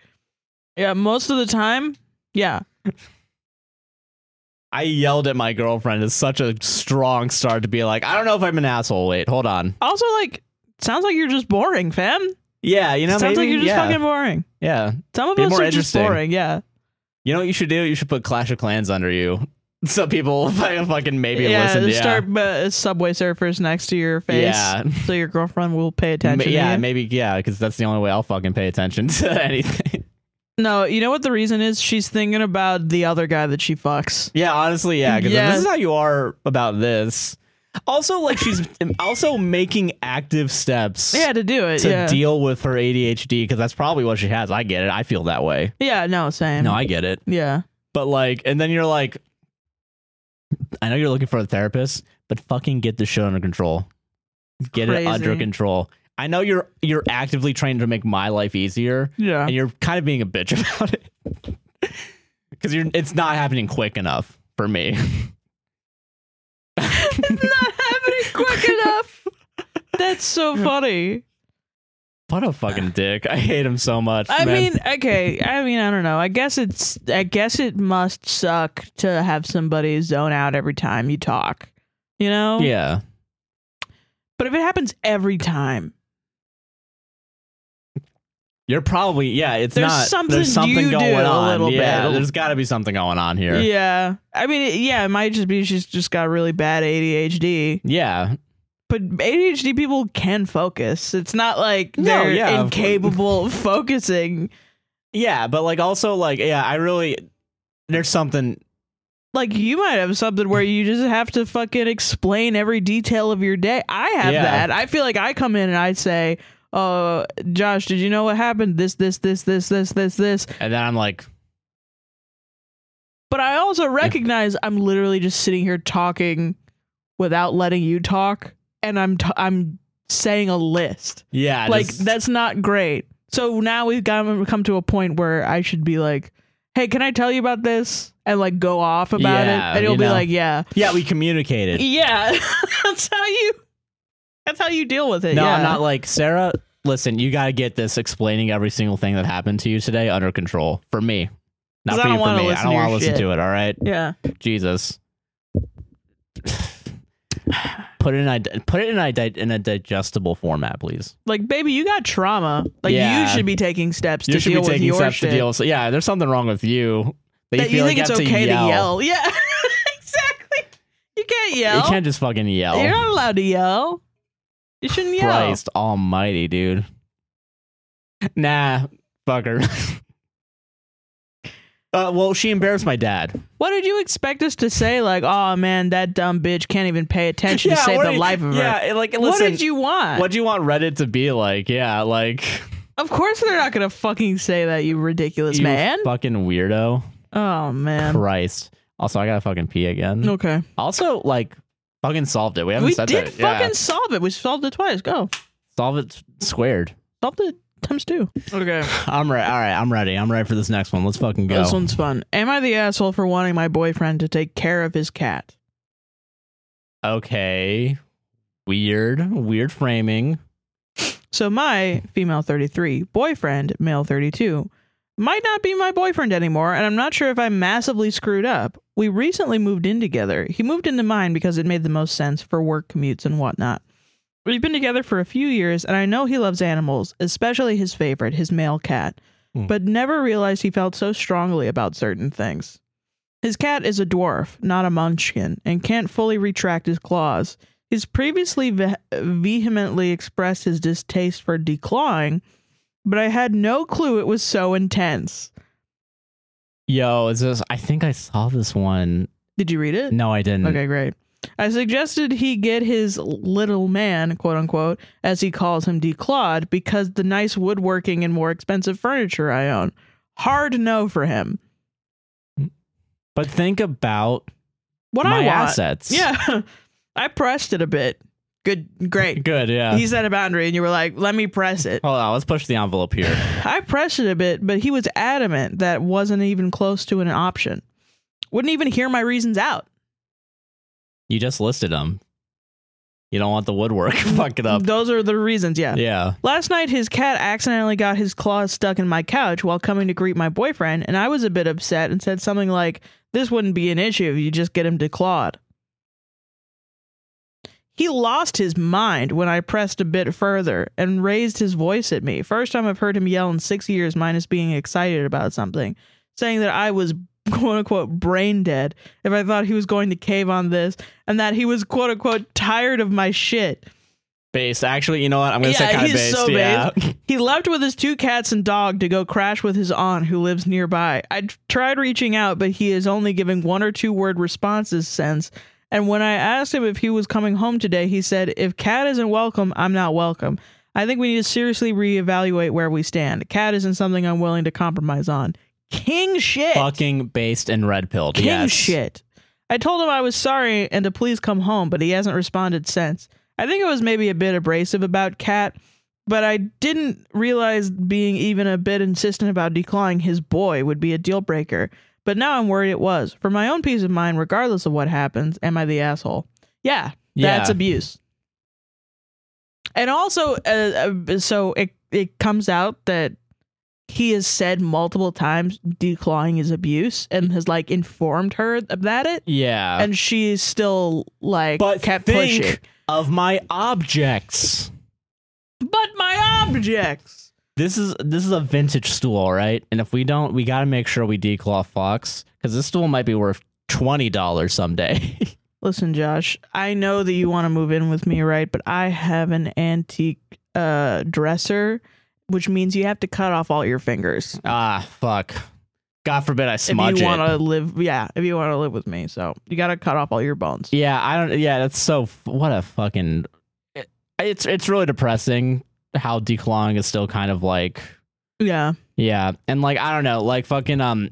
[SPEAKER 2] yeah, most of the time, yeah,
[SPEAKER 1] I yelled at my girlfriend is such a strong start to be like, I don't know if I'm an asshole. Wait, hold on.
[SPEAKER 2] Also, like, sounds like you're just boring, fam.
[SPEAKER 1] Yeah, you know,
[SPEAKER 2] sounds like
[SPEAKER 1] maybe-
[SPEAKER 2] you're just
[SPEAKER 1] yeah,
[SPEAKER 2] fucking boring.
[SPEAKER 1] yeah.
[SPEAKER 2] Some of
[SPEAKER 1] Be
[SPEAKER 2] us
[SPEAKER 1] more
[SPEAKER 2] are just
[SPEAKER 1] interesting.
[SPEAKER 2] boring. Yeah,
[SPEAKER 1] You know what you should do? You should put Clash of Clans under you. So people fucking fucking maybe
[SPEAKER 2] yeah.
[SPEAKER 1] listen. Yeah.
[SPEAKER 2] Start uh, subway surfers next to your face,
[SPEAKER 1] Yeah.
[SPEAKER 2] so your girlfriend will pay
[SPEAKER 1] Ma-
[SPEAKER 2] attention.
[SPEAKER 1] yeah,
[SPEAKER 2] to you.
[SPEAKER 1] maybe yeah, because that's the only way I'll fucking pay attention to anything.
[SPEAKER 2] no, you know what the reason is? She's thinking about the other guy that she fucks.
[SPEAKER 1] Yeah, honestly, yeah. Because
[SPEAKER 2] Yeah.
[SPEAKER 1] this is how you are about this. Also, like she's also making active steps.
[SPEAKER 2] Yeah, to do it.
[SPEAKER 1] To
[SPEAKER 2] yeah,
[SPEAKER 1] deal with her ADHD, because that's probably what she has. I get it. I feel that way.
[SPEAKER 2] yeah. No, same.
[SPEAKER 1] No, I get it.
[SPEAKER 2] yeah,
[SPEAKER 1] But like, and then you're like, I know you're looking for a therapist, but fucking get the shit under control. Get it under
[SPEAKER 2] Crazy.
[SPEAKER 1] control. I know you're you're actively trying to make my life easier,
[SPEAKER 2] yeah.
[SPEAKER 1] and you're kind of being a bitch about it because you're it's not happening quick enough for me.
[SPEAKER 2] it's not happening quick enough. That's so funny.
[SPEAKER 1] What a fucking dick! I hate him so much.
[SPEAKER 2] I
[SPEAKER 1] man.
[SPEAKER 2] mean, okay. I mean, I don't know. I guess it's. I guess it must suck to have somebody zone out every time you talk. You know.
[SPEAKER 1] yeah,
[SPEAKER 2] But if it happens every time,
[SPEAKER 1] you're probably yeah. It's
[SPEAKER 2] There's
[SPEAKER 1] not
[SPEAKER 2] something
[SPEAKER 1] there's something
[SPEAKER 2] you do
[SPEAKER 1] going
[SPEAKER 2] a
[SPEAKER 1] on.
[SPEAKER 2] little
[SPEAKER 1] yeah,
[SPEAKER 2] bit.
[SPEAKER 1] there's got to be something going on here.
[SPEAKER 2] yeah. I mean, it- yeah. It might just be she's just got really bad ADHD.
[SPEAKER 1] yeah.
[SPEAKER 2] But ADHD people can focus. It's not like
[SPEAKER 1] No,
[SPEAKER 2] they're
[SPEAKER 1] yeah, of course.
[SPEAKER 2] incapable of focusing.
[SPEAKER 1] Yeah, but like also like yeah, I really there's something
[SPEAKER 2] Like you might have something where you just have to fucking explain every detail of your day. I have
[SPEAKER 1] Yeah.
[SPEAKER 2] that. I feel like I come in and I say, "Uh, Josh, did you know what happened? This, this, this, this, this, this, this."
[SPEAKER 1] and then I'm like,
[SPEAKER 2] But I also recognize I'm literally just sitting here talking without letting you talk, and I'm t- I'm saying a list.
[SPEAKER 1] yeah,
[SPEAKER 2] like
[SPEAKER 1] just-
[SPEAKER 2] that's not great. So now we've got come to a point where I should be like, "Hey, can I tell you about this?" and like go off about
[SPEAKER 1] Yeah,
[SPEAKER 2] it, and
[SPEAKER 1] you
[SPEAKER 2] you'll be
[SPEAKER 1] know.
[SPEAKER 2] like, "Yeah,
[SPEAKER 1] yeah, we communicated.
[SPEAKER 2] yeah." that's how you. That's how you deal with it.
[SPEAKER 1] No,
[SPEAKER 2] yeah.
[SPEAKER 1] I'm not like Sarah, listen, you got to get this explaining every single thing that happened to you today under control for me.
[SPEAKER 2] 'Cause
[SPEAKER 1] Not
[SPEAKER 2] I
[SPEAKER 1] for
[SPEAKER 2] don't
[SPEAKER 1] you for
[SPEAKER 2] wanna
[SPEAKER 1] me.
[SPEAKER 2] listen
[SPEAKER 1] I don't
[SPEAKER 2] to
[SPEAKER 1] want to
[SPEAKER 2] your
[SPEAKER 1] listen
[SPEAKER 2] shit.
[SPEAKER 1] to it, all right?
[SPEAKER 2] yeah.
[SPEAKER 1] Jesus. put it in a put it in a di- in a digestible format, please.
[SPEAKER 2] Like, baby, you got trauma. Like, you
[SPEAKER 1] Yeah.
[SPEAKER 2] should be taking steps
[SPEAKER 1] You
[SPEAKER 2] to
[SPEAKER 1] should
[SPEAKER 2] deal
[SPEAKER 1] be
[SPEAKER 2] with
[SPEAKER 1] taking
[SPEAKER 2] your
[SPEAKER 1] steps
[SPEAKER 2] shit.
[SPEAKER 1] to deal. So yeah, there's something wrong with you.
[SPEAKER 2] that you
[SPEAKER 1] feel
[SPEAKER 2] think
[SPEAKER 1] like
[SPEAKER 2] it's
[SPEAKER 1] have
[SPEAKER 2] okay to yell. Yeah, exactly. You can't yell.
[SPEAKER 1] You can't just fucking yell.
[SPEAKER 2] You're not allowed to yell. You shouldn't yell.
[SPEAKER 1] Christ almighty, dude. nah, fucker. uh, well, she embarrassed my dad.
[SPEAKER 2] What did you expect us to say? Like, oh man, that dumb bitch can't even pay attention to save
[SPEAKER 1] what
[SPEAKER 2] the
[SPEAKER 1] did-
[SPEAKER 2] life of her.
[SPEAKER 1] Yeah, like listen.
[SPEAKER 2] what did you want?
[SPEAKER 1] What do you want Reddit to be like? Yeah, like
[SPEAKER 2] Of course they're not gonna fucking say that, you ridiculous
[SPEAKER 1] you
[SPEAKER 2] man.
[SPEAKER 1] fucking weirdo.
[SPEAKER 2] oh man.
[SPEAKER 1] Christ. Also, I gotta fucking pee again.
[SPEAKER 2] Okay.
[SPEAKER 1] Also, like fucking solved it. We haven't
[SPEAKER 2] We
[SPEAKER 1] said
[SPEAKER 2] did
[SPEAKER 1] that.
[SPEAKER 2] fucking
[SPEAKER 1] Yeah.
[SPEAKER 2] solve it. We solved it twice. Go.
[SPEAKER 1] solve it squared.
[SPEAKER 2] Solved it times two. Okay.
[SPEAKER 1] I'm ready. All right, I'm ready. I'm ready for this next one. Let's fucking go.
[SPEAKER 2] This one's fun. Am I the asshole for wanting my boyfriend to take care of his cat?
[SPEAKER 1] Okay. Weird. Weird framing.
[SPEAKER 2] So my female 33 boyfriend, male 32, might not be my boyfriend anymore, and I'm not sure if I massively screwed up. We recently moved in together. He moved into mine because it made the most sense for work commutes and whatnot. We've been together for a few years, and I know he loves animals, especially his favorite, his male cat,
[SPEAKER 1] Hmm.
[SPEAKER 2] but never realized he felt so strongly about certain things. His cat is a dwarf, not a munchkin, and can't fully retract his claws. He's previously ve- vehemently expressed his distaste for declawing, but I had no clue it was so intense.
[SPEAKER 1] Yo, is this? I think I saw this one.
[SPEAKER 2] Did you read it?
[SPEAKER 1] No, I didn't.
[SPEAKER 2] Okay, great. I suggested he get his little man, quote unquote, as he calls him, declawed because the nice woodworking and more expensive furniture I own. Hard no for him.
[SPEAKER 1] But think about
[SPEAKER 2] What
[SPEAKER 1] my
[SPEAKER 2] I want.
[SPEAKER 1] assets.
[SPEAKER 2] Yeah, I pressed it a bit. Good, great.
[SPEAKER 1] Good. Yeah.
[SPEAKER 2] He set a boundary, and you were like, "Let me press it."
[SPEAKER 1] Hold on. Let's push the envelope here.
[SPEAKER 2] I pressed it a bit, but he was adamant that wasn't even close to an option. Wouldn't even hear my reasons out.
[SPEAKER 1] You just listed them. You don't want the woodwork. Fuck it up.
[SPEAKER 2] Those are the reasons, yeah.
[SPEAKER 1] Yeah.
[SPEAKER 2] Last night, his cat accidentally got his claws stuck in my couch while coming to greet my boyfriend, and I was a bit upset and said something like, This wouldn't be an issue if you just get him declawed. He lost his mind when I pressed a bit further and raised his voice at me. First time I've heard him yell in six years, minus being excited about something, saying that I was quote unquote brain dead if I thought he was going to cave on this and that he was quote unquote tired of my shit.
[SPEAKER 1] Based. Actually, you know what? I'm gonna say kind of based. yeah.
[SPEAKER 2] based. He left with his two cats and dog to go crash with his aunt who lives nearby. I t- tried reaching out, but he is only giving one or two word responses since. And when I asked him if he was coming home today, he said, If Cat isn't welcome, I'm not welcome. I think we need to seriously reevaluate where we stand. Cat isn't something I'm willing to compromise on. King shit.
[SPEAKER 1] Fucking based and red pilled.
[SPEAKER 2] King
[SPEAKER 1] Yes.
[SPEAKER 2] shit. I told him I was sorry and to please come home, but he hasn't responded since. I think it was maybe a bit abrasive about Cat, but I didn't realize being even a bit insistent about declawing his boy would be a deal breaker. But now I'm worried it was. For my own peace of mind, regardless of what happens, am I the asshole? Yeah, that's
[SPEAKER 1] Yeah.
[SPEAKER 2] abuse. And also, uh, uh, so it it comes out that he has said multiple times declawing is abuse and has like informed her about it
[SPEAKER 1] Yeah.
[SPEAKER 2] and she's still like
[SPEAKER 1] but
[SPEAKER 2] kept
[SPEAKER 1] think
[SPEAKER 2] pushing
[SPEAKER 1] of my objects.
[SPEAKER 2] but my objects
[SPEAKER 1] This is this is a vintage stool, all right? And if we don't, we got to make sure we declaw Fox because this stool might be worth twenty dollars someday.
[SPEAKER 2] listen josh i know that you want to move in with me right but i have an antique uh dresser which means you have to cut off all your fingers
[SPEAKER 1] ah, fuck. God forbid I
[SPEAKER 2] if
[SPEAKER 1] smudge
[SPEAKER 2] you
[SPEAKER 1] it.
[SPEAKER 2] want to live yeah if you want to live with me so you got to cut off all your bones
[SPEAKER 1] Yeah, I don't. Yeah, that's so. f- What a fucking. it- It's it's really depressing how declawing is still kind of like
[SPEAKER 2] yeah
[SPEAKER 1] yeah, and like I don't know, like fucking um.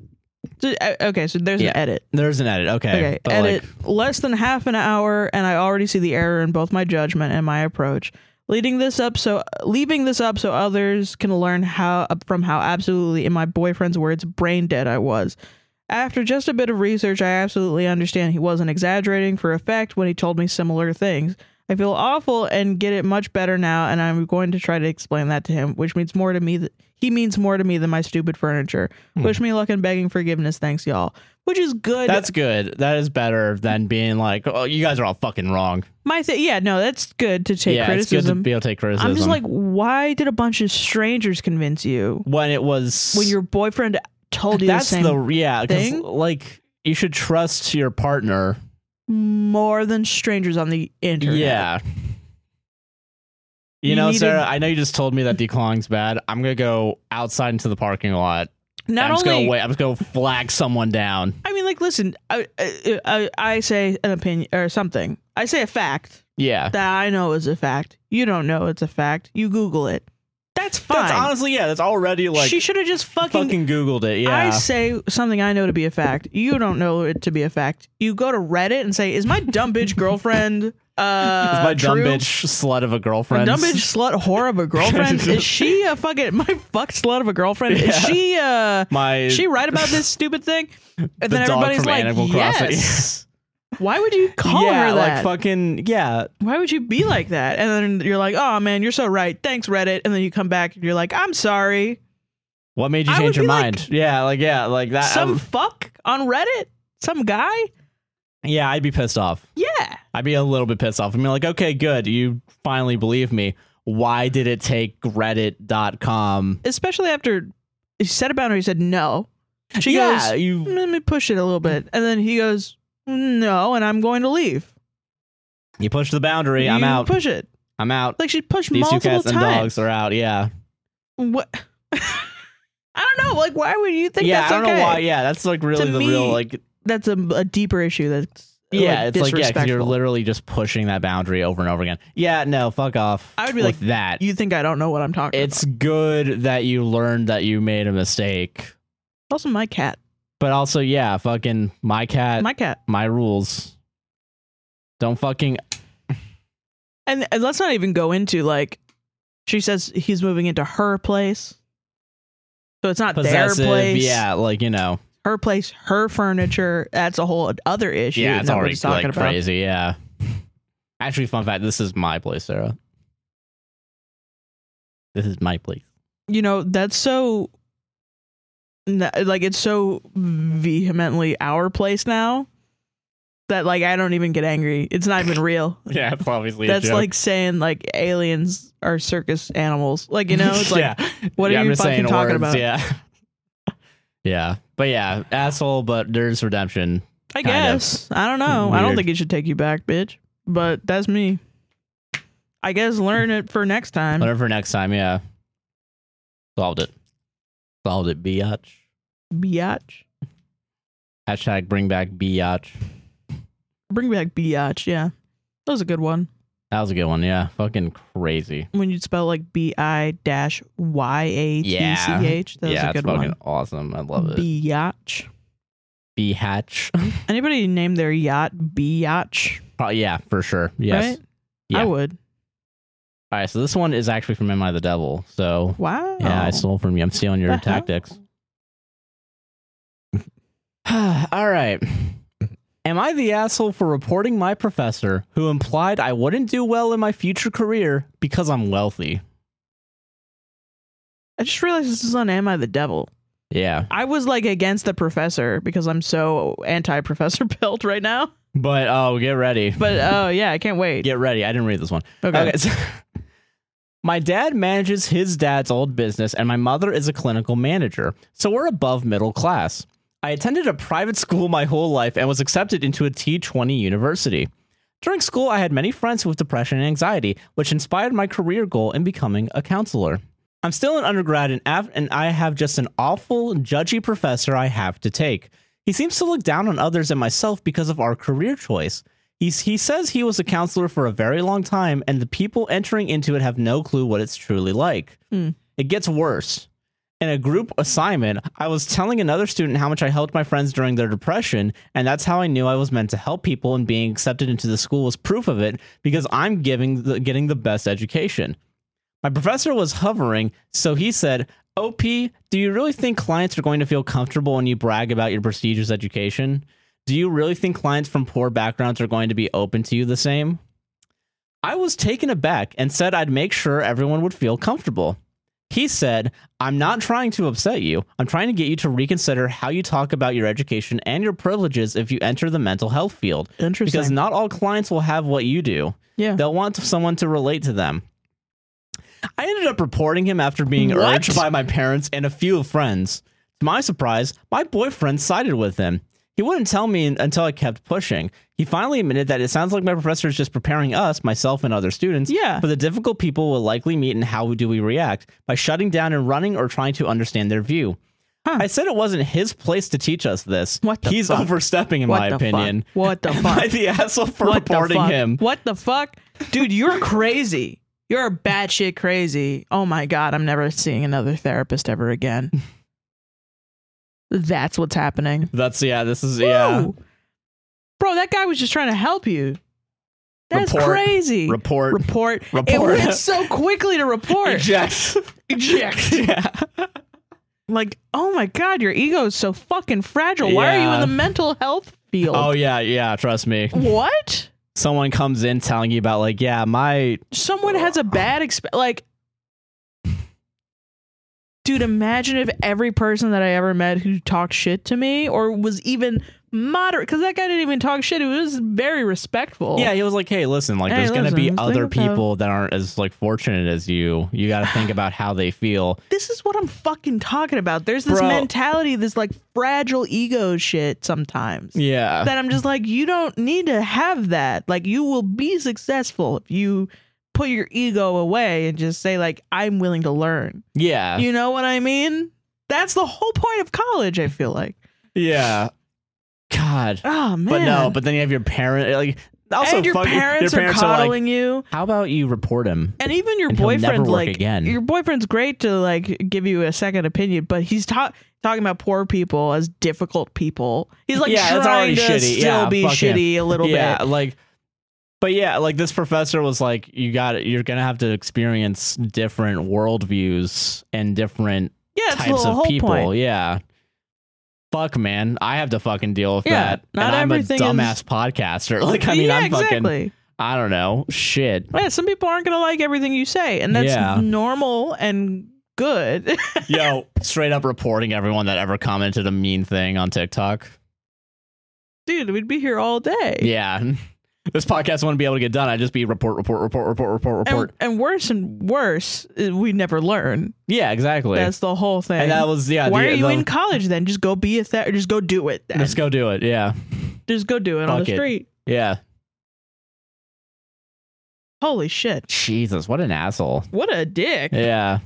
[SPEAKER 2] So, uh, okay so there's
[SPEAKER 1] Yeah.
[SPEAKER 2] an edit
[SPEAKER 1] There's an edit, okay.
[SPEAKER 2] Okay,
[SPEAKER 1] but
[SPEAKER 2] edit
[SPEAKER 1] Like,
[SPEAKER 2] less than half an hour, and I already see the error in both my judgment and my approach. Leading this up so leaving this up so others can learn how uh, from how absolutely, in my boyfriend's words, brain dead I was. After just a bit of research, I absolutely understand he wasn't exaggerating for effect when he told me similar things. I feel awful and get it much better now, and I'm going to try to explain that to him, which means more to me. Th- he means more to me than my stupid furniture.
[SPEAKER 1] Hmm.
[SPEAKER 2] Wish me luck and begging forgiveness. Thanks, y'all. Which is good.
[SPEAKER 1] that's good. That is better than being like, oh, you guys are all fucking wrong.
[SPEAKER 2] My thing, yeah, no, that's good to take
[SPEAKER 1] yeah, it's good to
[SPEAKER 2] criticism.
[SPEAKER 1] be able to take criticism.
[SPEAKER 2] I'm just like, why did a bunch of strangers convince you
[SPEAKER 1] when it was
[SPEAKER 2] when your boyfriend told you
[SPEAKER 1] That's
[SPEAKER 2] the same
[SPEAKER 1] the yeah, 'cause,
[SPEAKER 2] thing?
[SPEAKER 1] like you should trust your partner.
[SPEAKER 2] more than strangers on the internet?
[SPEAKER 1] Yeah, You,
[SPEAKER 2] You
[SPEAKER 1] know,
[SPEAKER 2] needed-
[SPEAKER 1] Sarah, I know you just told me that declawing's bad. I'm gonna go outside into the parking lot.
[SPEAKER 2] Not
[SPEAKER 1] I'm just
[SPEAKER 2] only
[SPEAKER 1] gonna wait. I'm just gonna flag someone down.
[SPEAKER 2] I mean, like, listen, I, I, I, I say an opinion or something. I say a fact
[SPEAKER 1] Yeah.
[SPEAKER 2] that I know is a fact. You don't know it's a fact. You Google it. That's fine.
[SPEAKER 1] That's honestly, yeah, that's already like
[SPEAKER 2] she should have just fucking.
[SPEAKER 1] fucking, Googled it.
[SPEAKER 2] I
[SPEAKER 1] Yeah.
[SPEAKER 2] say something I know to be a fact. You don't know it to be a fact. You go to Reddit and say, "Is my dumb bitch girlfriend?" Uh,
[SPEAKER 1] Is my dumb
[SPEAKER 2] true?
[SPEAKER 1] bitch slut of a
[SPEAKER 2] My
[SPEAKER 1] girlfriend.
[SPEAKER 2] dumb bitch slut whore of a girlfriend. is she a fucking my fuck slut of a girlfriend? Is
[SPEAKER 1] Yeah.
[SPEAKER 2] she uh?
[SPEAKER 1] My
[SPEAKER 2] She right about this stupid thing, and
[SPEAKER 1] the
[SPEAKER 2] then
[SPEAKER 1] dog
[SPEAKER 2] everybody's
[SPEAKER 1] from
[SPEAKER 2] like,
[SPEAKER 1] Animal Crossing.
[SPEAKER 2] "Yes." Why would you call
[SPEAKER 1] yeah,
[SPEAKER 2] her that?
[SPEAKER 1] like fucking yeah.
[SPEAKER 2] Why would you be like that? And then you're like, oh man, you're so right. Thanks, Reddit. And then you come back and you're like, I'm sorry.
[SPEAKER 1] What made you
[SPEAKER 2] I would
[SPEAKER 1] change your
[SPEAKER 2] be like-
[SPEAKER 1] mind? yeah, like yeah, like that. um, I
[SPEAKER 2] Some
[SPEAKER 1] would-
[SPEAKER 2] fuck on Reddit? Some guy?
[SPEAKER 1] yeah, I'd be pissed off.
[SPEAKER 2] Yeah.
[SPEAKER 1] I'd be a little bit pissed off. I'd be like, okay, good, you finally believe me. Why did it take Reddit.com?
[SPEAKER 2] Especially after he set a boundary, he said no. She
[SPEAKER 1] yeah,
[SPEAKER 2] goes,
[SPEAKER 1] you
[SPEAKER 2] "Mm, let me push it a little bit. And then he goes, no, and I'm going to leave.
[SPEAKER 1] you pushed the boundary. I'm
[SPEAKER 2] You
[SPEAKER 1] out.
[SPEAKER 2] Push it.
[SPEAKER 1] I'm out.
[SPEAKER 2] Like she pushed
[SPEAKER 1] These two
[SPEAKER 2] multiple
[SPEAKER 1] cats and
[SPEAKER 2] times.
[SPEAKER 1] dogs are out. Yeah.
[SPEAKER 2] What? I don't know. Like, why would you think
[SPEAKER 1] yeah,
[SPEAKER 2] that's
[SPEAKER 1] I don't
[SPEAKER 2] okay?
[SPEAKER 1] know why. Yeah, that's like really the
[SPEAKER 2] me,
[SPEAKER 1] real like
[SPEAKER 2] That's a, a deeper issue. That's
[SPEAKER 1] yeah,
[SPEAKER 2] like,
[SPEAKER 1] it's like yeah, 'cause you're
[SPEAKER 2] disrespectful.
[SPEAKER 1] literally just pushing that boundary over and over again. Yeah, no, fuck off.
[SPEAKER 2] I would be
[SPEAKER 1] with
[SPEAKER 2] like,
[SPEAKER 1] that.
[SPEAKER 2] You think I don't know what I'm talking
[SPEAKER 1] it's
[SPEAKER 2] about?
[SPEAKER 1] good that you learned that you made a mistake.
[SPEAKER 2] also my cat.
[SPEAKER 1] But also, yeah, fucking my cat, my,
[SPEAKER 2] My cat.
[SPEAKER 1] rules. Don't fucking
[SPEAKER 2] And, and let's not even go into like she says he's moving into her place. So it's not their
[SPEAKER 1] possessive.
[SPEAKER 2] place.
[SPEAKER 1] Yeah, like you know,
[SPEAKER 2] Her place, her furniture. That's a whole other issue.
[SPEAKER 1] yeah, it's
[SPEAKER 2] that we're
[SPEAKER 1] already
[SPEAKER 2] just talking
[SPEAKER 1] like
[SPEAKER 2] about.
[SPEAKER 1] crazy. Yeah. Actually, fun fact: this is my place, Sarah. This is my place.
[SPEAKER 2] You know, that's so n- like it's so vehemently our place now that like I don't even get angry. It's not even real.
[SPEAKER 1] Yeah, it's obviously.
[SPEAKER 2] That's like saying like aliens are circus animals. Like, you know, it's like what are
[SPEAKER 1] I'm
[SPEAKER 2] you
[SPEAKER 1] just
[SPEAKER 2] fucking
[SPEAKER 1] saying
[SPEAKER 2] talking
[SPEAKER 1] words,
[SPEAKER 2] about?
[SPEAKER 1] Yeah. yeah. But yeah, asshole, but there's redemption.
[SPEAKER 2] I
[SPEAKER 1] Kind of.
[SPEAKER 2] guess. I don't know. I don't
[SPEAKER 1] Weird.
[SPEAKER 2] think it should take you back, bitch. But that's me. I guess learn it for next time.
[SPEAKER 1] Whatever for next time, yeah. Solved it. Solved it, biatch.
[SPEAKER 2] Biatch.
[SPEAKER 1] Hashtag bring back biatch.
[SPEAKER 2] Bring back biatch. Yeah. That was a good one.
[SPEAKER 1] That was a good one, yeah. Fucking crazy.
[SPEAKER 2] When you'd spell like B I dash Y A T C H. That
[SPEAKER 1] yeah,
[SPEAKER 2] was a good
[SPEAKER 1] it's fucking
[SPEAKER 2] one.
[SPEAKER 1] awesome. I love it.
[SPEAKER 2] Biatch.
[SPEAKER 1] Biatch.
[SPEAKER 2] Anybody name their yacht Biatch?
[SPEAKER 1] oh, yeah, for sure. Yes.
[SPEAKER 2] Right?
[SPEAKER 1] Yeah.
[SPEAKER 2] I would.
[SPEAKER 1] All right, so this one is actually from Am I the Devil? So,
[SPEAKER 2] Wow.
[SPEAKER 1] yeah, I stole from you. I'm stealing your
[SPEAKER 2] Oh. The hell?
[SPEAKER 1] tactics. All right. Am I the asshole for reporting my professor who implied I wouldn't do well in my future career because I'm wealthy?
[SPEAKER 2] I just realized this is on Am I the Devil?
[SPEAKER 1] Yeah.
[SPEAKER 2] I was like against the professor because I'm so anti Professor Pelt right now.
[SPEAKER 1] But oh, get ready.
[SPEAKER 2] But oh yeah, I can't wait.
[SPEAKER 1] Get ready. I didn't read this one.
[SPEAKER 2] Okay.
[SPEAKER 1] so my dad manages his dad's old business, and my mother is a clinical manager. So we're above middle class. I attended a private school my whole life and was accepted into a T20 university. During school, I had many friends with depression and anxiety, which inspired my career goal in becoming a counselor. I'm still an undergrad and, av- and I have just an awful, judgy professor I have to take. He seems to look down on others and myself because of our career choice. He's, he says he was a counselor for a very long time, and the people entering into it have no clue what it's truly like.
[SPEAKER 2] Hmm.
[SPEAKER 1] It gets worse. In a group assignment, I was telling another student how much I helped my friends during their depression, and that's how I knew I was meant to help people, and being accepted into the school was proof of it because I'm giving the, getting the best education. My professor was hovering, so he said, OP, do you really think clients are going to feel comfortable when you brag about your prestigious education? Do you really think clients from poor backgrounds are going to be open to you the same? I was taken aback and said I'd make sure everyone would feel comfortable. He said, I'm not trying to upset you. I'm trying to get you to reconsider how you talk about your education and your privileges if you enter the mental health field,
[SPEAKER 2] Interesting.
[SPEAKER 1] because not all clients will have what you do.
[SPEAKER 2] yeah.
[SPEAKER 1] They'll want someone to relate to them. I ended up reporting him after being
[SPEAKER 2] What?
[SPEAKER 1] urged by my parents and a few friends. To my surprise, my boyfriend sided with him. He wouldn't tell me until I kept pushing. He finally admitted that it sounds like my professor is just preparing us, myself and other students,
[SPEAKER 2] Yeah.
[SPEAKER 1] for the difficult people we'll likely meet and how do we react by shutting down and running or trying to understand their view.
[SPEAKER 2] Huh.
[SPEAKER 1] I said it wasn't his place to teach us this.
[SPEAKER 2] What the
[SPEAKER 1] He's
[SPEAKER 2] fuck?
[SPEAKER 1] overstepping, in
[SPEAKER 2] What
[SPEAKER 1] my
[SPEAKER 2] the
[SPEAKER 1] opinion.
[SPEAKER 2] Fuck? What the
[SPEAKER 1] Am I
[SPEAKER 2] fuck?
[SPEAKER 1] the asshole for
[SPEAKER 2] what the
[SPEAKER 1] reporting
[SPEAKER 2] fuck?
[SPEAKER 1] him?
[SPEAKER 2] What the fuck? Dude, you're crazy. You're batshit crazy. Oh my god, I'm never seeing another therapist ever again. That's what's happening.
[SPEAKER 1] That's yeah. This is yeah.
[SPEAKER 2] Woo! Bro, that guy was just trying to help you. That's
[SPEAKER 1] Report.
[SPEAKER 2] crazy.
[SPEAKER 1] Report.
[SPEAKER 2] Report. It
[SPEAKER 1] Report.
[SPEAKER 2] went so quickly to report.
[SPEAKER 1] Eject.
[SPEAKER 2] Eject.
[SPEAKER 1] yeah.
[SPEAKER 2] Like, oh my god, your ego is so fucking fragile. Why are you
[SPEAKER 1] Yeah.
[SPEAKER 2] in the mental health field?
[SPEAKER 1] Oh yeah, yeah. Trust me.
[SPEAKER 2] What?
[SPEAKER 1] Someone comes in telling you about like, yeah, my
[SPEAKER 2] someone has a bad exp like dude imagine if every person that i ever met who talked shit to me or was even moderate because that guy didn't even talk shit it was very respectful
[SPEAKER 1] Yeah, he was like, "Hey, listen, like,
[SPEAKER 2] Hey,
[SPEAKER 1] there's gonna
[SPEAKER 2] listen,
[SPEAKER 1] be
[SPEAKER 2] think
[SPEAKER 1] other
[SPEAKER 2] about-
[SPEAKER 1] people that aren't as like fortunate as you. You got to think about how they feel."
[SPEAKER 2] this is what i'm fucking talking about there's this
[SPEAKER 1] Bro.
[SPEAKER 2] mentality this like fragile ego shit sometimes
[SPEAKER 1] Yeah,
[SPEAKER 2] that i'm just like you don't need to have that like you will be successful if you put your ego away and just say like i'm willing to learn
[SPEAKER 1] yeah,
[SPEAKER 2] You know what I mean? That's the whole point of college, I feel like.
[SPEAKER 1] yeah. God,
[SPEAKER 2] Oh man.
[SPEAKER 1] but no, but then you have your parent. Like, also,
[SPEAKER 2] and your
[SPEAKER 1] fuck-
[SPEAKER 2] parents,
[SPEAKER 1] your parents
[SPEAKER 2] are
[SPEAKER 1] are, like,
[SPEAKER 2] coddling you.
[SPEAKER 1] "How about you report him?"
[SPEAKER 2] And even your
[SPEAKER 1] And he'll never
[SPEAKER 2] boyfriend
[SPEAKER 1] work
[SPEAKER 2] like
[SPEAKER 1] again.
[SPEAKER 2] your boyfriend's great to like give you a second opinion, but he's ta- talking about poor people as difficult people. He's like
[SPEAKER 1] Yeah, that's
[SPEAKER 2] trying
[SPEAKER 1] already
[SPEAKER 2] to
[SPEAKER 1] shitty.
[SPEAKER 2] still
[SPEAKER 1] Yeah,
[SPEAKER 2] be
[SPEAKER 1] fuck him.
[SPEAKER 2] shitty a little
[SPEAKER 1] yeah,
[SPEAKER 2] bit.
[SPEAKER 1] like, but yeah, like this professor was like, "You got it. You're gonna have to experience different worldviews and different
[SPEAKER 2] Yeah, it's
[SPEAKER 1] types
[SPEAKER 2] the
[SPEAKER 1] of
[SPEAKER 2] whole
[SPEAKER 1] people.
[SPEAKER 2] point.
[SPEAKER 1] Yeah. Fuck, man. I have to fucking deal with
[SPEAKER 2] Yeah,
[SPEAKER 1] that.
[SPEAKER 2] not
[SPEAKER 1] and I'm a
[SPEAKER 2] everything is-
[SPEAKER 1] dumbass podcaster. Like, I mean,
[SPEAKER 2] yeah,
[SPEAKER 1] I'm fucking.
[SPEAKER 2] exactly.
[SPEAKER 1] I don't know. Shit.
[SPEAKER 2] Yeah, some people aren't gonna like everything you say, and that's
[SPEAKER 1] Yeah.
[SPEAKER 2] normal and good.
[SPEAKER 1] Yo, straight up reporting everyone that ever commented a mean thing on TikTok.
[SPEAKER 2] Dude, we'd be here all day.
[SPEAKER 1] Yeah. This podcast wouldn't be able to get done. I'd just be report, report, report, report, report,
[SPEAKER 2] and,
[SPEAKER 1] report.
[SPEAKER 2] and worse and worse, uh, we never learn.
[SPEAKER 1] yeah, exactly.
[SPEAKER 2] That's the whole thing.
[SPEAKER 1] and that was, yeah.
[SPEAKER 2] Why
[SPEAKER 1] the-
[SPEAKER 2] are you
[SPEAKER 1] the-
[SPEAKER 2] in college then? Just go be a ther- just go do it then.
[SPEAKER 1] Let's go do it. Yeah.
[SPEAKER 2] Just go do it on
[SPEAKER 1] Fuck
[SPEAKER 2] the
[SPEAKER 1] it.
[SPEAKER 2] street.
[SPEAKER 1] Yeah.
[SPEAKER 2] Holy shit.
[SPEAKER 1] Jesus, what an asshole.
[SPEAKER 2] What a dick.
[SPEAKER 1] Yeah.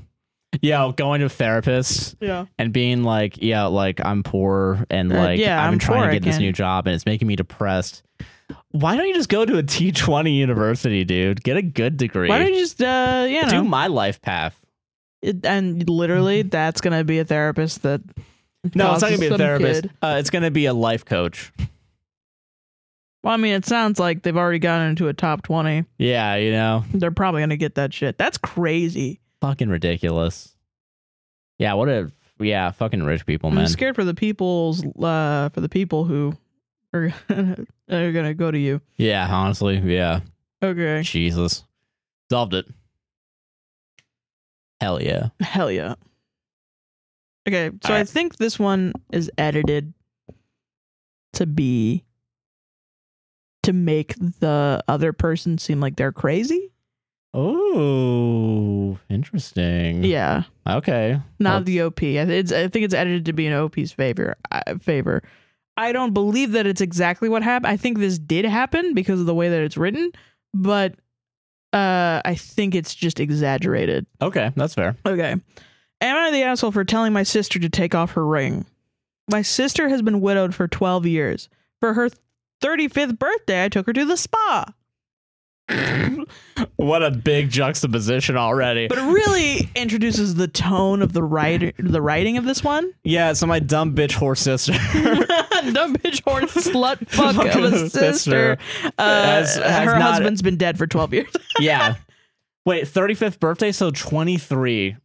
[SPEAKER 1] Yo, going to therapists.
[SPEAKER 2] Yeah.
[SPEAKER 1] and being like, yeah, like I'm poor and
[SPEAKER 2] Uh,
[SPEAKER 1] like
[SPEAKER 2] yeah,
[SPEAKER 1] I've been
[SPEAKER 2] I'm
[SPEAKER 1] trying
[SPEAKER 2] poor
[SPEAKER 1] to get this
[SPEAKER 2] again.
[SPEAKER 1] new job and it's making me depressed. Why don't you just go to a T20 university, dude? Get a good degree.
[SPEAKER 2] Why don't you just uh you
[SPEAKER 1] Do
[SPEAKER 2] know
[SPEAKER 1] my life path.
[SPEAKER 2] it- and literally that's gonna be a therapist that
[SPEAKER 1] No, it's not gonna
[SPEAKER 2] causes
[SPEAKER 1] be a
[SPEAKER 2] some
[SPEAKER 1] therapist.
[SPEAKER 2] kid-
[SPEAKER 1] Uh, it's gonna be a life coach.
[SPEAKER 2] Well, I mean it sounds like they've already gotten into a top twenty.
[SPEAKER 1] Yeah, you know,
[SPEAKER 2] They're probably gonna get that shit. That's crazy.
[SPEAKER 1] fucking ridiculous. Yeah, what a yeah, fucking rich people, Oh, man.
[SPEAKER 2] I'm scared for the people's uh for the people who are are gonna go to you.
[SPEAKER 1] Yeah, honestly, yeah.
[SPEAKER 2] Okay.
[SPEAKER 1] Jesus, solved it. Hell yeah.
[SPEAKER 2] Hell yeah. Okay, so I
[SPEAKER 1] Alright.
[SPEAKER 2] think this one is edited to be to make the other person seem like they're crazy.
[SPEAKER 1] Oh, interesting.
[SPEAKER 2] Yeah,
[SPEAKER 1] Okay.
[SPEAKER 2] not the OP. I, th- it's, I think it's edited to be in OP's favor. Uh, favor. I don't believe that it's exactly what happened. I think this did happen because of the way that it's written, but uh, I think it's just exaggerated.
[SPEAKER 1] Okay, that's fair.
[SPEAKER 2] Okay. Am I the asshole for telling my sister to take off her ring? My sister has been widowed for 12 years. For her 35th birthday, I took her to the spa.
[SPEAKER 1] what a big juxtaposition already.
[SPEAKER 2] But it really introduces the tone of the writer, the writing of this one.
[SPEAKER 1] yeah, so my dumb bitch horse sister
[SPEAKER 2] Dumb bitch horse slut fuck of a
[SPEAKER 1] Fucking sister.
[SPEAKER 2] sister. Uh,
[SPEAKER 1] Has- has
[SPEAKER 2] her
[SPEAKER 1] not-
[SPEAKER 2] husband's been dead for 12 years.
[SPEAKER 1] yeah. Wait, 35th birthday, so 23.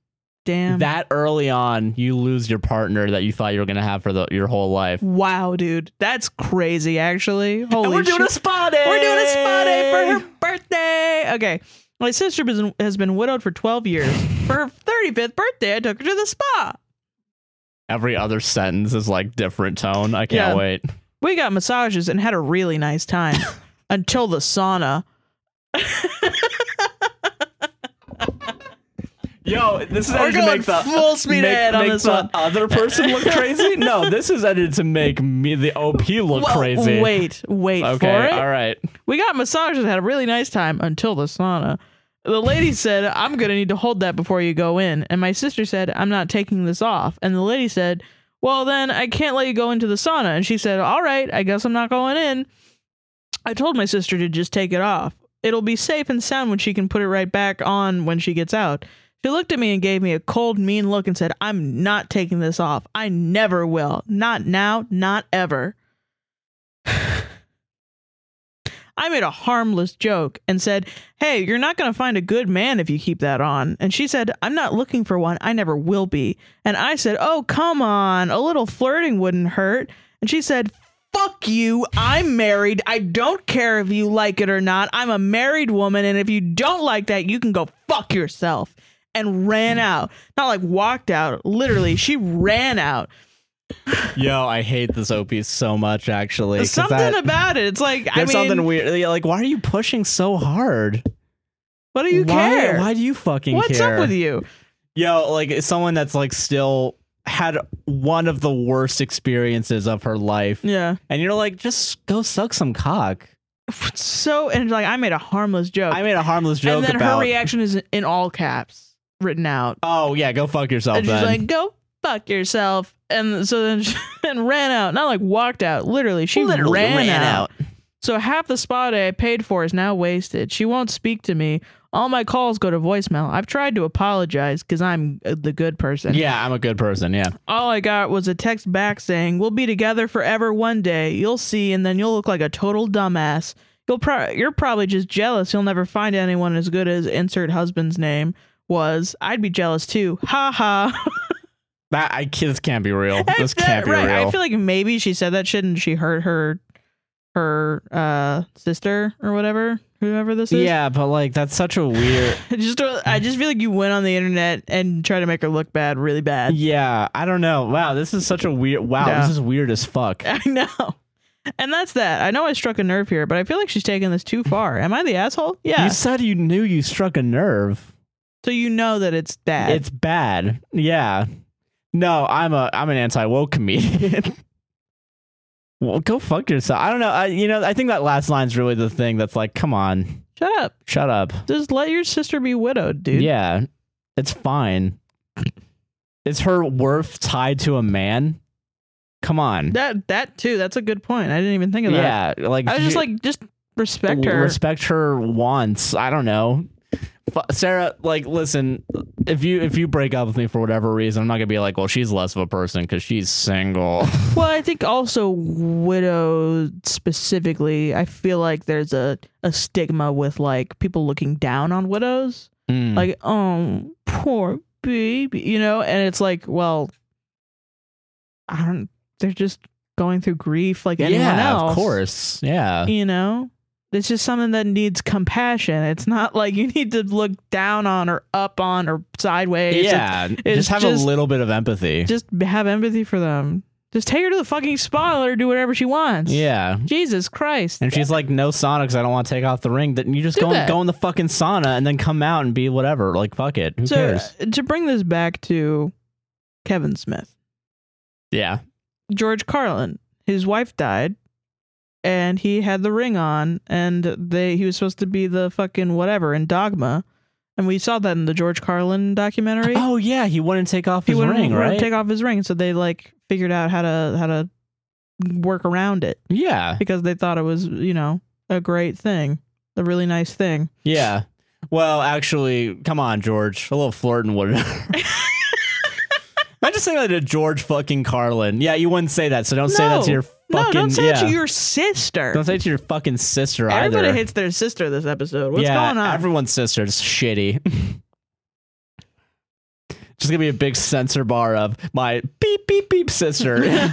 [SPEAKER 2] Damn.
[SPEAKER 1] That early on, you lose your partner that you thought you were going to have for the, your whole life.
[SPEAKER 2] wow, dude. That's crazy, actually. Holy
[SPEAKER 1] and we're doing
[SPEAKER 2] shit.
[SPEAKER 1] a spa day.
[SPEAKER 2] We're doing a spa day for her birthday. Okay. My sister bes- has been widowed for 12 years. For her 35th birthday, I took her to the spa.
[SPEAKER 1] Every other sentence is like different tone. I can't
[SPEAKER 2] Yeah.
[SPEAKER 1] wait.
[SPEAKER 2] We got massages and had a really nice time until the sauna.
[SPEAKER 1] Yo, this is
[SPEAKER 2] We're
[SPEAKER 1] edited to
[SPEAKER 2] going
[SPEAKER 1] make the
[SPEAKER 2] full speed
[SPEAKER 1] make,
[SPEAKER 2] ahead on
[SPEAKER 1] make
[SPEAKER 2] this
[SPEAKER 1] the
[SPEAKER 2] one.
[SPEAKER 1] other person look crazy. No, this is edited to make me the OP look
[SPEAKER 2] Well,
[SPEAKER 1] crazy.
[SPEAKER 2] Wait, wait for
[SPEAKER 1] Okay,
[SPEAKER 2] it.
[SPEAKER 1] all right.
[SPEAKER 2] We got massaged and had a really nice time until the sauna. The lady said, I'm going to need to hold that before you go in. And my sister said, I'm not taking this off. And the lady said, Well, then I can't let you go into the sauna. And she said, All right, I guess I'm not going in. I told my sister to just take it off. It'll be safe and sound when she can put it right back on when she gets out. She looked at me and gave me a cold, mean look and said, I'm not taking this off. I never will. Not now, not ever. I made a harmless joke and said, Hey, you're not going to find a good man if you keep that on. And she said, I'm not looking for one. I never will be. And I said, Oh, come on. A little flirting wouldn't hurt. And she said, Fuck you. I'm married. I don't care if you like it or not. I'm a married woman. And if you don't like that, you can go fuck yourself. And ran
[SPEAKER 1] Hmm.
[SPEAKER 2] out. Not like walked out. Literally, she ran out.
[SPEAKER 1] Yo, I hate this OP so much. Actually, 'cause
[SPEAKER 2] Something
[SPEAKER 1] that-
[SPEAKER 2] about it. It's like, I mean,
[SPEAKER 1] there's something weird. Yeah, Like, why are you pushing so hard?
[SPEAKER 2] what do you
[SPEAKER 1] why,
[SPEAKER 2] care?
[SPEAKER 1] Why do you fucking
[SPEAKER 2] What's
[SPEAKER 1] care?
[SPEAKER 2] up with you?
[SPEAKER 1] Yo, like someone that's like still had one of the worst experiences of her life,
[SPEAKER 2] Yeah.
[SPEAKER 1] and you're like, just go suck some cock.
[SPEAKER 2] so and like I made a harmless joke.
[SPEAKER 1] I made a harmless joke
[SPEAKER 2] and then
[SPEAKER 1] about.
[SPEAKER 2] her reaction is in all caps written out.
[SPEAKER 1] oh yeah, go fuck yourself.
[SPEAKER 2] and she's
[SPEAKER 1] then.
[SPEAKER 2] like, "Go fuck yourself." And so then she and ran out. Not like walked out. Literally, she ran, out. So half the spa day I paid for is now wasted. She won't speak to me. All my calls go to voicemail. I've tried to apologize because I'm uh, the good person.
[SPEAKER 1] Yeah, I'm a good person. Yeah.
[SPEAKER 2] All I got was a text back saying, "We'll be together forever one day. You'll see, and then you'll look like a total dumbass. You'll pro- you're probably just jealous. You'll never find anyone as good as insert husband's name was. I'd be jealous too. Ha ha.
[SPEAKER 1] That I this can't be real. This can't be
[SPEAKER 2] right.
[SPEAKER 1] real.
[SPEAKER 2] I feel like maybe she said that shit and she hurt her her uh sister or whatever, whoever this is.
[SPEAKER 1] yeah, but like that's such a weird.
[SPEAKER 2] I just don't- I just feel like you went on the internet and tried to make her look bad, really bad.
[SPEAKER 1] yeah, I don't know. Wow, this is such a weird. Wow,
[SPEAKER 2] Yeah.
[SPEAKER 1] this is weird as fuck.
[SPEAKER 2] I know. And that's that. I know I struck a nerve here, but I feel like she's taking this too far. Am I the asshole? Yeah.
[SPEAKER 1] You said you knew you struck a nerve.
[SPEAKER 2] so you know that it's that.
[SPEAKER 1] It's bad. Yeah. No, I'm a I'm an anti woke comedian. well, go fuck yourself. I don't know. I, you know, I think that last line's really the thing that's like, come on,
[SPEAKER 2] Shut up.
[SPEAKER 1] shut up.
[SPEAKER 2] Just let your sister be widowed, dude.
[SPEAKER 1] Yeah, it's fine. Is her worth tied to a man? Come on.
[SPEAKER 2] That that too. That's a good point. I didn't even think of that.
[SPEAKER 1] Yeah, like
[SPEAKER 2] I was just
[SPEAKER 1] you-
[SPEAKER 2] like, just respect her.
[SPEAKER 1] Respect her wants. I don't know. F- Sarah, like, listen, if you if you break up with me for whatever reason, I'm not gonna be like, well, she's less of a person because she's single.
[SPEAKER 2] well, I think also widow specifically, I feel like there's a, a stigma with like people looking down on widows.
[SPEAKER 1] Mm.
[SPEAKER 2] Like, oh, poor baby, you know? And it's like, well, I don't, they're just going through grief like anyone
[SPEAKER 1] yeah,
[SPEAKER 2] else.
[SPEAKER 1] of course, yeah.
[SPEAKER 2] You know? It's just something that needs compassion. It's not like you need to look down on or up on or sideways. It's
[SPEAKER 1] yeah,
[SPEAKER 2] it's
[SPEAKER 1] just have
[SPEAKER 2] just-
[SPEAKER 1] a little bit of empathy.
[SPEAKER 2] just have empathy for them. Just take her to the fucking spa and let her do whatever she wants.
[SPEAKER 1] yeah.
[SPEAKER 2] Jesus Christ.
[SPEAKER 1] And if she's like, no sauna because I don't want to take off the ring. Then you just
[SPEAKER 2] Do
[SPEAKER 1] go
[SPEAKER 2] that.
[SPEAKER 1] and go in the fucking sauna and then come out and be whatever. Like fuck it, who
[SPEAKER 2] so
[SPEAKER 1] cares?
[SPEAKER 2] uh, to bring this back to Kevin Smith,
[SPEAKER 1] Yeah,
[SPEAKER 2] George Carlin, his wife died, and he had the ring on, and they he was supposed to be the fucking whatever in Dogma, and we saw that in the George Carlin documentary.
[SPEAKER 1] Oh yeah, he wouldn't take off
[SPEAKER 2] he
[SPEAKER 1] his
[SPEAKER 2] wouldn't,
[SPEAKER 1] ring,
[SPEAKER 2] wouldn't
[SPEAKER 1] right?
[SPEAKER 2] take off his ring, so they like figured out how to how to work around it
[SPEAKER 1] yeah,
[SPEAKER 2] because they thought it was you know a great thing, a really nice thing.
[SPEAKER 1] yeah. Well, actually, come on, George. A little flirting would. I just saying that to George fucking Carlin. Yeah, you wouldn't say that, so don't say that to
[SPEAKER 2] No.
[SPEAKER 1] your fucking.
[SPEAKER 2] no, don't say
[SPEAKER 1] yeah.
[SPEAKER 2] that to your sister.
[SPEAKER 1] Don't say it to your fucking sister
[SPEAKER 2] Everybody
[SPEAKER 1] either.
[SPEAKER 2] hates their sister this episode. What's
[SPEAKER 1] yeah,
[SPEAKER 2] going on?
[SPEAKER 1] Everyone's sister is shitty. Just gonna be a big censor bar of my beep beep beep sister,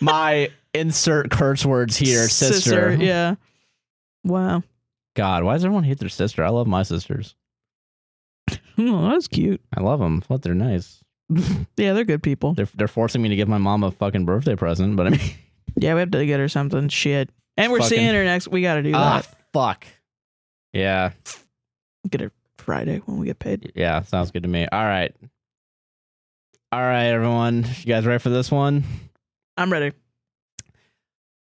[SPEAKER 1] my insert curse words here sister.
[SPEAKER 2] Yeah. Wow.
[SPEAKER 1] God, why does everyone hate their sister? I love my sisters.
[SPEAKER 2] Oh, that was cute.
[SPEAKER 1] I love them. What they're nice.
[SPEAKER 2] Yeah, they're good people.
[SPEAKER 1] They're they're forcing me to give my mom a fucking birthday present, but I mean,
[SPEAKER 2] Yeah, we have to get her something. Shit. And we're
[SPEAKER 1] Fucking-
[SPEAKER 2] seeing her next. We got to do
[SPEAKER 1] ah,
[SPEAKER 2] that.
[SPEAKER 1] fuck. Yeah,
[SPEAKER 2] Get her Friday when we get paid.
[SPEAKER 1] Yeah, sounds good to me. All right. All right, everyone. You guys ready for this one?
[SPEAKER 2] I'm ready.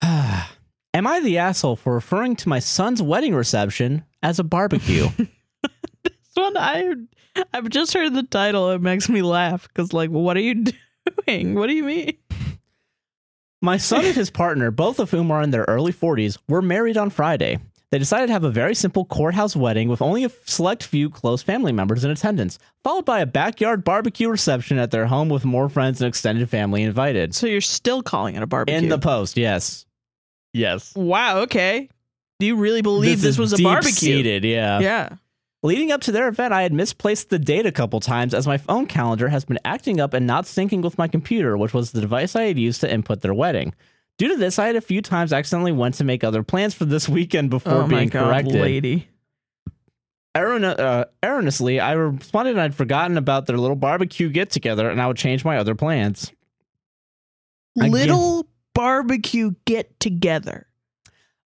[SPEAKER 1] Am I the asshole for referring to my son's wedding reception as a barbecue?
[SPEAKER 2] This one I I've just heard the title. It makes me laugh because like, what are you doing? What do you mean?
[SPEAKER 1] My son and his partner, both of whom are in their early 40s, were married on Friday. They decided to have a very simple courthouse wedding with only a select few close family members in attendance, followed by a backyard barbecue reception at their home with more friends and extended family invited.
[SPEAKER 2] So you're still calling it a barbecue?
[SPEAKER 1] In the post, yes. Yes.
[SPEAKER 2] wow. Okay. Do you really believe this,
[SPEAKER 1] is uh,
[SPEAKER 2] was a barbecue?
[SPEAKER 1] deep-seated, yeah.
[SPEAKER 2] Yeah.
[SPEAKER 1] Leading up to their event, I had misplaced the date a couple times as my phone calendar has been acting up and not syncing with my computer, which was the device I had used to input their wedding. Due to this, I had a few times accidentally went to make other plans for this weekend before
[SPEAKER 2] oh my
[SPEAKER 1] being
[SPEAKER 2] god,
[SPEAKER 1] corrected.
[SPEAKER 2] lady.
[SPEAKER 1] Erron- uh, erroneously, I responded I'd forgotten about their little barbecue get together and I would change my other plans. Again.
[SPEAKER 2] Little barbecue get together.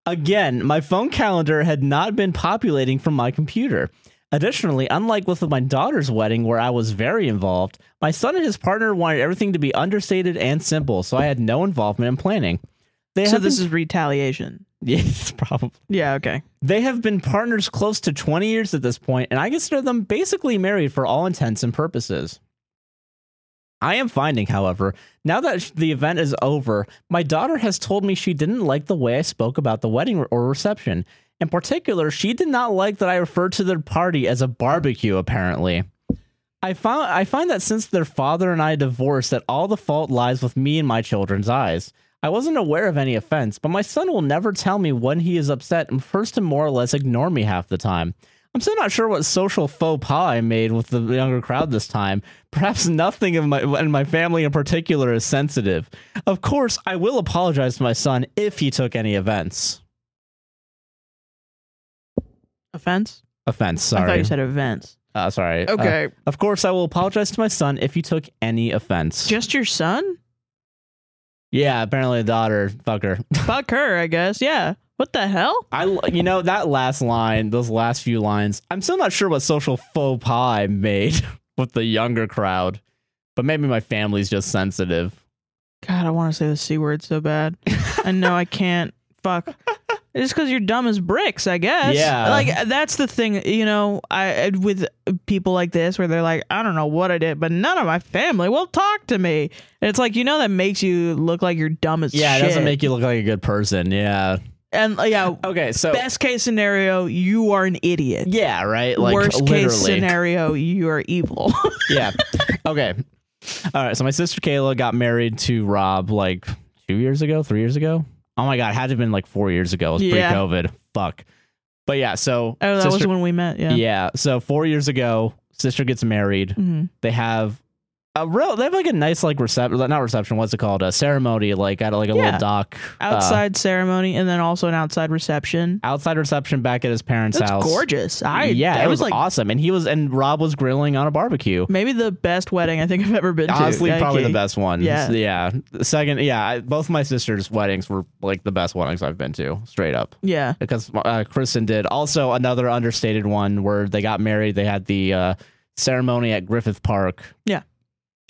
[SPEAKER 1] Again, my phone calendar had not been populating from my computer. Additionally, unlike with my daughter's wedding where I was very involved, my son and his partner wanted everything to be understated and simple, so I had no involvement in planning. They
[SPEAKER 2] So
[SPEAKER 1] have
[SPEAKER 2] this
[SPEAKER 1] been-
[SPEAKER 2] is retaliation.
[SPEAKER 1] yes, probably.
[SPEAKER 2] Yeah. Okay.
[SPEAKER 1] They have been partners close to 20 years at this point, and I consider them basically married for all intents and purposes. I am finding, however, now that sh- the event is over, my daughter has told me she didn't like the way I spoke about the wedding re- or reception. In particular, she did not like that I referred to their party as a barbecue, apparently. I found I find that since their father and I divorced, that all the fault lies with me and my children's eyes. I wasn't aware of any offense, but my son will never tell me when he is upset and first to more or less ignore me half the time. I'm still not sure what social faux pas I made with the younger crowd this time. Perhaps nothing of my and my family in particular is sensitive. Of course, I will apologize to my son if he took any events.
[SPEAKER 2] Offense.
[SPEAKER 1] Offense,
[SPEAKER 2] I thought
[SPEAKER 1] sorry.
[SPEAKER 2] you said events.
[SPEAKER 1] Uh, sorry. Uh, of course, I will apologize to my son if he took any offense.
[SPEAKER 2] Just your son?
[SPEAKER 1] Yeah, apparently a daughter fucker.
[SPEAKER 2] Fuck her, I guess. Yeah. What the hell?
[SPEAKER 1] I you know that last line, those last few lines. I'm still not sure what social faux pas I made with the younger crowd, but maybe my family's just sensitive.
[SPEAKER 2] God, I want to say the c word so bad. I know I can't. Fuck. It's because you're dumb as bricks, I guess.
[SPEAKER 1] Yeah.
[SPEAKER 2] Like that's the thing, you know. I I- with people like this where they're like, I don't know what I did, but none of my family will talk to me. And it's like, you know, that makes you look like you're dumb as
[SPEAKER 1] Yeah,
[SPEAKER 2] shit.
[SPEAKER 1] it doesn't make you look like a good person. Yeah.
[SPEAKER 2] And like, yeah,
[SPEAKER 1] Okay, so
[SPEAKER 2] best case scenario, you are an idiot.
[SPEAKER 1] yeah, right. Like
[SPEAKER 2] Worst
[SPEAKER 1] literally.
[SPEAKER 2] case scenario, you are evil.
[SPEAKER 1] yeah. Okay. All right. So my sister Kayla got married to Rob like two years ago, three years ago. Oh my god, it had to have been like four years ago. It was
[SPEAKER 2] Yeah.
[SPEAKER 1] pre-COVID. Fuck. But yeah, so
[SPEAKER 2] oh, that was
[SPEAKER 1] sister-
[SPEAKER 2] when we met. Yeah.
[SPEAKER 1] yeah. So four years ago, sister gets married.
[SPEAKER 2] Mhm.
[SPEAKER 1] they have a real they have like a nice like reception not reception what's it called a ceremony like at like a
[SPEAKER 2] Yeah.
[SPEAKER 1] little dock uh,
[SPEAKER 2] outside ceremony and then also an outside reception.
[SPEAKER 1] outside reception back at his parents
[SPEAKER 2] That's
[SPEAKER 1] house
[SPEAKER 2] gorgeous. I
[SPEAKER 1] yeah
[SPEAKER 2] that
[SPEAKER 1] it was
[SPEAKER 2] like
[SPEAKER 1] awesome and he was and rob was grilling on a barbecue
[SPEAKER 2] maybe the best wedding I think I've ever been
[SPEAKER 1] honestly
[SPEAKER 2] to.
[SPEAKER 1] probably the
[SPEAKER 2] Yikes.
[SPEAKER 1] best one
[SPEAKER 2] Yeah.
[SPEAKER 1] yeah The second yeah I, both my sister's weddings were like the best weddings i've been to straight up
[SPEAKER 2] Yeah.
[SPEAKER 1] because uh, Kristen did. Also, another understated one where they got married. They had the uh, ceremony at Griffith Park.
[SPEAKER 2] Yeah.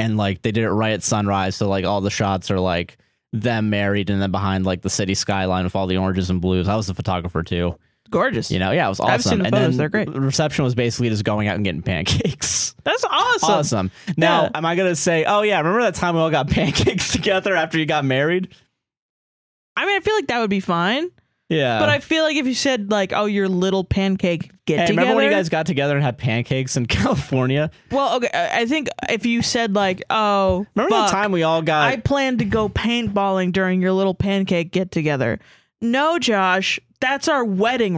[SPEAKER 1] and like they did it right at sunrise, so like all the shots are like them married, and then behind like the city skyline with all the oranges and blues. I was a photographer too.
[SPEAKER 2] Gorgeous.
[SPEAKER 1] You know, yeah, it was awesome.
[SPEAKER 2] I've seen the
[SPEAKER 1] and
[SPEAKER 2] photos,
[SPEAKER 1] then
[SPEAKER 2] they're great.
[SPEAKER 1] The reception was basically just going out and getting pancakes.
[SPEAKER 2] That's awesome.
[SPEAKER 1] Awesome. Now,
[SPEAKER 2] Yeah.
[SPEAKER 1] am I gonna say, oh yeah, remember that time we all got pancakes together after you got married?
[SPEAKER 2] I mean, I feel like that would be fine.
[SPEAKER 1] Yeah,
[SPEAKER 2] but I feel like if you said like, "Oh, your little pancake get
[SPEAKER 1] Uh, Hey,
[SPEAKER 2] together,"
[SPEAKER 1] remember when you guys got together and had pancakes in California?
[SPEAKER 2] well, okay, I I think if you said like, "Oh,
[SPEAKER 1] Remember
[SPEAKER 2] fuck,
[SPEAKER 1] the time we all got?
[SPEAKER 2] I planned to go paintballing during your little pancake get together." No, Josh, that's our wedding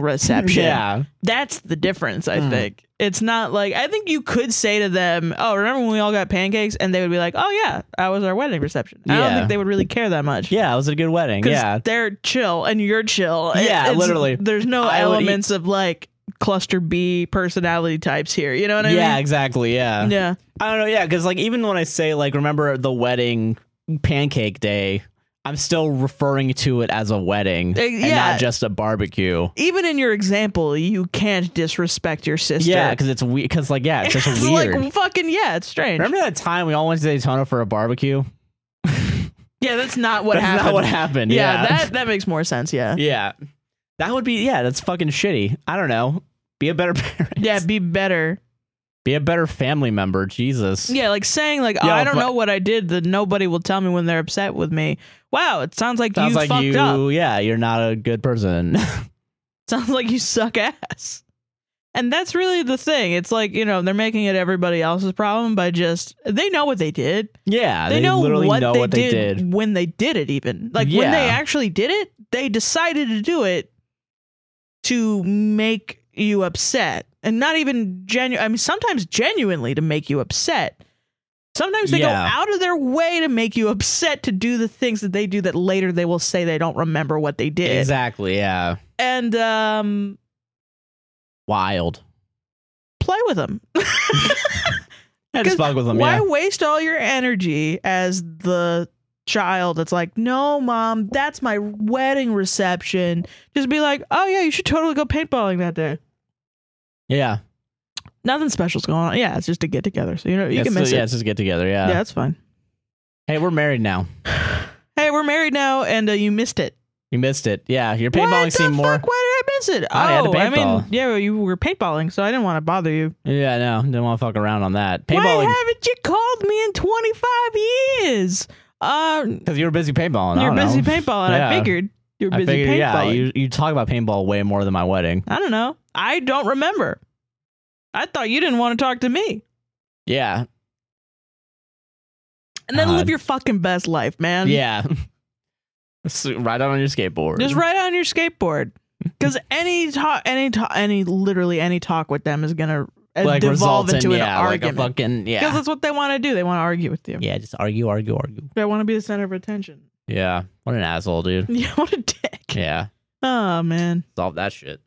[SPEAKER 2] reception.
[SPEAKER 1] yeah,
[SPEAKER 2] That's the difference,
[SPEAKER 1] Hmm.
[SPEAKER 2] I think. It's not like I think you could say to them, "Oh, remember when we all got pancakes?" and they would be like, "Oh yeah, that was our wedding reception." I don't
[SPEAKER 1] Yeah.
[SPEAKER 2] think they would really care that much.
[SPEAKER 1] yeah, it was a good wedding.
[SPEAKER 2] 'Cause
[SPEAKER 1] Yeah,
[SPEAKER 2] they're chill and you're chill. It-
[SPEAKER 1] Yeah,
[SPEAKER 2] it's-
[SPEAKER 1] literally.
[SPEAKER 2] There's no
[SPEAKER 1] I would eat-
[SPEAKER 2] elements of like cluster B personality types here. You know what I
[SPEAKER 1] yeah,
[SPEAKER 2] mean?
[SPEAKER 1] exactly. Yeah,
[SPEAKER 2] Yeah.
[SPEAKER 1] I don't know. Yeah, because like even when I say like remember the wedding pancake day, I'm still referring to it as a wedding
[SPEAKER 2] Eh,
[SPEAKER 1] and
[SPEAKER 2] yeah.
[SPEAKER 1] not just a barbecue.
[SPEAKER 2] Even in your example, you can't disrespect your sister.
[SPEAKER 1] Yeah, because it's weird. Because like, yeah, it's just
[SPEAKER 2] It's
[SPEAKER 1] weird.
[SPEAKER 2] like fucking yeah, it's strange.
[SPEAKER 1] Remember that time we all went to Daytona for a barbecue?
[SPEAKER 2] Yeah, that's not what
[SPEAKER 1] that's
[SPEAKER 2] happened.
[SPEAKER 1] not what happened.
[SPEAKER 2] Yeah,
[SPEAKER 1] Yeah,
[SPEAKER 2] that that makes more sense. Yeah,
[SPEAKER 1] yeah, that would be yeah. That's fucking shitty. I don't know. Be a better parent.
[SPEAKER 2] yeah, be better.
[SPEAKER 1] Be a better family member. Jesus.
[SPEAKER 2] Yeah, like saying like oh,
[SPEAKER 1] Yeah,
[SPEAKER 2] I don't
[SPEAKER 1] but-
[SPEAKER 2] know what I did that nobody will tell me when they're upset with me. Wow, it sounds like
[SPEAKER 1] Sounds
[SPEAKER 2] you
[SPEAKER 1] like
[SPEAKER 2] fucked
[SPEAKER 1] you.
[SPEAKER 2] up.
[SPEAKER 1] Yeah, you're not a good person.
[SPEAKER 2] Sounds like you suck ass. And that's really the thing. It's like you know they're making it everybody else's problem by just they know what they did.
[SPEAKER 1] yeah,
[SPEAKER 2] they, know
[SPEAKER 1] literally
[SPEAKER 2] what,
[SPEAKER 1] know
[SPEAKER 2] they,
[SPEAKER 1] what
[SPEAKER 2] did
[SPEAKER 1] they did.
[SPEAKER 2] when they did it. Even like when they
[SPEAKER 1] Yeah.
[SPEAKER 2] actually did it, they decided to do it to make you upset, and not even genuine. I mean, sometimes genuinely to make you upset. Sometimes they
[SPEAKER 1] Yeah.
[SPEAKER 2] go out of their way to make you upset to do the things that they do that later they will say they don't remember what they did.
[SPEAKER 1] Exactly. Yeah.
[SPEAKER 2] And um,
[SPEAKER 1] Wild.
[SPEAKER 2] play with them.
[SPEAKER 1] Yeah, just
[SPEAKER 2] 'Cause
[SPEAKER 1] fuck with them.
[SPEAKER 2] Why
[SPEAKER 1] yeah.
[SPEAKER 2] waste all your energy as the child that's like, no, mom, that's my wedding reception? Just be like, oh, yeah, you should totally go paintballing that day.
[SPEAKER 1] Yeah.
[SPEAKER 2] Nothing special's going on. Yeah, it's just a get together. So, you know, you
[SPEAKER 1] Yeah,
[SPEAKER 2] can
[SPEAKER 1] so-
[SPEAKER 2] miss
[SPEAKER 1] Yeah,
[SPEAKER 2] it.
[SPEAKER 1] it's just get together.
[SPEAKER 2] Yeah.
[SPEAKER 1] Yeah.
[SPEAKER 2] it's fine.
[SPEAKER 1] Hey, we're married now.
[SPEAKER 2] Hey, we're married now, and uh, you missed it.
[SPEAKER 1] You missed it. Yeah, your
[SPEAKER 2] what
[SPEAKER 1] paintballing
[SPEAKER 2] the
[SPEAKER 1] seemed more.
[SPEAKER 2] fuck? Why did I miss it?
[SPEAKER 1] I had to
[SPEAKER 2] oh, I mean,
[SPEAKER 1] paintball.
[SPEAKER 2] yeah, well, you were paintballing, so I didn't want to bother you.
[SPEAKER 1] Yeah, no, didn't want to fuck around on that.
[SPEAKER 2] Why
[SPEAKER 1] Paintballing
[SPEAKER 2] haven't you called me in 25 years? Uh,
[SPEAKER 1] because you were busy paintballing. I
[SPEAKER 2] you're
[SPEAKER 1] don't
[SPEAKER 2] busy
[SPEAKER 1] know.
[SPEAKER 2] paintballing.
[SPEAKER 1] Yeah.
[SPEAKER 2] I figured you were
[SPEAKER 1] I
[SPEAKER 2] busy
[SPEAKER 1] figured,
[SPEAKER 2] paintballing.
[SPEAKER 1] yeah, you you talk about paintball way more than my wedding.
[SPEAKER 2] I don't know. I don't remember. I thought you didn't want to talk to me.
[SPEAKER 1] Yeah,
[SPEAKER 2] And then
[SPEAKER 1] God.
[SPEAKER 2] live your fucking best life, man.
[SPEAKER 1] yeah. S- Ride out on your skateboard.
[SPEAKER 2] Just ride on your skateboard. Because any talk, any talk, any literally any talk with them is gonna uh,
[SPEAKER 1] like
[SPEAKER 2] devolve
[SPEAKER 1] results
[SPEAKER 2] into
[SPEAKER 1] in,
[SPEAKER 2] an
[SPEAKER 1] yeah,
[SPEAKER 2] argument.
[SPEAKER 1] Like a fucking
[SPEAKER 2] Because
[SPEAKER 1] yeah.
[SPEAKER 2] that's what they want to do. They want to argue with you.
[SPEAKER 1] Yeah, just argue, argue, argue.
[SPEAKER 2] They want to be the center of attention.
[SPEAKER 1] Yeah, what an asshole, dude.
[SPEAKER 2] Yeah, what a dick.
[SPEAKER 1] Yeah,
[SPEAKER 2] Oh man,
[SPEAKER 1] solve that shit.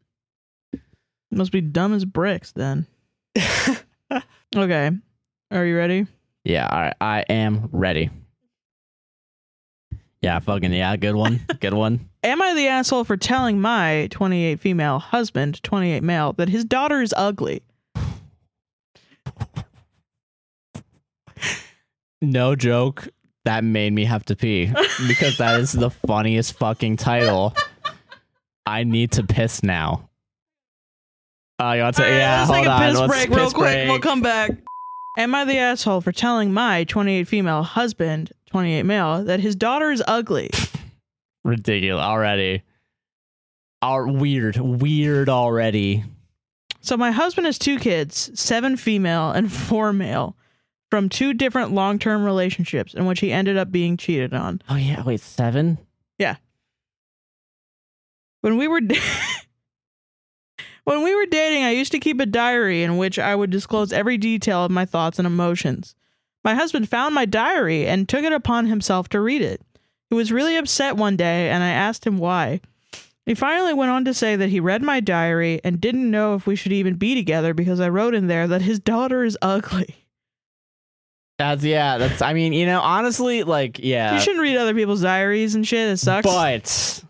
[SPEAKER 2] must be dumb as bricks then. okay, are you ready?
[SPEAKER 1] Yeah, all right, I am ready. Yeah, fucking yeah, good one, good one.
[SPEAKER 2] Am I the asshole for telling my 28 female husband, 28 male, that his daughter is ugly?
[SPEAKER 1] No joke, that made me have to pee because that is the funniest fucking title. I need to piss now. Oh, you want to?
[SPEAKER 2] All right,
[SPEAKER 1] yeah,
[SPEAKER 2] let's
[SPEAKER 1] hold
[SPEAKER 2] take a
[SPEAKER 1] on.
[SPEAKER 2] piss
[SPEAKER 1] let's
[SPEAKER 2] break real quick. We'll come back. Am I the asshole for telling my 28 female husband, 28 male, that his daughter is ugly?
[SPEAKER 1] Ridiculous already. Are weird, weird already.
[SPEAKER 2] so my husband has two kids, seven female and four male, from two different long-term relationships in which he ended up being cheated on.
[SPEAKER 1] Oh yeah, wait, seven.
[SPEAKER 2] When we were da- When we were dating, I used to keep a diary in which I would disclose every detail of my thoughts and emotions. My husband found my diary and took it upon himself to read it. He was really upset one day, and I asked him why. He finally went on to say that he read my diary and didn't know if we should even be together because I wrote in there that his daughter is ugly.
[SPEAKER 1] That's yeah. That's I mean, you know, honestly, like yeah.
[SPEAKER 2] you shouldn't read other people's diaries and shit. It sucks.
[SPEAKER 1] But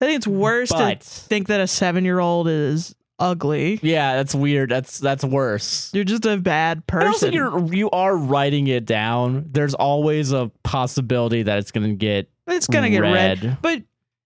[SPEAKER 2] I think it's worse
[SPEAKER 1] but
[SPEAKER 2] to think that a seven year old is ugly.
[SPEAKER 1] yeah, that's weird. That's that's worse.
[SPEAKER 2] You're just a bad person.
[SPEAKER 1] And also, you're you are writing it down. There's always a possibility that it's gonna get.
[SPEAKER 2] It's gonna get red.
[SPEAKER 1] Red.
[SPEAKER 2] But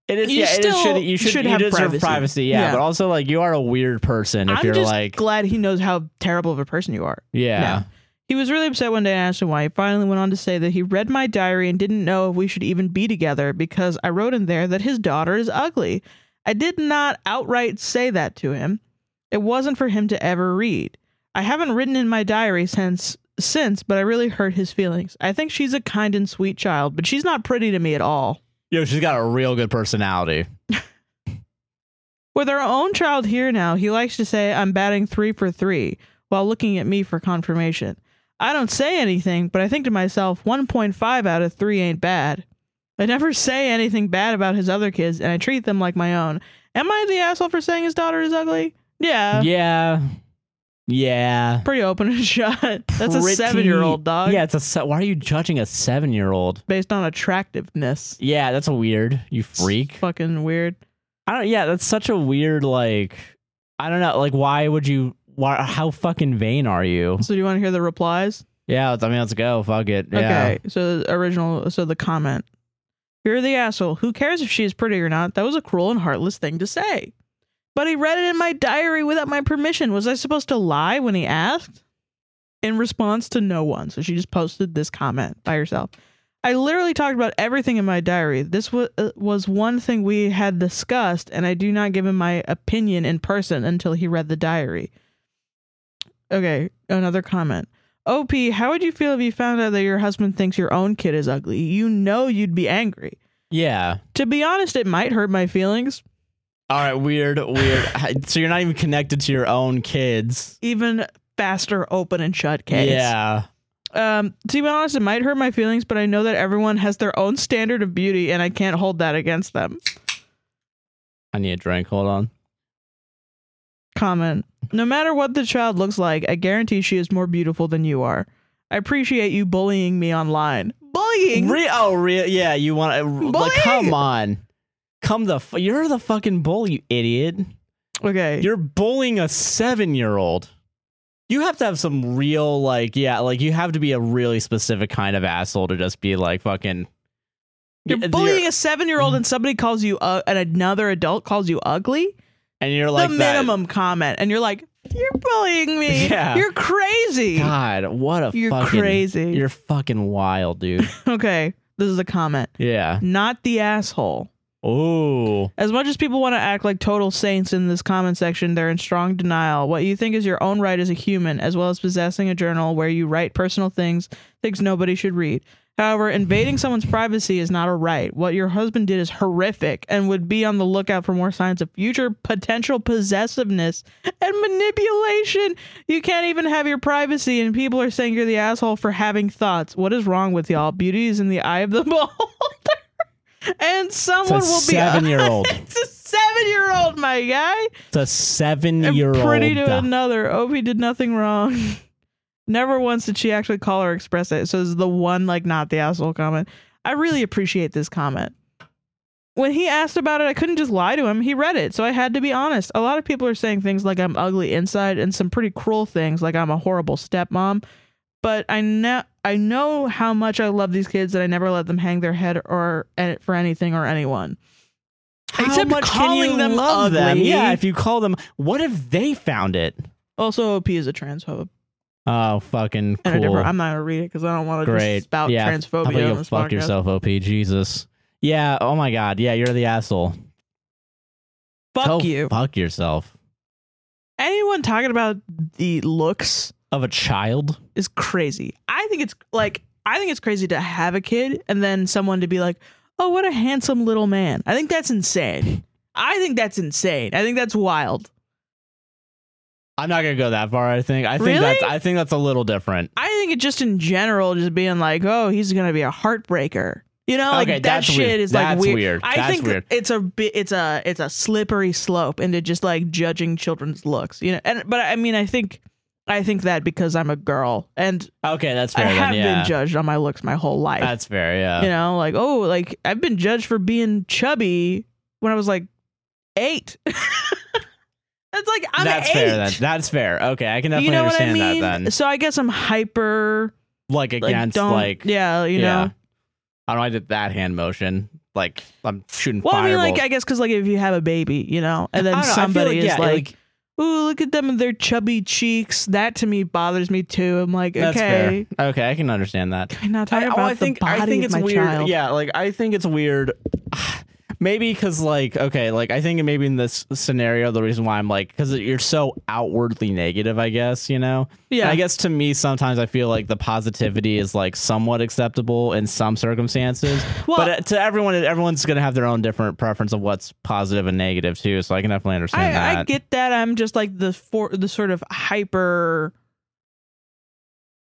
[SPEAKER 1] It is.
[SPEAKER 2] You
[SPEAKER 1] yeah, it is
[SPEAKER 2] still
[SPEAKER 1] shitty. You should,
[SPEAKER 2] should
[SPEAKER 1] you
[SPEAKER 2] have
[SPEAKER 1] deserve
[SPEAKER 2] privacy.
[SPEAKER 1] privacy. Yeah,
[SPEAKER 2] Yeah.
[SPEAKER 1] but also like you are a weird person if
[SPEAKER 2] I'm
[SPEAKER 1] you're
[SPEAKER 2] just
[SPEAKER 1] like
[SPEAKER 2] glad he knows how terrible of a person you are.
[SPEAKER 1] yeah.
[SPEAKER 2] now. He was really upset one day and asked him why. He finally went on to say that he read my diary and didn't know if we should even be together because I wrote in there that his daughter is ugly. I did not outright say that to him. It wasn't for him to ever read. I haven't written in my diary since since, but I really hurt his feelings. I think she's a kind and sweet child, but she's not pretty to me at all.
[SPEAKER 1] Yo, she's got a real good personality.
[SPEAKER 2] With our own child here now, he likes to say, I'm batting three for three, while looking at me for confirmation. I don't say anything, but I think to myself, 1.5 out of three ain't bad. I never say anything bad about his other kids, and I treat Uh, them like my own. Am I the asshole for saying his daughter is ugly? Yeah.
[SPEAKER 1] yeah. Yeah.
[SPEAKER 2] Pretty open and shut. That's a
[SPEAKER 1] Pretty-
[SPEAKER 2] seven-year-old dog.
[SPEAKER 1] Yeah, it's a. se- Why are you judging a seven-year-old?
[SPEAKER 2] based on attractiveness.
[SPEAKER 1] Yeah, that's weird. You freak.
[SPEAKER 2] Fucking weird.
[SPEAKER 1] I don't. Yeah, that's such a weird. Like, I don't know. Like, why would you? Why? How fucking vain are you?
[SPEAKER 2] So do you want to hear the replies?
[SPEAKER 1] Yeah. let's- I mean, let's go. Fuck it. Yeah.
[SPEAKER 2] Okay. So the original. So the comment. You're the asshole. Who cares if she is pretty or not? That was a cruel and heartless thing to say. But he read it in my diary without my permission. Was I supposed to lie when he asked? In response to no one. So she just posted this comment by herself. I literally talked about everything in my diary. This was, uh, was one thing we had discussed, and I do not give him my opinion in person until he read the diary. Okay, another comment. OP, how would you feel if you found out that your husband thinks your own kid is ugly? You know you'd be angry.
[SPEAKER 1] Yeah.
[SPEAKER 2] To be honest, it might hurt my feelings.
[SPEAKER 1] All right. Weird. Weird. so you're not even connected to your own kids.
[SPEAKER 2] Even faster open and shut case.
[SPEAKER 1] Yeah.
[SPEAKER 2] Um, to be honest, it might hurt my feelings, but I know that everyone has their own standard of beauty and I can't hold that against them.
[SPEAKER 1] I need a drink. Hold on.
[SPEAKER 2] Comment. No matter what the child looks like, I guarantee she is more beautiful than you are. I appreciate you bullying me online. Bullying?
[SPEAKER 1] Re- oh, real? Yeah, you want to? Like,
[SPEAKER 2] Bully!
[SPEAKER 1] come on, come the. F- you're the fucking bully, you idiot.
[SPEAKER 2] okay.
[SPEAKER 1] You're bullying a seven-year-old. You have to have some real, like, yeah, like you have to be a really specific kind of asshole to just be like fucking.
[SPEAKER 2] You're
[SPEAKER 1] Yeah,
[SPEAKER 2] bullying a seven year old and somebody calls you, uh, and another adult calls you ugly?
[SPEAKER 1] and you're like
[SPEAKER 2] the
[SPEAKER 1] that.
[SPEAKER 2] minimum comment. And you're like, you're bullying me.
[SPEAKER 1] Yeah.
[SPEAKER 2] You're crazy.
[SPEAKER 1] God, what a
[SPEAKER 2] You're
[SPEAKER 1] fucking
[SPEAKER 2] crazy.
[SPEAKER 1] You're fucking wild, dude.
[SPEAKER 2] Okay. This is a comment.
[SPEAKER 1] yeah.
[SPEAKER 2] Not the asshole.
[SPEAKER 1] Ooh.
[SPEAKER 2] As much as people want to act like total saints in this comment section, they're in strong denial. What you think is your own right as a human, as well as possessing a journal where you write personal things, things nobody should read. However, invading someone's privacy is not a right. What your husband did is horrific and would be on the lookout for more signs of future potential possessiveness and manipulation. You can't even have your privacy, and people are saying you're the asshole for having thoughts. What is wrong with y'all? Beauty is in the eye of the beholder. and
[SPEAKER 1] It's a
[SPEAKER 2] someone will be
[SPEAKER 1] seven-year-old.
[SPEAKER 2] it's a seven year old, my guy.
[SPEAKER 1] it's a
[SPEAKER 2] And
[SPEAKER 1] seven-year-old.
[SPEAKER 2] pretty to another. Opie did nothing wrong. Never once did she actually call or express it. So this is the one, like, not the asshole comment. I really appreciate this comment. When he asked about it, I couldn't just lie to him. He read it, so I had to be honest. A lot of people are saying things like I'm ugly inside and some pretty cruel things like I'm a horrible stepmom. But I know I know how much I love these kids and I never let them hang their head or eh, for anything or anyone.
[SPEAKER 1] How
[SPEAKER 2] Except
[SPEAKER 1] much can
[SPEAKER 2] calling
[SPEAKER 1] you
[SPEAKER 2] them
[SPEAKER 1] love them?
[SPEAKER 2] ugly.
[SPEAKER 1] Yeah, if you call them, what if they found it?
[SPEAKER 2] Also, OP is a transphobe.
[SPEAKER 1] Oh, fucking
[SPEAKER 2] and a
[SPEAKER 1] cool.
[SPEAKER 2] different- I'm not gonna read it because I don't want to
[SPEAKER 1] Great.
[SPEAKER 2] just spout
[SPEAKER 1] yeah.
[SPEAKER 2] transphobia.
[SPEAKER 1] How about
[SPEAKER 2] on
[SPEAKER 1] you
[SPEAKER 2] this
[SPEAKER 1] fuck
[SPEAKER 2] podcast.
[SPEAKER 1] yourself, OP? Jesus. Yeah. Oh my God. Yeah, you're the asshole.
[SPEAKER 2] Fuck
[SPEAKER 1] Go
[SPEAKER 2] you.
[SPEAKER 1] Fuck yourself.
[SPEAKER 2] Anyone talking about the looks
[SPEAKER 1] Of a child.
[SPEAKER 2] is crazy. I think it's like I think it's crazy to have a kid and then someone to be like, "Oh, what a handsome little man." I think that's insane. I think that's insane. I think that's wild.
[SPEAKER 1] I'm not gonna go that far. I think. I think
[SPEAKER 2] Really?
[SPEAKER 1] that's. I think that's a little different.
[SPEAKER 2] I think it just in general, just being like, "Oh, he's gonna be a heartbreaker." You know, like
[SPEAKER 1] Okay,
[SPEAKER 2] that
[SPEAKER 1] that's
[SPEAKER 2] shit
[SPEAKER 1] weird.
[SPEAKER 2] is like
[SPEAKER 1] That's weird.
[SPEAKER 2] I
[SPEAKER 1] That's
[SPEAKER 2] think
[SPEAKER 1] weird.
[SPEAKER 2] it's a bit, it's a, it's a slippery slope into just like judging children's looks, you know. And but I mean, I think, I think that because I'm a girl and
[SPEAKER 1] Okay, that's
[SPEAKER 2] I
[SPEAKER 1] fair.
[SPEAKER 2] have
[SPEAKER 1] then, yeah.
[SPEAKER 2] been judged on my looks my whole life.
[SPEAKER 1] That's fair. Yeah.
[SPEAKER 2] you know, like oh, like I've been judged for being chubby when I was like eight. That's like I'm
[SPEAKER 1] that's
[SPEAKER 2] eight.
[SPEAKER 1] fair. Then. That's fair. Okay, I can definitely
[SPEAKER 2] you know what I
[SPEAKER 1] understand
[SPEAKER 2] mean?
[SPEAKER 1] that. Then,
[SPEAKER 2] So I guess I'm hyper.
[SPEAKER 1] like
[SPEAKER 2] Like
[SPEAKER 1] against,
[SPEAKER 2] don't,
[SPEAKER 1] like,
[SPEAKER 2] yeah, you know.
[SPEAKER 1] yeah. I don't. know, I did that hand motion. Like I'm shooting
[SPEAKER 2] Well, I mean, like,
[SPEAKER 1] fireballs.
[SPEAKER 2] I guess because, like, if you have a baby, you know, and
[SPEAKER 1] I don't
[SPEAKER 2] then
[SPEAKER 1] know, I feel
[SPEAKER 2] somebody
[SPEAKER 1] like,
[SPEAKER 2] is
[SPEAKER 1] yeah,
[SPEAKER 2] like, "Ooh, look at them and their chubby cheeks." That to me bothers me too. I'm like,
[SPEAKER 1] That's
[SPEAKER 2] okay,
[SPEAKER 1] fair. Okay, I can understand that.
[SPEAKER 2] can we not talk
[SPEAKER 1] I, oh,
[SPEAKER 2] about
[SPEAKER 1] I think
[SPEAKER 2] the body
[SPEAKER 1] I think
[SPEAKER 2] of
[SPEAKER 1] it's
[SPEAKER 2] my
[SPEAKER 1] weird.
[SPEAKER 2] child?
[SPEAKER 1] Yeah, like I think it's weird. Maybe because like okay, like I think maybe in this scenario the reason why I'm like because you're so outwardly negative, I guess you know.
[SPEAKER 2] yeah.
[SPEAKER 1] And I guess to me sometimes I feel like the positivity is like somewhat acceptable in some circumstances,
[SPEAKER 2] Well,
[SPEAKER 1] but uh, to everyone, everyone's gonna have their own different preference of what's positive and negative too. So I can definitely understand
[SPEAKER 2] I, I
[SPEAKER 1] that.
[SPEAKER 2] get that. I'm just like the for the sort of hyper.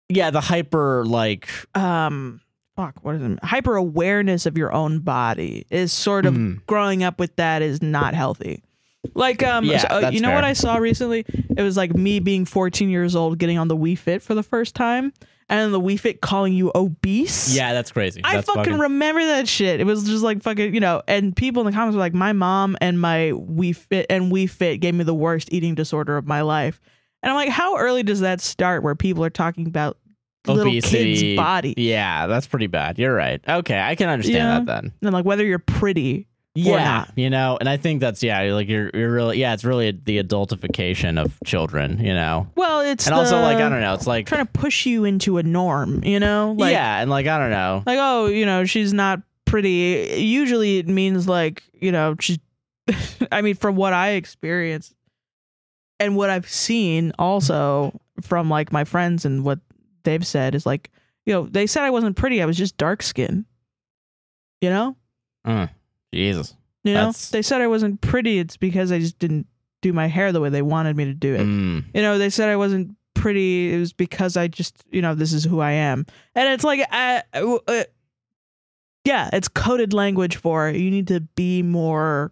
[SPEAKER 1] yeah, the hyper like
[SPEAKER 2] um Fuck! What is it? Hyper awareness of your own body is sort of
[SPEAKER 1] Mm.
[SPEAKER 2] growing up with that is not healthy. Like um,
[SPEAKER 1] Yeah,
[SPEAKER 2] so, uh,
[SPEAKER 1] that's
[SPEAKER 2] you know what
[SPEAKER 1] fair.
[SPEAKER 2] I saw recently? It was like me being 14 years old getting on the Wii Fit for the first time, and the Wii Fit calling you obese.
[SPEAKER 1] Yeah, that's crazy.
[SPEAKER 2] I
[SPEAKER 1] That's
[SPEAKER 2] fucking, remember that shit. It was just like fucking, you know. And people in the comments were like, "My mom and my Wii Fit and Wii Fit gave me the worst eating disorder of my life." And I'm like, how early does that start? Where people are talking about little
[SPEAKER 1] Obesity.
[SPEAKER 2] kids' body,
[SPEAKER 1] Yeah, that's pretty bad. You're right. Okay, I can understand
[SPEAKER 2] Yeah.
[SPEAKER 1] that then.
[SPEAKER 2] and like whether you're pretty.
[SPEAKER 1] Yeah,
[SPEAKER 2] not.
[SPEAKER 1] you know, and I think that's yeah, you're like you're you're really yeah, it's really the adultification of children, you know,
[SPEAKER 2] Well, it's
[SPEAKER 1] and also
[SPEAKER 2] the-
[SPEAKER 1] like I don't know, it's like
[SPEAKER 2] trying to push you into a norm. You know, like
[SPEAKER 1] yeah, and like I don't know,
[SPEAKER 2] like oh you know she's not pretty usually it means like you know she i mean from what i experience and what i've seen also from like my friends and what they've said is like you know they said i wasn't pretty i was just dark skinned you know
[SPEAKER 1] Mm, Jesus,
[SPEAKER 2] you know
[SPEAKER 1] That's-
[SPEAKER 2] they said i wasn't pretty it's because i just didn't do my hair the way they wanted me to do it
[SPEAKER 1] Mm.
[SPEAKER 2] you know they said i wasn't pretty it was because i just you know this is who i am and it's like I, uh, yeah it's coded language for you need to be more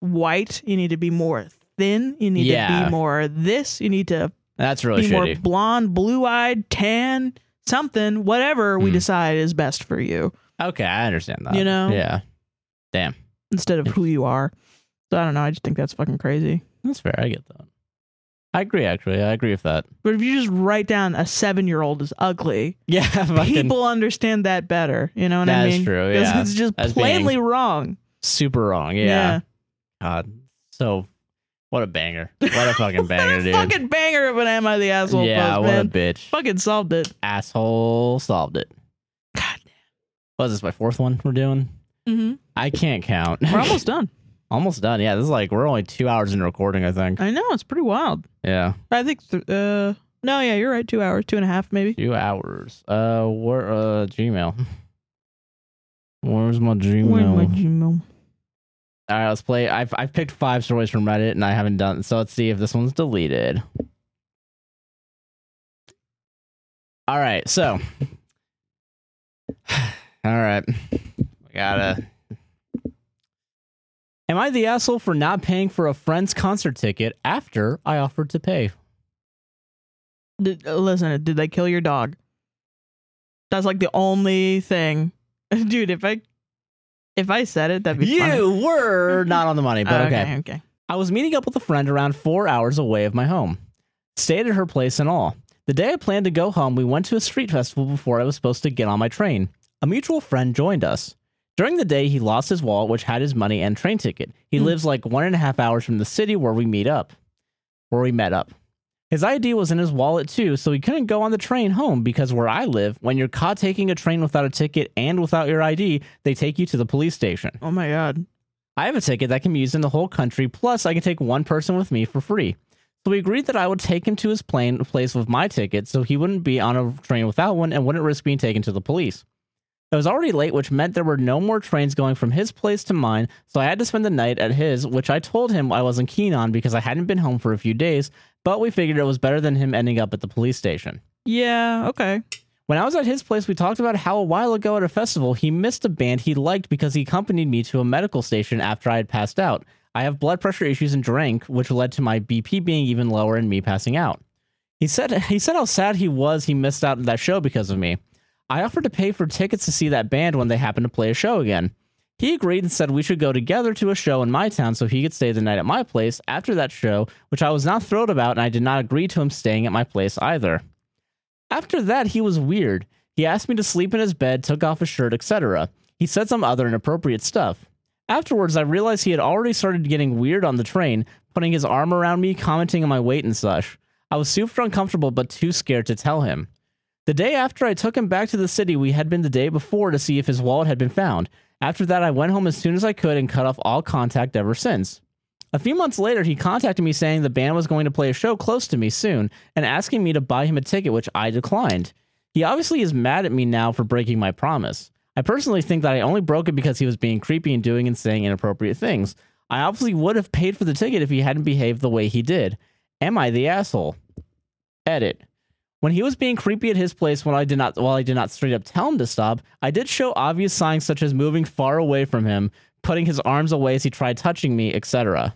[SPEAKER 2] white you need to be more thin you need to
[SPEAKER 1] Yeah.
[SPEAKER 2] be more this you need to
[SPEAKER 1] that's really
[SPEAKER 2] be more
[SPEAKER 1] shitty.
[SPEAKER 2] blonde blue-eyed tan something whatever we
[SPEAKER 1] Hmm.
[SPEAKER 2] decide is best for you
[SPEAKER 1] Okay, I understand that.
[SPEAKER 2] You know?
[SPEAKER 1] yeah,
[SPEAKER 2] instead of who you are so i don't know i just think that's fucking crazy
[SPEAKER 1] that's fair. I get that. I agree. Actually, I agree with that.
[SPEAKER 2] but if you just write down a seven-year-old is ugly
[SPEAKER 1] Yeah, fucking
[SPEAKER 2] people understand that better. You know what I
[SPEAKER 1] That
[SPEAKER 2] mean?
[SPEAKER 1] is true,
[SPEAKER 2] 'Cause
[SPEAKER 1] yeah.
[SPEAKER 2] It's just
[SPEAKER 1] As
[SPEAKER 2] plainly wrong.
[SPEAKER 1] super wrong. Yeah. God, so what a banger! What a fucking banger, dude!
[SPEAKER 2] Fucking banger of an Am I the Asshole
[SPEAKER 1] yeah,
[SPEAKER 2] post,
[SPEAKER 1] what
[SPEAKER 2] man.
[SPEAKER 1] a bitch!
[SPEAKER 2] Fucking solved it.
[SPEAKER 1] Asshole solved it.
[SPEAKER 2] God
[SPEAKER 1] What is this? My fourth one we're doing?
[SPEAKER 2] damn. hmm
[SPEAKER 1] I can't count.
[SPEAKER 2] We're almost done.
[SPEAKER 1] almost done. Yeah, this is like we're only two hours into recording. I think.
[SPEAKER 2] I know. It's pretty wild.
[SPEAKER 1] Yeah,
[SPEAKER 2] I think, th- uh, no, yeah, you're right. Two hours, two and a half maybe.
[SPEAKER 1] two hours. Uh, where? Uh, Gmail. Where's my Gmail?
[SPEAKER 2] Where's my
[SPEAKER 1] All
[SPEAKER 2] Gmail?
[SPEAKER 1] right, let's play. I've I've picked five stories from Reddit, and I haven't done. So let's see if this one's deleted. All right, so. All right, we gotta. Am I the asshole for not paying for a friend's concert ticket after I offered to pay?
[SPEAKER 2] Did, uh, listen, did they kill your dog? That's like the only thing, dude. If I, if I said it, that'd be funny.
[SPEAKER 1] You were not on the money, but
[SPEAKER 2] Uh,
[SPEAKER 1] okay.
[SPEAKER 2] okay, okay.
[SPEAKER 1] I was meeting up with a friend around four hours away of my home. Stayed at her place and all. The day I planned to go home, we went to a street festival before I was supposed to get on my train. A mutual friend joined us. During the day, he lost his wallet, which had his money and train ticket. He
[SPEAKER 2] Hmm.
[SPEAKER 1] lives like one and a half hours from the city where we meet up. Where we met up. His ID was in his wallet too, so he couldn't go on the train home because where I live, when you're caught taking a train without a ticket and without your ID, they take you to the police station.
[SPEAKER 2] Oh my god.
[SPEAKER 1] I have a ticket that can be used in the whole country, plus I can take one person with me for free. So we agreed that I would take him to his plane place with my ticket so he wouldn't be on a train without one and wouldn't risk being taken to the police. It was already late, which meant there were no more trains going from his place to mine, so I had to spend the night at his, which I told him I wasn't keen on because I hadn't been home for a few days, but we figured it was better than him ending up at the police station.
[SPEAKER 2] Yeah. Okay.
[SPEAKER 1] When I was at his place, we talked about how a while ago at a festival he missed a band he liked because he accompanied me to a medical station after I had passed out. I have blood pressure issues and drank, which led to my BP being even lower and me passing out. He said he said how sad he was he missed out on that show because of me. I offered to pay for tickets to see that band when they happened to play a show again. He agreed and said we should go together to a show in my town so he could stay the night at my place after that show, which I was not thrilled about and I did not agree to him staying at my place either. After that, he was weird. He asked me to sleep in his bed, took off his shirt, etc. He said some other inappropriate stuff. Afterwards, I realized he had already started getting weird on the train, putting his arm around me, commenting on my weight and such. I was super uncomfortable, but too scared to tell him. The day after I took him back to the city we had been the day before to see if his wallet had been found. After that, I went home as soon as I could and cut off all contact ever since. A few months later, he contacted me saying the band was going to play a show close to me soon and asking me to buy him a ticket, which I declined. He obviously is mad at me now for breaking my promise. I personally think that I only broke it because he was being creepy and doing and saying inappropriate things. I obviously would have paid for the ticket if he hadn't behaved the way he did. Am I the asshole? Edit. When he was being creepy at his place when I did not while I did not straight up tell him to stop, I did show obvious signs such as moving far away from him, putting his arms away as he tried touching me, etc.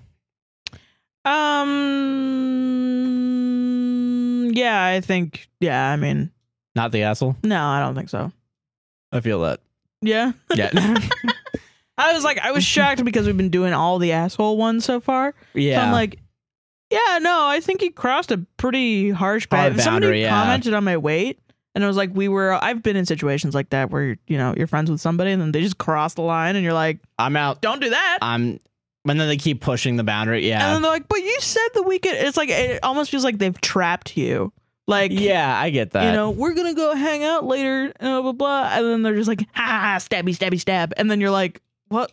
[SPEAKER 2] Um. Yeah, I think. Yeah, I mean,
[SPEAKER 1] Not the asshole.
[SPEAKER 2] no, I don't think so.
[SPEAKER 1] I feel that.
[SPEAKER 2] Yeah,
[SPEAKER 1] Yeah.
[SPEAKER 2] I was like, I was shocked because we've been doing all the asshole ones so far. So
[SPEAKER 1] yeah.
[SPEAKER 2] I'm like, yeah, no, I think he crossed a pretty harsh
[SPEAKER 1] Hard
[SPEAKER 2] boundary. Somebody
[SPEAKER 1] boundary, yeah.
[SPEAKER 2] commented on my weight, and I was like, we were. I've been in situations like that where you're, you know you're friends with somebody, and then they just cross the line, and you're like,
[SPEAKER 1] I'm out.
[SPEAKER 2] don't do that.
[SPEAKER 1] I'm. And then they keep pushing the boundary.
[SPEAKER 2] And
[SPEAKER 1] Yeah.
[SPEAKER 2] then they're like, but you said the weekend. It's like it almost feels like they've trapped you. Like,
[SPEAKER 1] yeah, I get that.
[SPEAKER 2] you know, we're gonna go hang out later, and blah blah blah. And then they're just like, ha ha, ha, stabby, stabby, stab. And then you're like, what?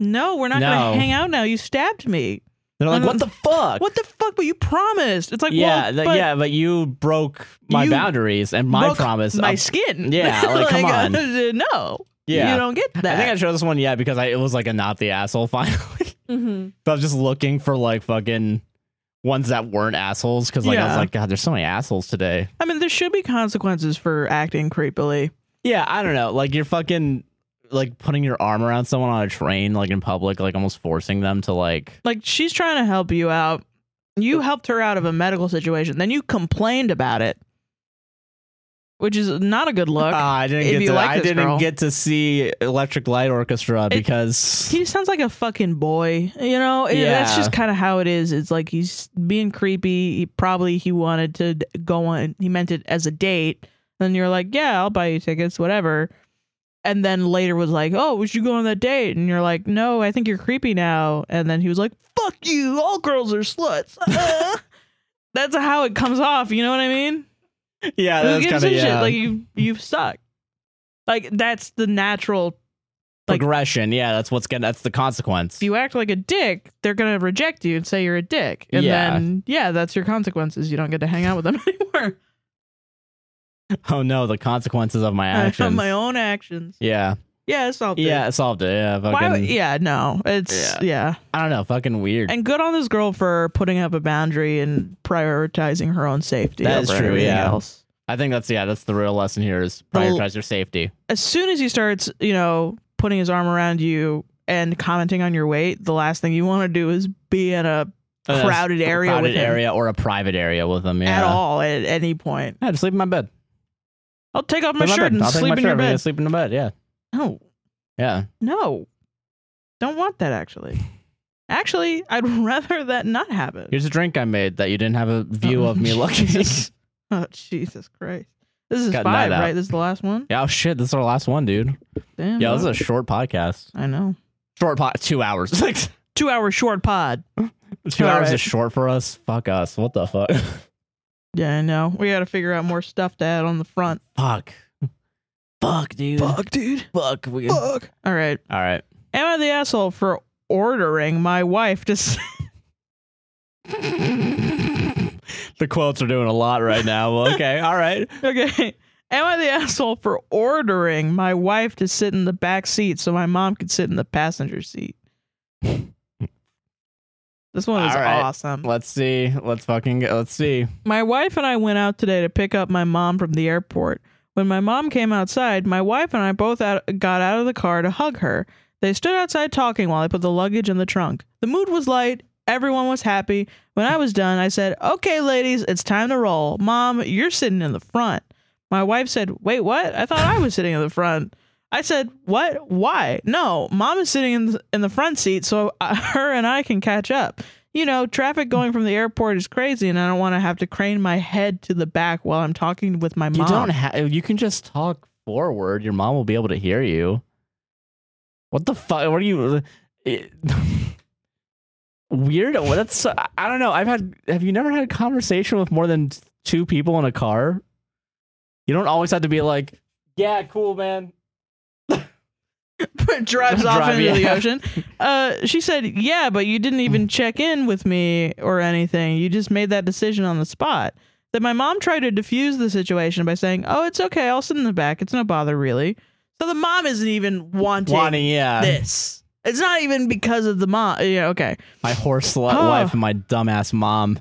[SPEAKER 2] No, we're not
[SPEAKER 1] No.
[SPEAKER 2] gonna hang out now. You stabbed me.
[SPEAKER 1] They're like,
[SPEAKER 2] and
[SPEAKER 1] what the fuck?
[SPEAKER 2] What the fuck? But you promised. It's like,
[SPEAKER 1] yeah,
[SPEAKER 2] well,
[SPEAKER 1] that-
[SPEAKER 2] but
[SPEAKER 1] yeah, but you broke my
[SPEAKER 2] You
[SPEAKER 1] boundaries and my
[SPEAKER 2] broke
[SPEAKER 1] promise.
[SPEAKER 2] my
[SPEAKER 1] I'm-
[SPEAKER 2] skin.
[SPEAKER 1] yeah, like, come on.
[SPEAKER 2] uh, no,
[SPEAKER 1] yeah,
[SPEAKER 2] you don't get
[SPEAKER 1] I
[SPEAKER 2] that.
[SPEAKER 1] think I chose this one. Yeah, because I it was like a not the asshole finally.
[SPEAKER 2] Mhm.
[SPEAKER 1] but I was just looking for like fucking ones that weren't assholes because like I was
[SPEAKER 2] Yeah.
[SPEAKER 1] like, God, there's so many assholes today.
[SPEAKER 2] I mean, there should be consequences for acting creepily.
[SPEAKER 1] Yeah, I don't know. Like you're fucking like putting your arm around someone on a train, like in public, like almost forcing them to like.
[SPEAKER 2] Like she's trying to help you out. You helped her out of a medical situation, then you complained about it, which is not a good look.
[SPEAKER 1] Ah, I didn't
[SPEAKER 2] if
[SPEAKER 1] get
[SPEAKER 2] you
[SPEAKER 1] to.
[SPEAKER 2] like
[SPEAKER 1] I
[SPEAKER 2] this
[SPEAKER 1] didn't
[SPEAKER 2] girl.
[SPEAKER 1] get to see Electric Light Orchestra because
[SPEAKER 2] he sounds like a fucking boy, you know. It- That's
[SPEAKER 1] Yeah.
[SPEAKER 2] just kind of how it is. It's like he's being creepy. He, probably he wanted to d- go on. He meant it as a date. Then you're like, yeah, I'll buy you tickets, whatever. And then later was like, oh, we should go on that date. And you're like, no, I think you're creepy now. And then he was like, fuck you, all girls are sluts. That's how it comes off. You know what I mean?
[SPEAKER 1] yeah,
[SPEAKER 2] Who
[SPEAKER 1] that's
[SPEAKER 2] gives
[SPEAKER 1] kind
[SPEAKER 2] a
[SPEAKER 1] of
[SPEAKER 2] shit?
[SPEAKER 1] yeah.
[SPEAKER 2] Like you, you suck. Like that's the natural like-
[SPEAKER 1] progression. Yeah, that's what's gonna. That's the consequence.
[SPEAKER 2] if you act like a dick, they're gonna reject you and say you're a dick, and
[SPEAKER 1] Yeah.
[SPEAKER 2] then yeah, that's your consequences. You don't get to hang out with them anymore.
[SPEAKER 1] oh no, the consequences of my
[SPEAKER 2] I
[SPEAKER 1] actions.
[SPEAKER 2] have my own actions.
[SPEAKER 1] Yeah,
[SPEAKER 2] Yeah, it's all good.
[SPEAKER 1] yeah, I solved it. Yeah, fucking.
[SPEAKER 2] Why? Yeah, no, it's yeah.
[SPEAKER 1] I don't know. Fucking weird.
[SPEAKER 2] and good on this girl for putting up a boundary and prioritizing her own safety.
[SPEAKER 1] That is
[SPEAKER 2] over
[SPEAKER 1] true,
[SPEAKER 2] everything
[SPEAKER 1] yeah.
[SPEAKER 2] else.
[SPEAKER 1] I think that's yeah. That's the real lesson here is
[SPEAKER 2] The l-
[SPEAKER 1] prioritize your safety.
[SPEAKER 2] As soon as he starts, you know, putting his arm around you and commenting on your weight, the last thing you want to do is be in a
[SPEAKER 1] Uh,
[SPEAKER 2] crowded area
[SPEAKER 1] crowded
[SPEAKER 2] with him
[SPEAKER 1] area or a private area with them. Yeah.
[SPEAKER 2] at all at any point.
[SPEAKER 1] Yeah, just sleep in my bed.
[SPEAKER 2] I'll take off my
[SPEAKER 1] Sleep in
[SPEAKER 2] shirt
[SPEAKER 1] bed.
[SPEAKER 2] and
[SPEAKER 1] I'll take
[SPEAKER 2] sleep
[SPEAKER 1] my
[SPEAKER 2] in
[SPEAKER 1] shirt.
[SPEAKER 2] your
[SPEAKER 1] We're gonna
[SPEAKER 2] bed.
[SPEAKER 1] Sleep in the bed. Yeah.
[SPEAKER 2] No,
[SPEAKER 1] Yeah.
[SPEAKER 2] no, don't want that. Actually, actually, I'd rather that not happen. Oh,
[SPEAKER 1] Here's a drink I made that you didn't have a view of me looking.
[SPEAKER 2] Jesus. oh Jesus Christ! This is
[SPEAKER 1] Got
[SPEAKER 2] five,
[SPEAKER 1] night out.
[SPEAKER 2] right? This is the last one.
[SPEAKER 1] yeah. Oh shit. This is our last one, dude.
[SPEAKER 2] Damn.
[SPEAKER 1] Yeah.
[SPEAKER 2] bro.
[SPEAKER 1] This is a short podcast.
[SPEAKER 2] I know.
[SPEAKER 1] Short pod. Two hours. Like
[SPEAKER 2] Two hour short pod.
[SPEAKER 1] two hours
[SPEAKER 2] Alright.
[SPEAKER 1] is short for us. Fuck us. What the fuck.
[SPEAKER 2] Yeah, I know. We got to figure out more stuff to add on the front.
[SPEAKER 1] Fuck. Fuck, dude.
[SPEAKER 2] dude.
[SPEAKER 1] Fuck. We- All
[SPEAKER 2] Fuck. All right.
[SPEAKER 1] right.
[SPEAKER 2] Am I the asshole for ordering my wife to? s-
[SPEAKER 1] the quotes are doing a lot right now. Well, okay. All right.
[SPEAKER 2] Okay. Am I the asshole for ordering my wife to sit in the back seat so my mom could sit in the passenger seat? this one is
[SPEAKER 1] All right.
[SPEAKER 2] awesome.
[SPEAKER 1] Let's see. Let's fucking go. Let's see.
[SPEAKER 2] My wife and I went out today to pick up my mom from the airport. When my mom came outside, my wife and I both out- got out of the car to hug her. They stood outside talking while I put the luggage in the trunk. The mood was light. Everyone was happy. When I was done, I said, Okay, ladies, it's time to roll. Mom, you're sitting in the front. My wife said, Wait, what? I thought I was sitting in the front. I said, What? Why? No, mom is sitting in the, in the front seat so I, her and I can catch up. You know, traffic going from the airport is crazy, and I don't want to have to crane my head to the back while I'm talking with my mom.
[SPEAKER 1] You don't have. You can just talk forward. Your mom will be able to hear you. What the fuck? What are you? It- Weird. What- That's. I don't know. I've had. Have you never had a conversation with more than two people in a car? You don't always have to be like, yeah, cool, man.
[SPEAKER 2] drives off
[SPEAKER 1] Drive,
[SPEAKER 2] into the
[SPEAKER 1] yeah. Mm.
[SPEAKER 2] ocean. Uh, she said, "Yeah, but you didn't even check in with me or anything. You just made that decision on the spot." Then my mom tried to defuse the situation by saying, "Oh, it's okay. I'll sit in the back. It's no bother, really." So the mom isn't even wanting
[SPEAKER 1] Lonnie, yeah.
[SPEAKER 2] this. It's not even because of the mom. Yeah, okay.
[SPEAKER 1] My horse slut
[SPEAKER 2] Oh.
[SPEAKER 1] wife and my dumbass mom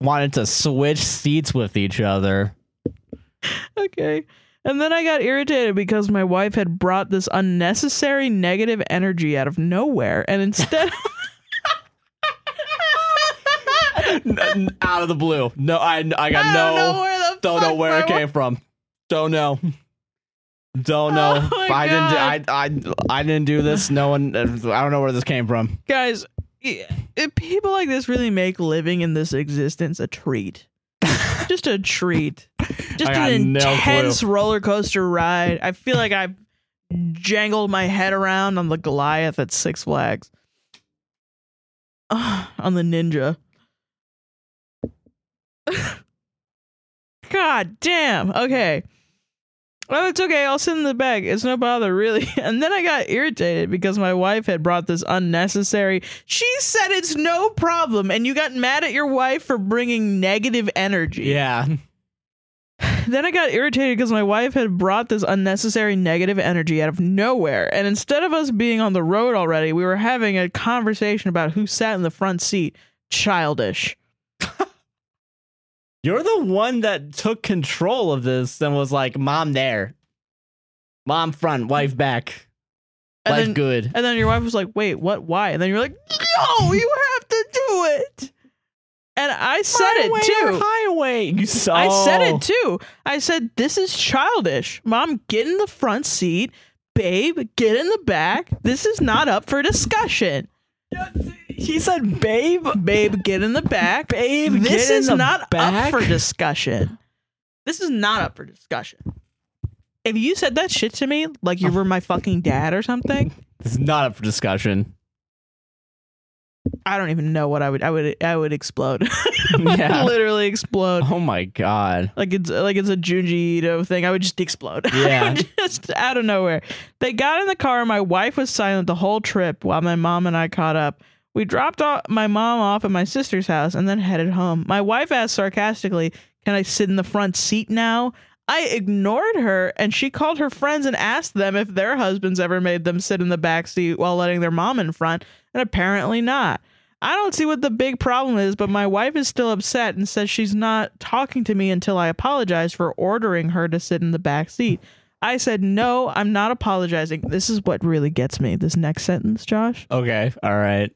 [SPEAKER 1] wanted to switch seats with each other.
[SPEAKER 2] okay. And then I got irritated because my wife had brought this unnecessary negative energy out of nowhere. And instead
[SPEAKER 1] N- out of the blue. No, I I got no.
[SPEAKER 2] don't know where the
[SPEAKER 1] don't know
[SPEAKER 2] fuck
[SPEAKER 1] where
[SPEAKER 2] my
[SPEAKER 1] it came from. Don't know. Don't know.
[SPEAKER 2] Oh my
[SPEAKER 1] I didn't. do- I I I didn't do this. No one. I don't know where this came from.
[SPEAKER 2] guys i- if people like this really make living in this existence a treat just a treat just
[SPEAKER 1] I got
[SPEAKER 2] an
[SPEAKER 1] no clue.
[SPEAKER 2] intense roller coaster ride i feel like i've jangled my head around on the goliath at six flags Ugh, on the ninja god damn okay well, it's okay. I'll sit in the bag. It's no bother, really. And then I got irritated because my wife had brought this unnecessary. She said it's no problem, and you got mad at your wife for bringing negative energy.
[SPEAKER 1] Yeah.
[SPEAKER 2] Then I got irritated because my wife had brought this unnecessary negative energy out of nowhere. And instead of us being on the road already, we were having a conversation about who sat in the front seat. Childish.
[SPEAKER 1] You're the one that took control of this and was like, "Mom, there. Mom front, wife back.
[SPEAKER 2] And
[SPEAKER 1] Life
[SPEAKER 2] then-
[SPEAKER 1] good."
[SPEAKER 2] And then your wife was like, wait, what? Why? And then you're like, no, you have to do it. And I said
[SPEAKER 1] Highway
[SPEAKER 2] it
[SPEAKER 1] or
[SPEAKER 2] too.
[SPEAKER 1] Highway. You saw.
[SPEAKER 2] I said
[SPEAKER 1] Oh.
[SPEAKER 2] it too. I said, this is childish. Mom, get in the front seat. Babe, get in the back. This is not up for discussion.
[SPEAKER 1] He said, "Babe."
[SPEAKER 2] Babe, get in the back.
[SPEAKER 1] Babe,
[SPEAKER 2] this
[SPEAKER 1] get in
[SPEAKER 2] is
[SPEAKER 1] the
[SPEAKER 2] not
[SPEAKER 1] back.
[SPEAKER 2] up for discussion. This is not up for discussion. If you said that shit to me, like
[SPEAKER 1] Oh.
[SPEAKER 2] you were my fucking dad or something,
[SPEAKER 1] This is not up for discussion.
[SPEAKER 2] I don't even know what I would. I would. I would explode.
[SPEAKER 1] Yeah.
[SPEAKER 2] literally explode.
[SPEAKER 1] Oh my god.
[SPEAKER 2] Like it's like it's a Junji Ito thing. I would just explode. I
[SPEAKER 1] Yeah.
[SPEAKER 2] would just out of nowhere. They got in the car. My wife was silent the whole trip while my mom and I caught up. We dropped off my mom off at my sister's house and then headed home. My wife asked sarcastically, "Can I sit in the front seat now?" I ignored her and she called her friends and asked them if their husbands ever made them sit in the back seat while letting their mom in front, and apparently not. I don't see what the big problem is, but my wife is still upset and says she's not talking to me until I apologize for ordering her to sit in the back seat. I said, No, I'm not apologizing. This is what really gets me. This next sentence, Josh.
[SPEAKER 1] Okay. All right.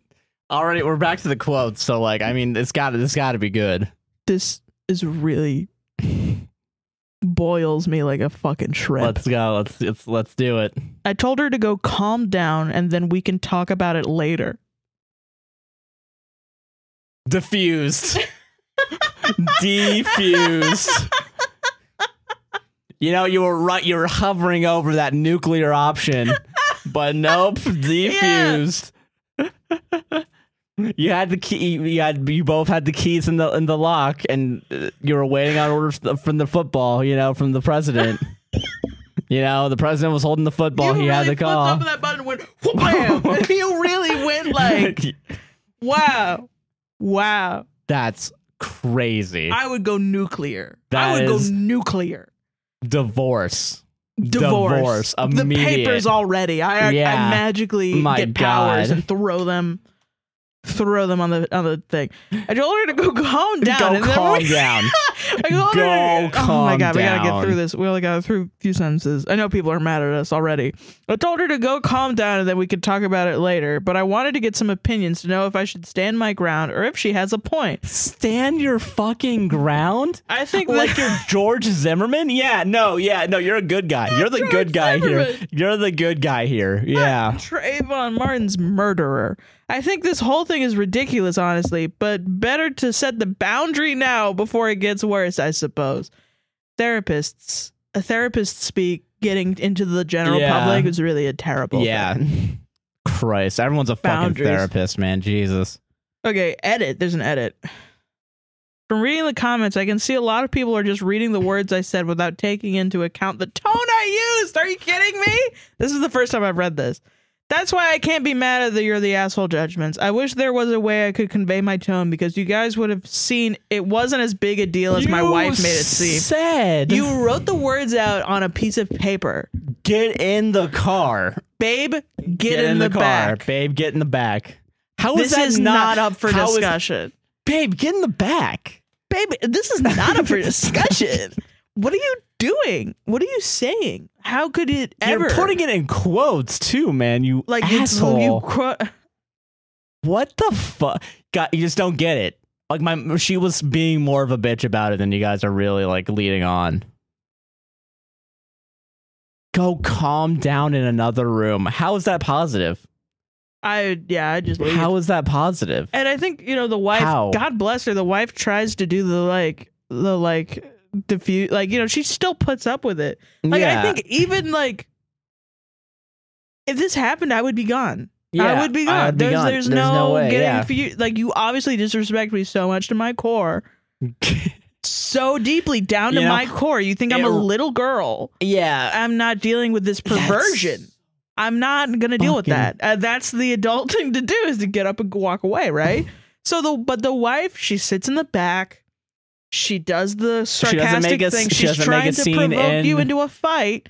[SPEAKER 1] Already, we're back to the quotes. So, like, I mean, it's got to it's got to be good.
[SPEAKER 2] This is really boils me like a fucking shrimp.
[SPEAKER 1] Let's go. Let's let's let's do it.
[SPEAKER 2] I told her to go calm down and then we can talk about it later.
[SPEAKER 1] Diffused. Defused. You know, you were right. You were hovering over that nuclear option, but nope, defused. you had the key. You had you both had the keys in the in the lock, and uh, you were waiting on orders th- from the football. You know, from the president. you know, the president was holding the football.
[SPEAKER 2] you
[SPEAKER 1] he had
[SPEAKER 2] really
[SPEAKER 1] the call.
[SPEAKER 2] flipped up that button and went, wham! you really went like, wow. Wow.
[SPEAKER 1] That's crazy.
[SPEAKER 2] I would go nuclear.
[SPEAKER 1] That
[SPEAKER 2] I would
[SPEAKER 1] is-
[SPEAKER 2] go nuclear.
[SPEAKER 1] Divorce.
[SPEAKER 2] Divorce.
[SPEAKER 1] Divorce,
[SPEAKER 2] the
[SPEAKER 1] immediate.
[SPEAKER 2] papers already. I, I
[SPEAKER 1] Yeah.
[SPEAKER 2] magically
[SPEAKER 1] My
[SPEAKER 2] get powers
[SPEAKER 1] God.
[SPEAKER 2] and throw them, throw them on the on the thing. I told her to go calm down.
[SPEAKER 1] Go
[SPEAKER 2] and then
[SPEAKER 1] calm
[SPEAKER 2] we-
[SPEAKER 1] down.
[SPEAKER 2] I told
[SPEAKER 1] Go
[SPEAKER 2] her to- oh my
[SPEAKER 1] calm
[SPEAKER 2] god, we gotta get
[SPEAKER 1] down.
[SPEAKER 2] through this. We only got through a few sentences. I know people are mad at us already. I told her to go calm down and then we could talk about it later. But I wanted to get some opinions to know if I should stand my ground or if she has a point.
[SPEAKER 1] Stand your fucking ground.
[SPEAKER 2] I think that-
[SPEAKER 1] Like you're George Zimmerman? Yeah, no, yeah, no, you're a good guy. You're the
[SPEAKER 2] George
[SPEAKER 1] good guy
[SPEAKER 2] Zimmerman.
[SPEAKER 1] here. You're the good guy here. Yeah.
[SPEAKER 2] Trayvon Martin's murderer. I think this whole thing is ridiculous, honestly, but better to set the boundary now before it gets worse, I suppose. Therapists, a therapist speak getting into the general
[SPEAKER 1] Yeah.
[SPEAKER 2] public is really a terrible. thing.
[SPEAKER 1] Yeah. Christ, everyone's a fucking
[SPEAKER 2] Boundaries.
[SPEAKER 1] therapist, man. Jesus.
[SPEAKER 2] Okay, edit. There's an edit. From reading the comments, I can see a lot of people are just reading the words I said without taking into account the tone I used. Are you kidding me? This is the first time I've read this. That's why I can't be mad at the you're the asshole judgments. I wish there was a way I could convey my tone because you guys would have seen it wasn't as big a deal as my
[SPEAKER 1] You
[SPEAKER 2] wife made it seem.
[SPEAKER 1] Said you
[SPEAKER 2] You wrote the words out on a piece of paper.
[SPEAKER 1] get in the car.
[SPEAKER 2] Babe, get, in, the, back.
[SPEAKER 1] car, babe. Get in the back. How is
[SPEAKER 2] This
[SPEAKER 1] that
[SPEAKER 2] is not, up for
[SPEAKER 1] how is-
[SPEAKER 2] discussion.
[SPEAKER 1] babe, get in the back.
[SPEAKER 2] baby, this is not up for discussion. What are you doing? What are you saying? How could it ever?
[SPEAKER 1] You're putting it in quotes too, man. You
[SPEAKER 2] like
[SPEAKER 1] asshole.
[SPEAKER 2] it's you. Cro-
[SPEAKER 1] What the fuck? God, you just don't get it. Like my she was being more of a bitch about it than you guys are really like leading on. Go calm down in another room. How is that positive?
[SPEAKER 2] I yeah, I just leave.
[SPEAKER 1] How is that positive?
[SPEAKER 2] And I think you know the wife.
[SPEAKER 1] How?
[SPEAKER 2] God bless her. The wife tries to do the like the like diffuse like you know she still puts up with it. Like I think even like if this happened, I would be gone. I would be gone.
[SPEAKER 1] I'd be
[SPEAKER 2] there's,
[SPEAKER 1] gone.
[SPEAKER 2] there's no,
[SPEAKER 1] way.
[SPEAKER 2] getting
[SPEAKER 1] yeah.
[SPEAKER 2] for you. Like you obviously disrespect me so much to my core, so deeply down to
[SPEAKER 1] You know,
[SPEAKER 2] my core. You think I'm
[SPEAKER 1] it-
[SPEAKER 2] a little girl?
[SPEAKER 1] yeah.
[SPEAKER 2] I'm not dealing with this perversion.
[SPEAKER 1] That's-
[SPEAKER 2] I'm not gonna deal with that.
[SPEAKER 1] Fucking-
[SPEAKER 2] Uh, that's the adult thing to do is to get up and go walk away, right? so the but the wife she sits in the back. She does the
[SPEAKER 1] doesn't
[SPEAKER 2] sarcastic
[SPEAKER 1] make a-
[SPEAKER 2] thing.
[SPEAKER 1] she
[SPEAKER 2] She's
[SPEAKER 1] doesn't make
[SPEAKER 2] trying
[SPEAKER 1] a
[SPEAKER 2] to
[SPEAKER 1] scene
[SPEAKER 2] provoke
[SPEAKER 1] and-
[SPEAKER 2] you into a fight,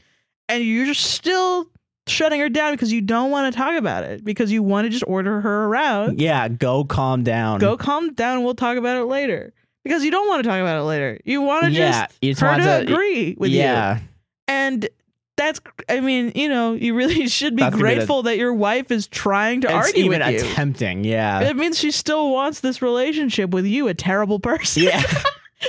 [SPEAKER 2] and you're still shutting her down because you don't want to talk about it because you want to just order her around.
[SPEAKER 1] Yeah. Go calm down.
[SPEAKER 2] Go calm down. We'll talk about it later because you don't want to talk about it later. You want to
[SPEAKER 1] Yeah,
[SPEAKER 2] just
[SPEAKER 1] you just
[SPEAKER 2] her
[SPEAKER 1] want
[SPEAKER 2] to
[SPEAKER 1] to-
[SPEAKER 2] agree with you
[SPEAKER 1] yeah.
[SPEAKER 2] and that's i mean you know you really should be
[SPEAKER 1] That's gonna be the-
[SPEAKER 2] grateful that your wife is trying to
[SPEAKER 1] It's
[SPEAKER 2] argue
[SPEAKER 1] even
[SPEAKER 2] with you
[SPEAKER 1] attempting. Yeah.
[SPEAKER 2] it means she still wants this relationship with you a terrible person
[SPEAKER 1] yeah.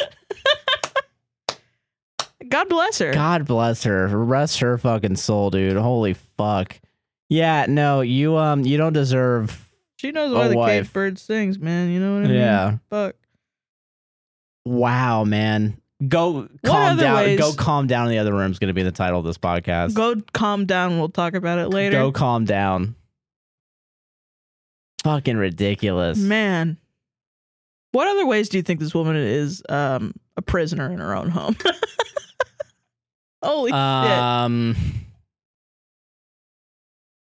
[SPEAKER 2] god bless her
[SPEAKER 1] God bless her. Rest her fucking soul, dude. Holy fuck. Yeah, no, you um you don't deserve
[SPEAKER 2] she knows
[SPEAKER 1] A
[SPEAKER 2] why the
[SPEAKER 1] wife.
[SPEAKER 2] cave bird sings man you know what i mean
[SPEAKER 1] Yeah.
[SPEAKER 2] fuck
[SPEAKER 1] Wow, man. Go calm
[SPEAKER 2] other
[SPEAKER 1] down.
[SPEAKER 2] ways-
[SPEAKER 1] Go calm down in the other room is gonna be the title of this podcast.
[SPEAKER 2] go calm down we'll talk about it later
[SPEAKER 1] Go calm down. Fucking ridiculous.
[SPEAKER 2] man what other ways do you think this woman is um a prisoner in her own home holy shit
[SPEAKER 1] Um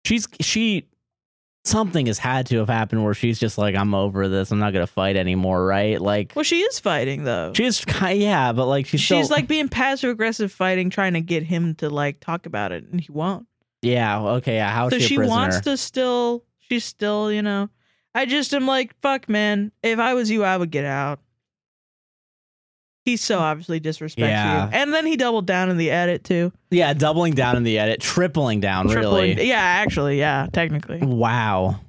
[SPEAKER 1] She's she something has had to have happened where she's just like, I'm over this, I'm not gonna fight anymore, right? Like
[SPEAKER 2] well she is fighting though
[SPEAKER 1] she's kind yeah, but like she's
[SPEAKER 2] she's,
[SPEAKER 1] still,
[SPEAKER 2] like being passive aggressive fighting trying to get him to like talk about it and he won't
[SPEAKER 1] Yeah. Okay. Yeah. How is
[SPEAKER 2] so
[SPEAKER 1] she, a
[SPEAKER 2] she
[SPEAKER 1] prisoner?
[SPEAKER 2] wants to still she's still you know i just am like fuck man if i was you i would get out he so obviously disrespects
[SPEAKER 1] Mm. Yeah.
[SPEAKER 2] you and then he doubled down in the edit too
[SPEAKER 1] Yeah, doubling down in the edit, tripling down.
[SPEAKER 2] Tripling-
[SPEAKER 1] Really. Mm.
[SPEAKER 2] yeah actually yeah technically
[SPEAKER 1] Wow.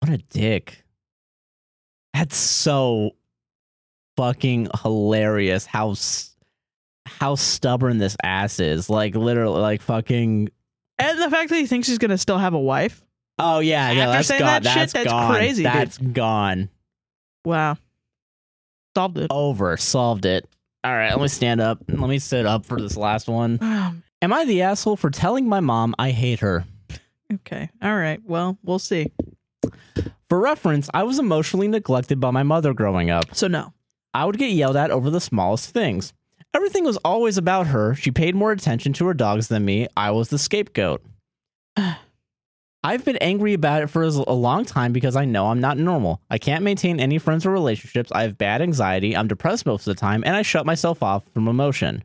[SPEAKER 1] What a dick. That's so fucking hilarious. How s- how stubborn this ass is. Like literally, like fucking.
[SPEAKER 2] and the fact that he thinks he's gonna still have a wife
[SPEAKER 1] Oh yeah, yeah.
[SPEAKER 2] After
[SPEAKER 1] That's
[SPEAKER 2] saying
[SPEAKER 1] gone.
[SPEAKER 2] that shit, that's
[SPEAKER 1] gone.
[SPEAKER 2] crazy, dude.
[SPEAKER 1] That's gone.
[SPEAKER 2] wow solved it
[SPEAKER 1] Over. Solved it. All right. Let me stand up. Let me sit up for this last one. Am I the asshole for telling my mom I hate her?
[SPEAKER 2] okay all right well we'll see
[SPEAKER 1] For reference, I was emotionally neglected by my mother growing up.
[SPEAKER 2] so no
[SPEAKER 1] I would get yelled at over the smallest things. Everything was always about her. She paid more attention to her dogs than me. I was the scapegoat. I've been angry about it for as- a long time because I know I'm not normal. I can't maintain any friends or relationships. I have bad anxiety. I'm depressed most of the time, and I shut myself off from emotion.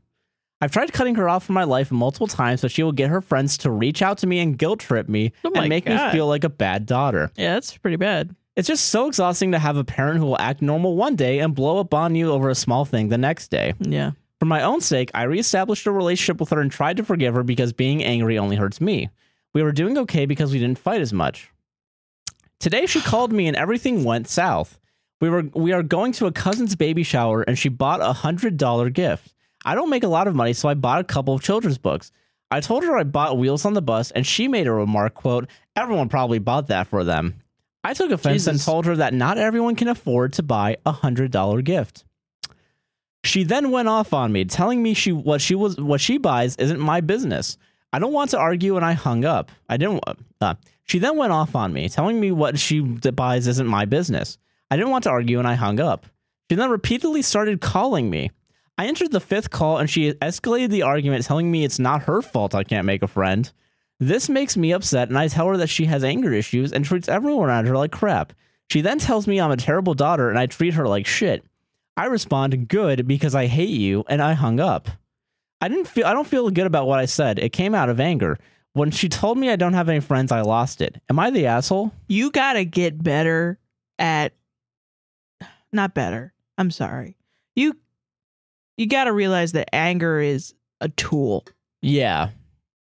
[SPEAKER 1] I've tried cutting her off from my life multiple times, but she will get her friends to reach out to me and guilt trip me
[SPEAKER 2] Oh my
[SPEAKER 1] and make me
[SPEAKER 2] God.
[SPEAKER 1] feel like a bad daughter.
[SPEAKER 2] yeah that's pretty bad
[SPEAKER 1] It's just so exhausting to have a parent who will act normal one day and blow up on you over a small thing the next day.
[SPEAKER 2] yeah
[SPEAKER 1] For my own sake, I reestablished a relationship with her and tried to forgive her because being angry only hurts me. We were doing okay because we didn't fight as much. Today she called me and everything went south. We were we are going to a cousin's baby shower and she bought a hundred dollar gift. I don't make a lot of money, so I bought a couple of children's books. I told her I bought Wheels on the Bus, and she made a remark, quote, everyone probably bought that for them. I took offense and
[SPEAKER 2] Jesus.
[SPEAKER 1] told her that not everyone can afford to buy a hundred dollar gift. She then went off on me, telling me she what she was what she buys isn't my business. I don't want to argue, and I hung up. I didn't. Uh, she then went off on me, telling me what she d- buys isn't my business. I didn't want to argue, and I hung up. She then repeatedly started calling me. I entered the fifth call, and she escalated the argument, telling me it's not her fault I can't make a friend. This makes me upset, and I tell her that she has anger issues and treats everyone around her like crap. She then tells me I'm a terrible daughter, and I treat her like shit. I respond, "Good, because I hate you," and I hung up. I didn't feel I don't feel good about what I said. It came out of anger. When she told me I don't have any friends, I lost it. Am I the asshole?
[SPEAKER 2] you gotta get better at not better i'm sorry you you gotta realize that anger is a tool
[SPEAKER 1] Yeah.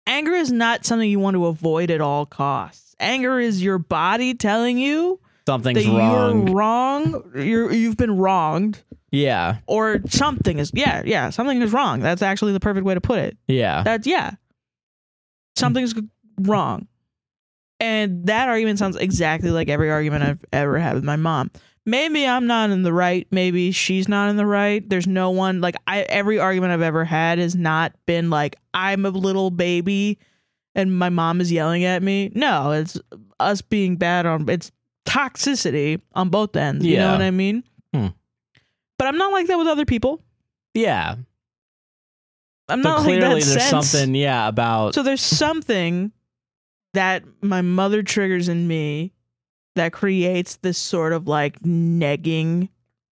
[SPEAKER 2] anger is not something you want to avoid at all costs anger is your body telling you
[SPEAKER 1] something's
[SPEAKER 2] that
[SPEAKER 1] wrong.
[SPEAKER 2] you're wrong, you're, you've been wronged,
[SPEAKER 1] yeah,
[SPEAKER 2] or something is yeah, yeah, something is wrong. That's actually the perfect way to put it.
[SPEAKER 1] yeah,
[SPEAKER 2] That's yeah, something's g- wrong, and that argument sounds exactly like every argument I've ever had with my mom. Maybe I'm not in the right. Maybe she's not in the right. There's no one like I. Every argument I've ever had has not been like I'm a little baby, and my mom is yelling at me. No, it's us being bad on it's toxicity on both ends. You know
[SPEAKER 1] Yeah.
[SPEAKER 2] what I mean?
[SPEAKER 1] Hmm.
[SPEAKER 2] But I'm not like that with other people.
[SPEAKER 1] yeah.
[SPEAKER 2] I'm
[SPEAKER 1] So
[SPEAKER 2] not
[SPEAKER 1] clearly,
[SPEAKER 2] like that.
[SPEAKER 1] there's
[SPEAKER 2] sense.
[SPEAKER 1] something, yeah, about
[SPEAKER 2] So there's something that my mother triggers in me that creates this sort of like negging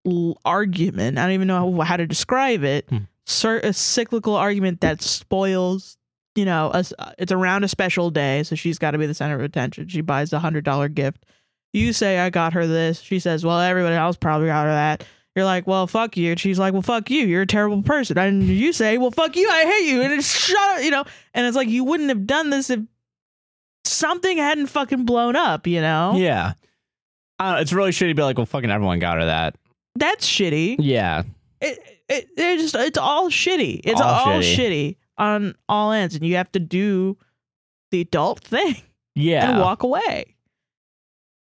[SPEAKER 2] l- argument. I don't even know how, how to describe it.
[SPEAKER 1] Hmm.
[SPEAKER 2] Cer- a cyclical argument that spoils. You know, a s- uh, it's around a special day, so she's got to be the center of attention. She buys the hundred dollar gift. You say I got her this. She says, "Well, everybody else probably got her that." You're like, "Well, fuck you." And she's like, "Well, fuck you. You're a terrible person." And you say, "Well, fuck you. I hate you." And it's shut up. You know, and it's like you wouldn't have done this if something hadn't fucking blown up, you know?
[SPEAKER 1] yeah. I don't know, it's really shitty to be like, well, fucking everyone got her that.
[SPEAKER 2] That's shitty.
[SPEAKER 1] Yeah,
[SPEAKER 2] It, it, they're just, it's all shitty. It's all,
[SPEAKER 1] All
[SPEAKER 2] shitty.
[SPEAKER 1] shitty.
[SPEAKER 2] on all ends. And you have to do the adult thing
[SPEAKER 1] yeah,
[SPEAKER 2] and walk away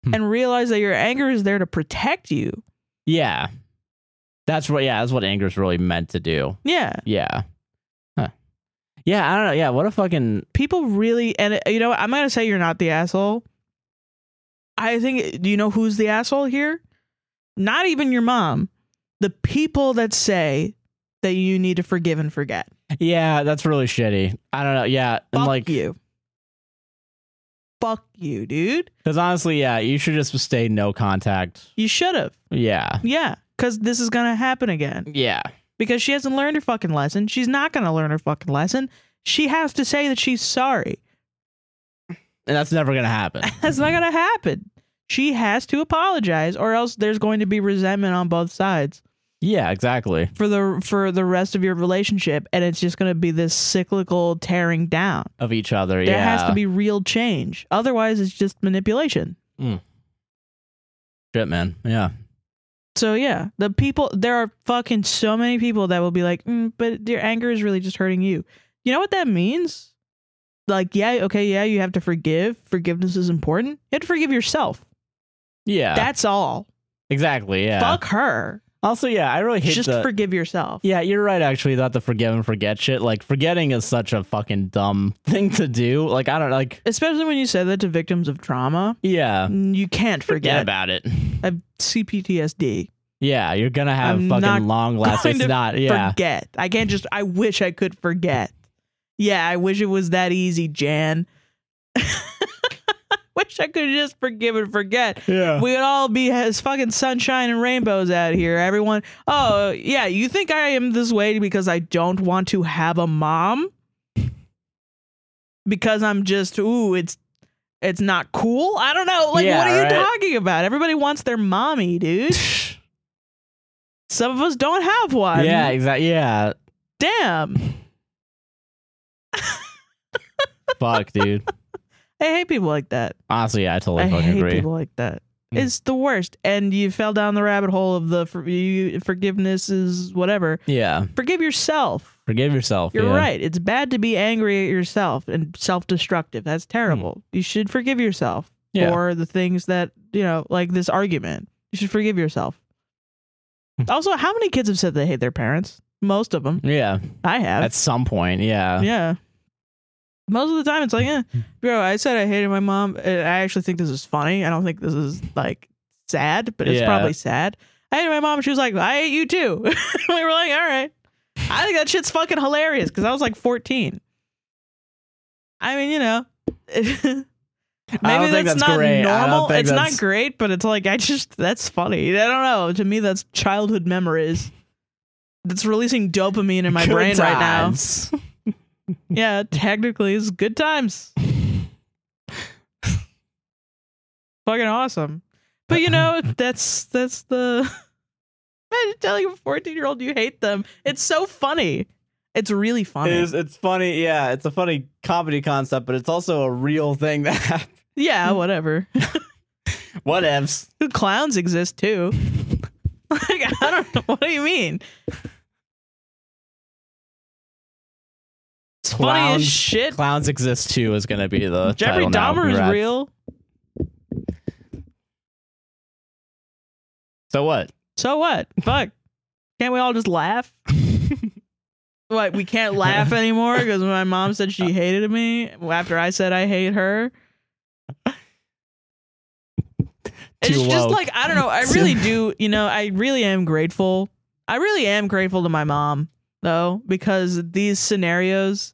[SPEAKER 1] Hmm.
[SPEAKER 2] and realize that your anger is there to protect you.
[SPEAKER 1] yeah. That's what, yeah, that's what anger's really meant to do.
[SPEAKER 2] Yeah.
[SPEAKER 1] Yeah, huh. yeah. I don't know. Yeah, what a fucking
[SPEAKER 2] People really, and uh, you know, what? I'm not going to say you're not the asshole. I think, do you know who's the asshole here? Not even your mom. The people that say that you need to forgive and forget.
[SPEAKER 1] yeah. That's really shitty. I don't know. Yeah, and
[SPEAKER 2] Fuck
[SPEAKER 1] like,
[SPEAKER 2] you. Fuck you, dude.
[SPEAKER 1] because honestly, yeah, you should just stay no contact.
[SPEAKER 2] You should have.
[SPEAKER 1] Yeah,
[SPEAKER 2] Yeah. Cause this is gonna happen again.
[SPEAKER 1] yeah,
[SPEAKER 2] Because she hasn't learned her fucking lesson. She's not gonna learn her fucking lesson. She has to say that she's sorry.
[SPEAKER 1] and that's never gonna happen.
[SPEAKER 2] That's not gonna happen. She has to apologize, or else there's going to be resentment on both sides
[SPEAKER 1] yeah, exactly.
[SPEAKER 2] for the for the rest of your relationship, and it's just gonna be this cyclical tearing down.
[SPEAKER 1] Of each other.
[SPEAKER 2] There
[SPEAKER 1] yeah,
[SPEAKER 2] has to be real change. Otherwise, it's just manipulation.
[SPEAKER 1] shit, man. Yeah.
[SPEAKER 2] So yeah, the people there are fucking so many people that will be like, mm, but your anger is really just hurting you. You know what that means? Like, yeah, okay, yeah, you have to forgive. Forgiveness is important. You have to forgive yourself.
[SPEAKER 1] Yeah,
[SPEAKER 2] That's all.
[SPEAKER 1] exactly. Yeah.
[SPEAKER 2] Fuck her.
[SPEAKER 1] Also, yeah, I really hate
[SPEAKER 2] Just
[SPEAKER 1] the.
[SPEAKER 2] forgive yourself.
[SPEAKER 1] yeah, you're right. Actually, about the forgive and forget shit. Like, forgetting is such a fucking dumb thing to do. Like, I don't like.
[SPEAKER 2] Especially when you say that to victims of trauma,
[SPEAKER 1] Yeah,
[SPEAKER 2] Mm, you can't
[SPEAKER 1] forget
[SPEAKER 2] forget.
[SPEAKER 1] about it.
[SPEAKER 2] I have CPTSD.
[SPEAKER 1] Yeah, you're gonna have
[SPEAKER 2] I'm not
[SPEAKER 1] fucking long lasting.
[SPEAKER 2] going
[SPEAKER 1] It's
[SPEAKER 2] to
[SPEAKER 1] not. Yeah,
[SPEAKER 2] Forget. I can't just. I wish I could forget. Yeah, I wish it was that easy, Jan. wish I could just forgive and forget.
[SPEAKER 1] yeah,
[SPEAKER 2] We would all be as fucking sunshine and rainbows out here. Everyone, oh, yeah, you think I am this way because I don't want to have a mom? Because I'm just, ooh, it's it's not cool? I don't know. Like,
[SPEAKER 1] Yeah,
[SPEAKER 2] what are you
[SPEAKER 1] right.
[SPEAKER 2] talking about? Everybody wants their mommy, dude. Some of us don't have one.
[SPEAKER 1] yeah, exactly. Yeah,
[SPEAKER 2] Damn.
[SPEAKER 1] fuck, dude.
[SPEAKER 2] I hate people like that.
[SPEAKER 1] Honestly, yeah, I totally
[SPEAKER 2] I
[SPEAKER 1] fucking
[SPEAKER 2] hate
[SPEAKER 1] agree.
[SPEAKER 2] people like that.
[SPEAKER 1] Mm.
[SPEAKER 2] It's the worst. And you fell down the rabbit hole of the for, you, forgiveness is whatever.
[SPEAKER 1] Yeah,
[SPEAKER 2] Forgive yourself.
[SPEAKER 1] forgive yourself.
[SPEAKER 2] You're
[SPEAKER 1] yeah.
[SPEAKER 2] right. It's bad to be angry at yourself and self destructive. That's terrible. You should forgive yourself
[SPEAKER 1] Hmm. Yeah.
[SPEAKER 2] for the things that, you know, like this argument. You should forgive yourself.
[SPEAKER 1] Hmm.
[SPEAKER 2] also, how many kids have said they hate their parents? Most of them.
[SPEAKER 1] Yeah,
[SPEAKER 2] I have.
[SPEAKER 1] at some point. Yeah,
[SPEAKER 2] yeah. Most of the time, it's like, eh, bro, I said I hated my mom. and I actually think this is funny. I don't think this is like sad, but it's
[SPEAKER 1] Yeah.
[SPEAKER 2] probably sad. I hated my mom. She was like, I hate you too. we were like, all right. I think that shit's fucking hilarious because I was like 14. I mean, you know, maybe
[SPEAKER 1] I don't think that's,
[SPEAKER 2] not
[SPEAKER 1] great. I don't
[SPEAKER 2] normal.
[SPEAKER 1] think
[SPEAKER 2] It's
[SPEAKER 1] that's,
[SPEAKER 2] not great, but it's like, I just, that's funny. I don't know. To me, that's childhood memories. That's releasing dopamine in my
[SPEAKER 1] Good
[SPEAKER 2] brain right now
[SPEAKER 1] times.
[SPEAKER 2] yeah, technically it's good times. Fucking awesome. But you know, that's that's the I'm telling a 14 year old you hate them. It's so funny. It's really funny.
[SPEAKER 1] It is, it's funny, yeah. It's a funny comedy concept, but it's also a real thing that happened.
[SPEAKER 2] yeah, whatever.
[SPEAKER 1] Whatevs.
[SPEAKER 2] Clowns exist too. like I don't know. What do you mean? It's funny as
[SPEAKER 1] Clowns-
[SPEAKER 2] shit.
[SPEAKER 1] Clowns exist too is gonna be the
[SPEAKER 2] Jeffrey
[SPEAKER 1] title now.
[SPEAKER 2] Dahmer is
[SPEAKER 1] Congrats.
[SPEAKER 2] real.
[SPEAKER 1] So what?
[SPEAKER 2] So what? Fuck. Can't we all just laugh? what? We can't laugh anymore because my mom said she hated me after I said I hate her. it's
[SPEAKER 1] Too
[SPEAKER 2] just
[SPEAKER 1] woke.
[SPEAKER 2] like I don't know. I really do. You know, I really am grateful. I really am grateful to my mom though because these scenarios.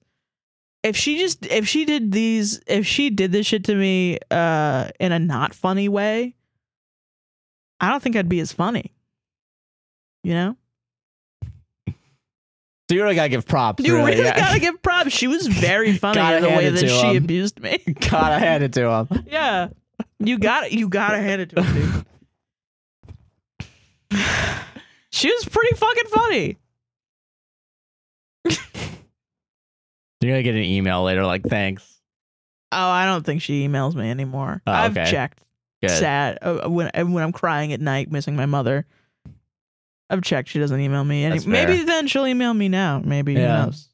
[SPEAKER 2] If she just if she did these if she did this shit to me uh in a not funny way, I don't think I'd be as funny. You know?
[SPEAKER 1] So you really gotta give props.
[SPEAKER 2] You really
[SPEAKER 1] yeah.
[SPEAKER 2] gotta give props. She was very funny
[SPEAKER 1] Gotta
[SPEAKER 2] in the
[SPEAKER 1] hand
[SPEAKER 2] way
[SPEAKER 1] it
[SPEAKER 2] that
[SPEAKER 1] to
[SPEAKER 2] she
[SPEAKER 1] him.
[SPEAKER 2] abused me.
[SPEAKER 1] gotta hand it to him.
[SPEAKER 2] yeah. You gotta you gotta hand it to her, dude. she was pretty fucking funny.
[SPEAKER 1] You're gonna get an email later, like thanks.
[SPEAKER 2] Oh, I don't think she emails me anymore.
[SPEAKER 1] Oh,
[SPEAKER 2] I've
[SPEAKER 1] okay.
[SPEAKER 2] checked.
[SPEAKER 1] Good.
[SPEAKER 2] Sad uh, when and when I'm crying at night, missing my mother. I've checked. She doesn't email me. Any-
[SPEAKER 1] That's fair.
[SPEAKER 2] maybe then she'll email me now. Maybe
[SPEAKER 1] Yeah.
[SPEAKER 2] who knows?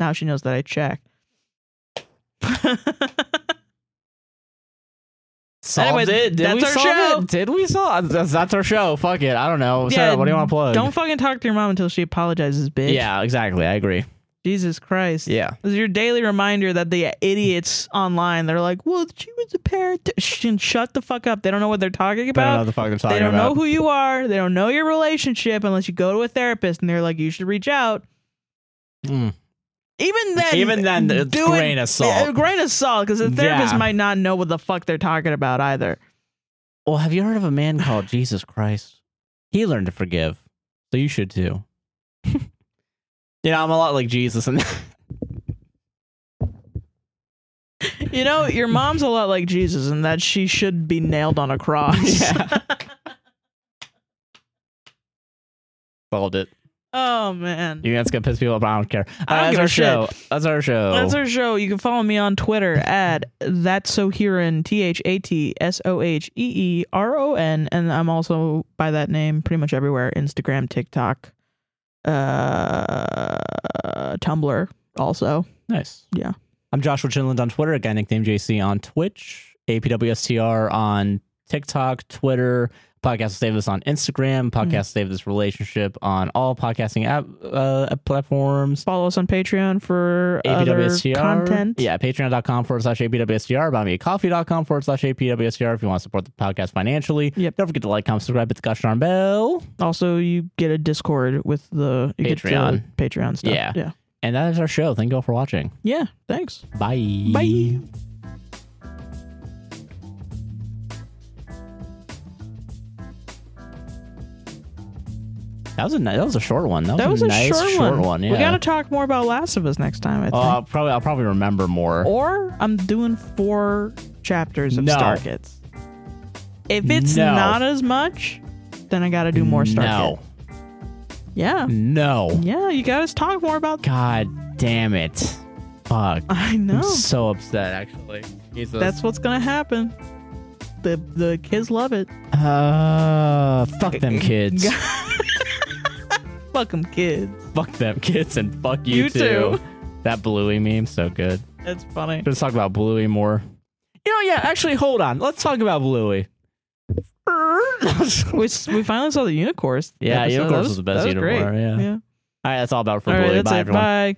[SPEAKER 2] Now she knows that I checked.
[SPEAKER 1] Solved
[SPEAKER 2] Anyway,
[SPEAKER 1] it. Did
[SPEAKER 2] that's
[SPEAKER 1] we
[SPEAKER 2] our
[SPEAKER 1] solve
[SPEAKER 2] show.
[SPEAKER 1] it? Did we solve? That's, that's our show. Fuck it. I don't know. Sarah, what do you want to plug?
[SPEAKER 2] Don't fucking talk to your mom until she apologizes, bitch.
[SPEAKER 1] yeah, exactly. I agree.
[SPEAKER 2] Jesus Christ.
[SPEAKER 1] Yeah.
[SPEAKER 2] This is your daily reminder that the idiots online, they're like, well, she was a parent. Sh- and Shut the fuck up. They don't know what they're talking
[SPEAKER 1] They don't know
[SPEAKER 2] about.
[SPEAKER 1] the fuck they're talking
[SPEAKER 2] They don't
[SPEAKER 1] about.
[SPEAKER 2] know who you are. They don't know your relationship unless you go to a therapist and they're like, you should reach out.
[SPEAKER 1] Mm.
[SPEAKER 2] Even then,
[SPEAKER 1] Even then, it's
[SPEAKER 2] do it-
[SPEAKER 1] grain of salt.
[SPEAKER 2] A grain of salt because the therapist
[SPEAKER 1] Yeah.
[SPEAKER 2] might not know what the fuck they're talking about either.
[SPEAKER 1] Well, have you heard of a man called Jesus Christ? He learned to forgive, so you should too. you know, I'm a lot like Jesus, and
[SPEAKER 2] You know, your mom's a lot like Jesus in that she should be nailed on a cross.
[SPEAKER 1] yeah, solved it.
[SPEAKER 2] oh, man.
[SPEAKER 1] You think that's gonna piss people off? I don't care. Uh,
[SPEAKER 2] I don't
[SPEAKER 1] that's
[SPEAKER 2] give
[SPEAKER 1] our
[SPEAKER 2] a shit.
[SPEAKER 1] show. That's our show.
[SPEAKER 2] That's our show. You can follow me on Twitter at that's so Heron T H A T S O H E E R O N, and I'm also by that name pretty much everywhere: Instagram, TikTok, uh, Tumblr. Also,
[SPEAKER 1] nice.
[SPEAKER 2] Yeah.
[SPEAKER 1] I'm Joshua Chinland on Twitter. A guy nicknamed JC on Twitch. APWSTR on TikTok, Twitter. Podcast Save This on Instagram.
[SPEAKER 2] Mm-hmm.
[SPEAKER 1] Podcast Save This Relationship on all podcasting app uh, platforms.
[SPEAKER 2] follow us on Patreon for other content.
[SPEAKER 1] Yeah, patreon.com forward slash APWSTR. Buy me a coffee.com forward slash APWSTR if you want to support the podcast financially.
[SPEAKER 2] Yep.
[SPEAKER 1] Don't forget to like, comment, subscribe, hit the gosh darn bell.
[SPEAKER 2] Also, you get a Discord with the you
[SPEAKER 1] Patreon.
[SPEAKER 2] Get the Patreon stuff.
[SPEAKER 1] Yeah.
[SPEAKER 2] Yeah.
[SPEAKER 1] And that is our show. Thank you all for watching.
[SPEAKER 2] Yeah. Thanks.
[SPEAKER 1] Bye.
[SPEAKER 2] Bye.
[SPEAKER 1] That was a ni- that was a short one. That was,
[SPEAKER 2] That was a
[SPEAKER 1] nice
[SPEAKER 2] short, one.
[SPEAKER 1] one. Yeah.
[SPEAKER 2] We got to talk more about Last of Us next time. I think.
[SPEAKER 1] Oh, I'll probably I'll probably remember more.
[SPEAKER 2] or I'm doing four chapters of
[SPEAKER 1] No.
[SPEAKER 2] Star Kids. If it's
[SPEAKER 1] No.
[SPEAKER 2] not as much, then I got to do more Star
[SPEAKER 1] no,
[SPEAKER 2] Kid. Yeah.
[SPEAKER 1] no.
[SPEAKER 2] Yeah, you guys talk more about
[SPEAKER 1] God damn it! Fuck.
[SPEAKER 2] I
[SPEAKER 1] I'm
[SPEAKER 2] know.
[SPEAKER 1] so upset. Actually, Jesus.
[SPEAKER 2] That's what's going to happen. The the kids love it.
[SPEAKER 1] uh, fuck them kids.
[SPEAKER 2] Fuck 'em kids.
[SPEAKER 1] fuck them kids, and fuck you,
[SPEAKER 2] You too.
[SPEAKER 1] That Bluey meme so good.
[SPEAKER 2] That's funny.
[SPEAKER 1] Let's talk about Bluey more. You know, yeah. Actually, hold on. Let's talk about Bluey.
[SPEAKER 2] We, s- we finally saw the Unicorns.
[SPEAKER 1] Yeah,
[SPEAKER 2] episode.
[SPEAKER 1] Unicorns
[SPEAKER 2] That
[SPEAKER 1] was the best
[SPEAKER 2] that was great.
[SPEAKER 1] unicorn, yeah.
[SPEAKER 2] yeah.
[SPEAKER 1] All right, that's all about for
[SPEAKER 2] All right,
[SPEAKER 1] Bluey.
[SPEAKER 2] that's
[SPEAKER 1] Bye,
[SPEAKER 2] it.
[SPEAKER 1] everyone.
[SPEAKER 2] Bye.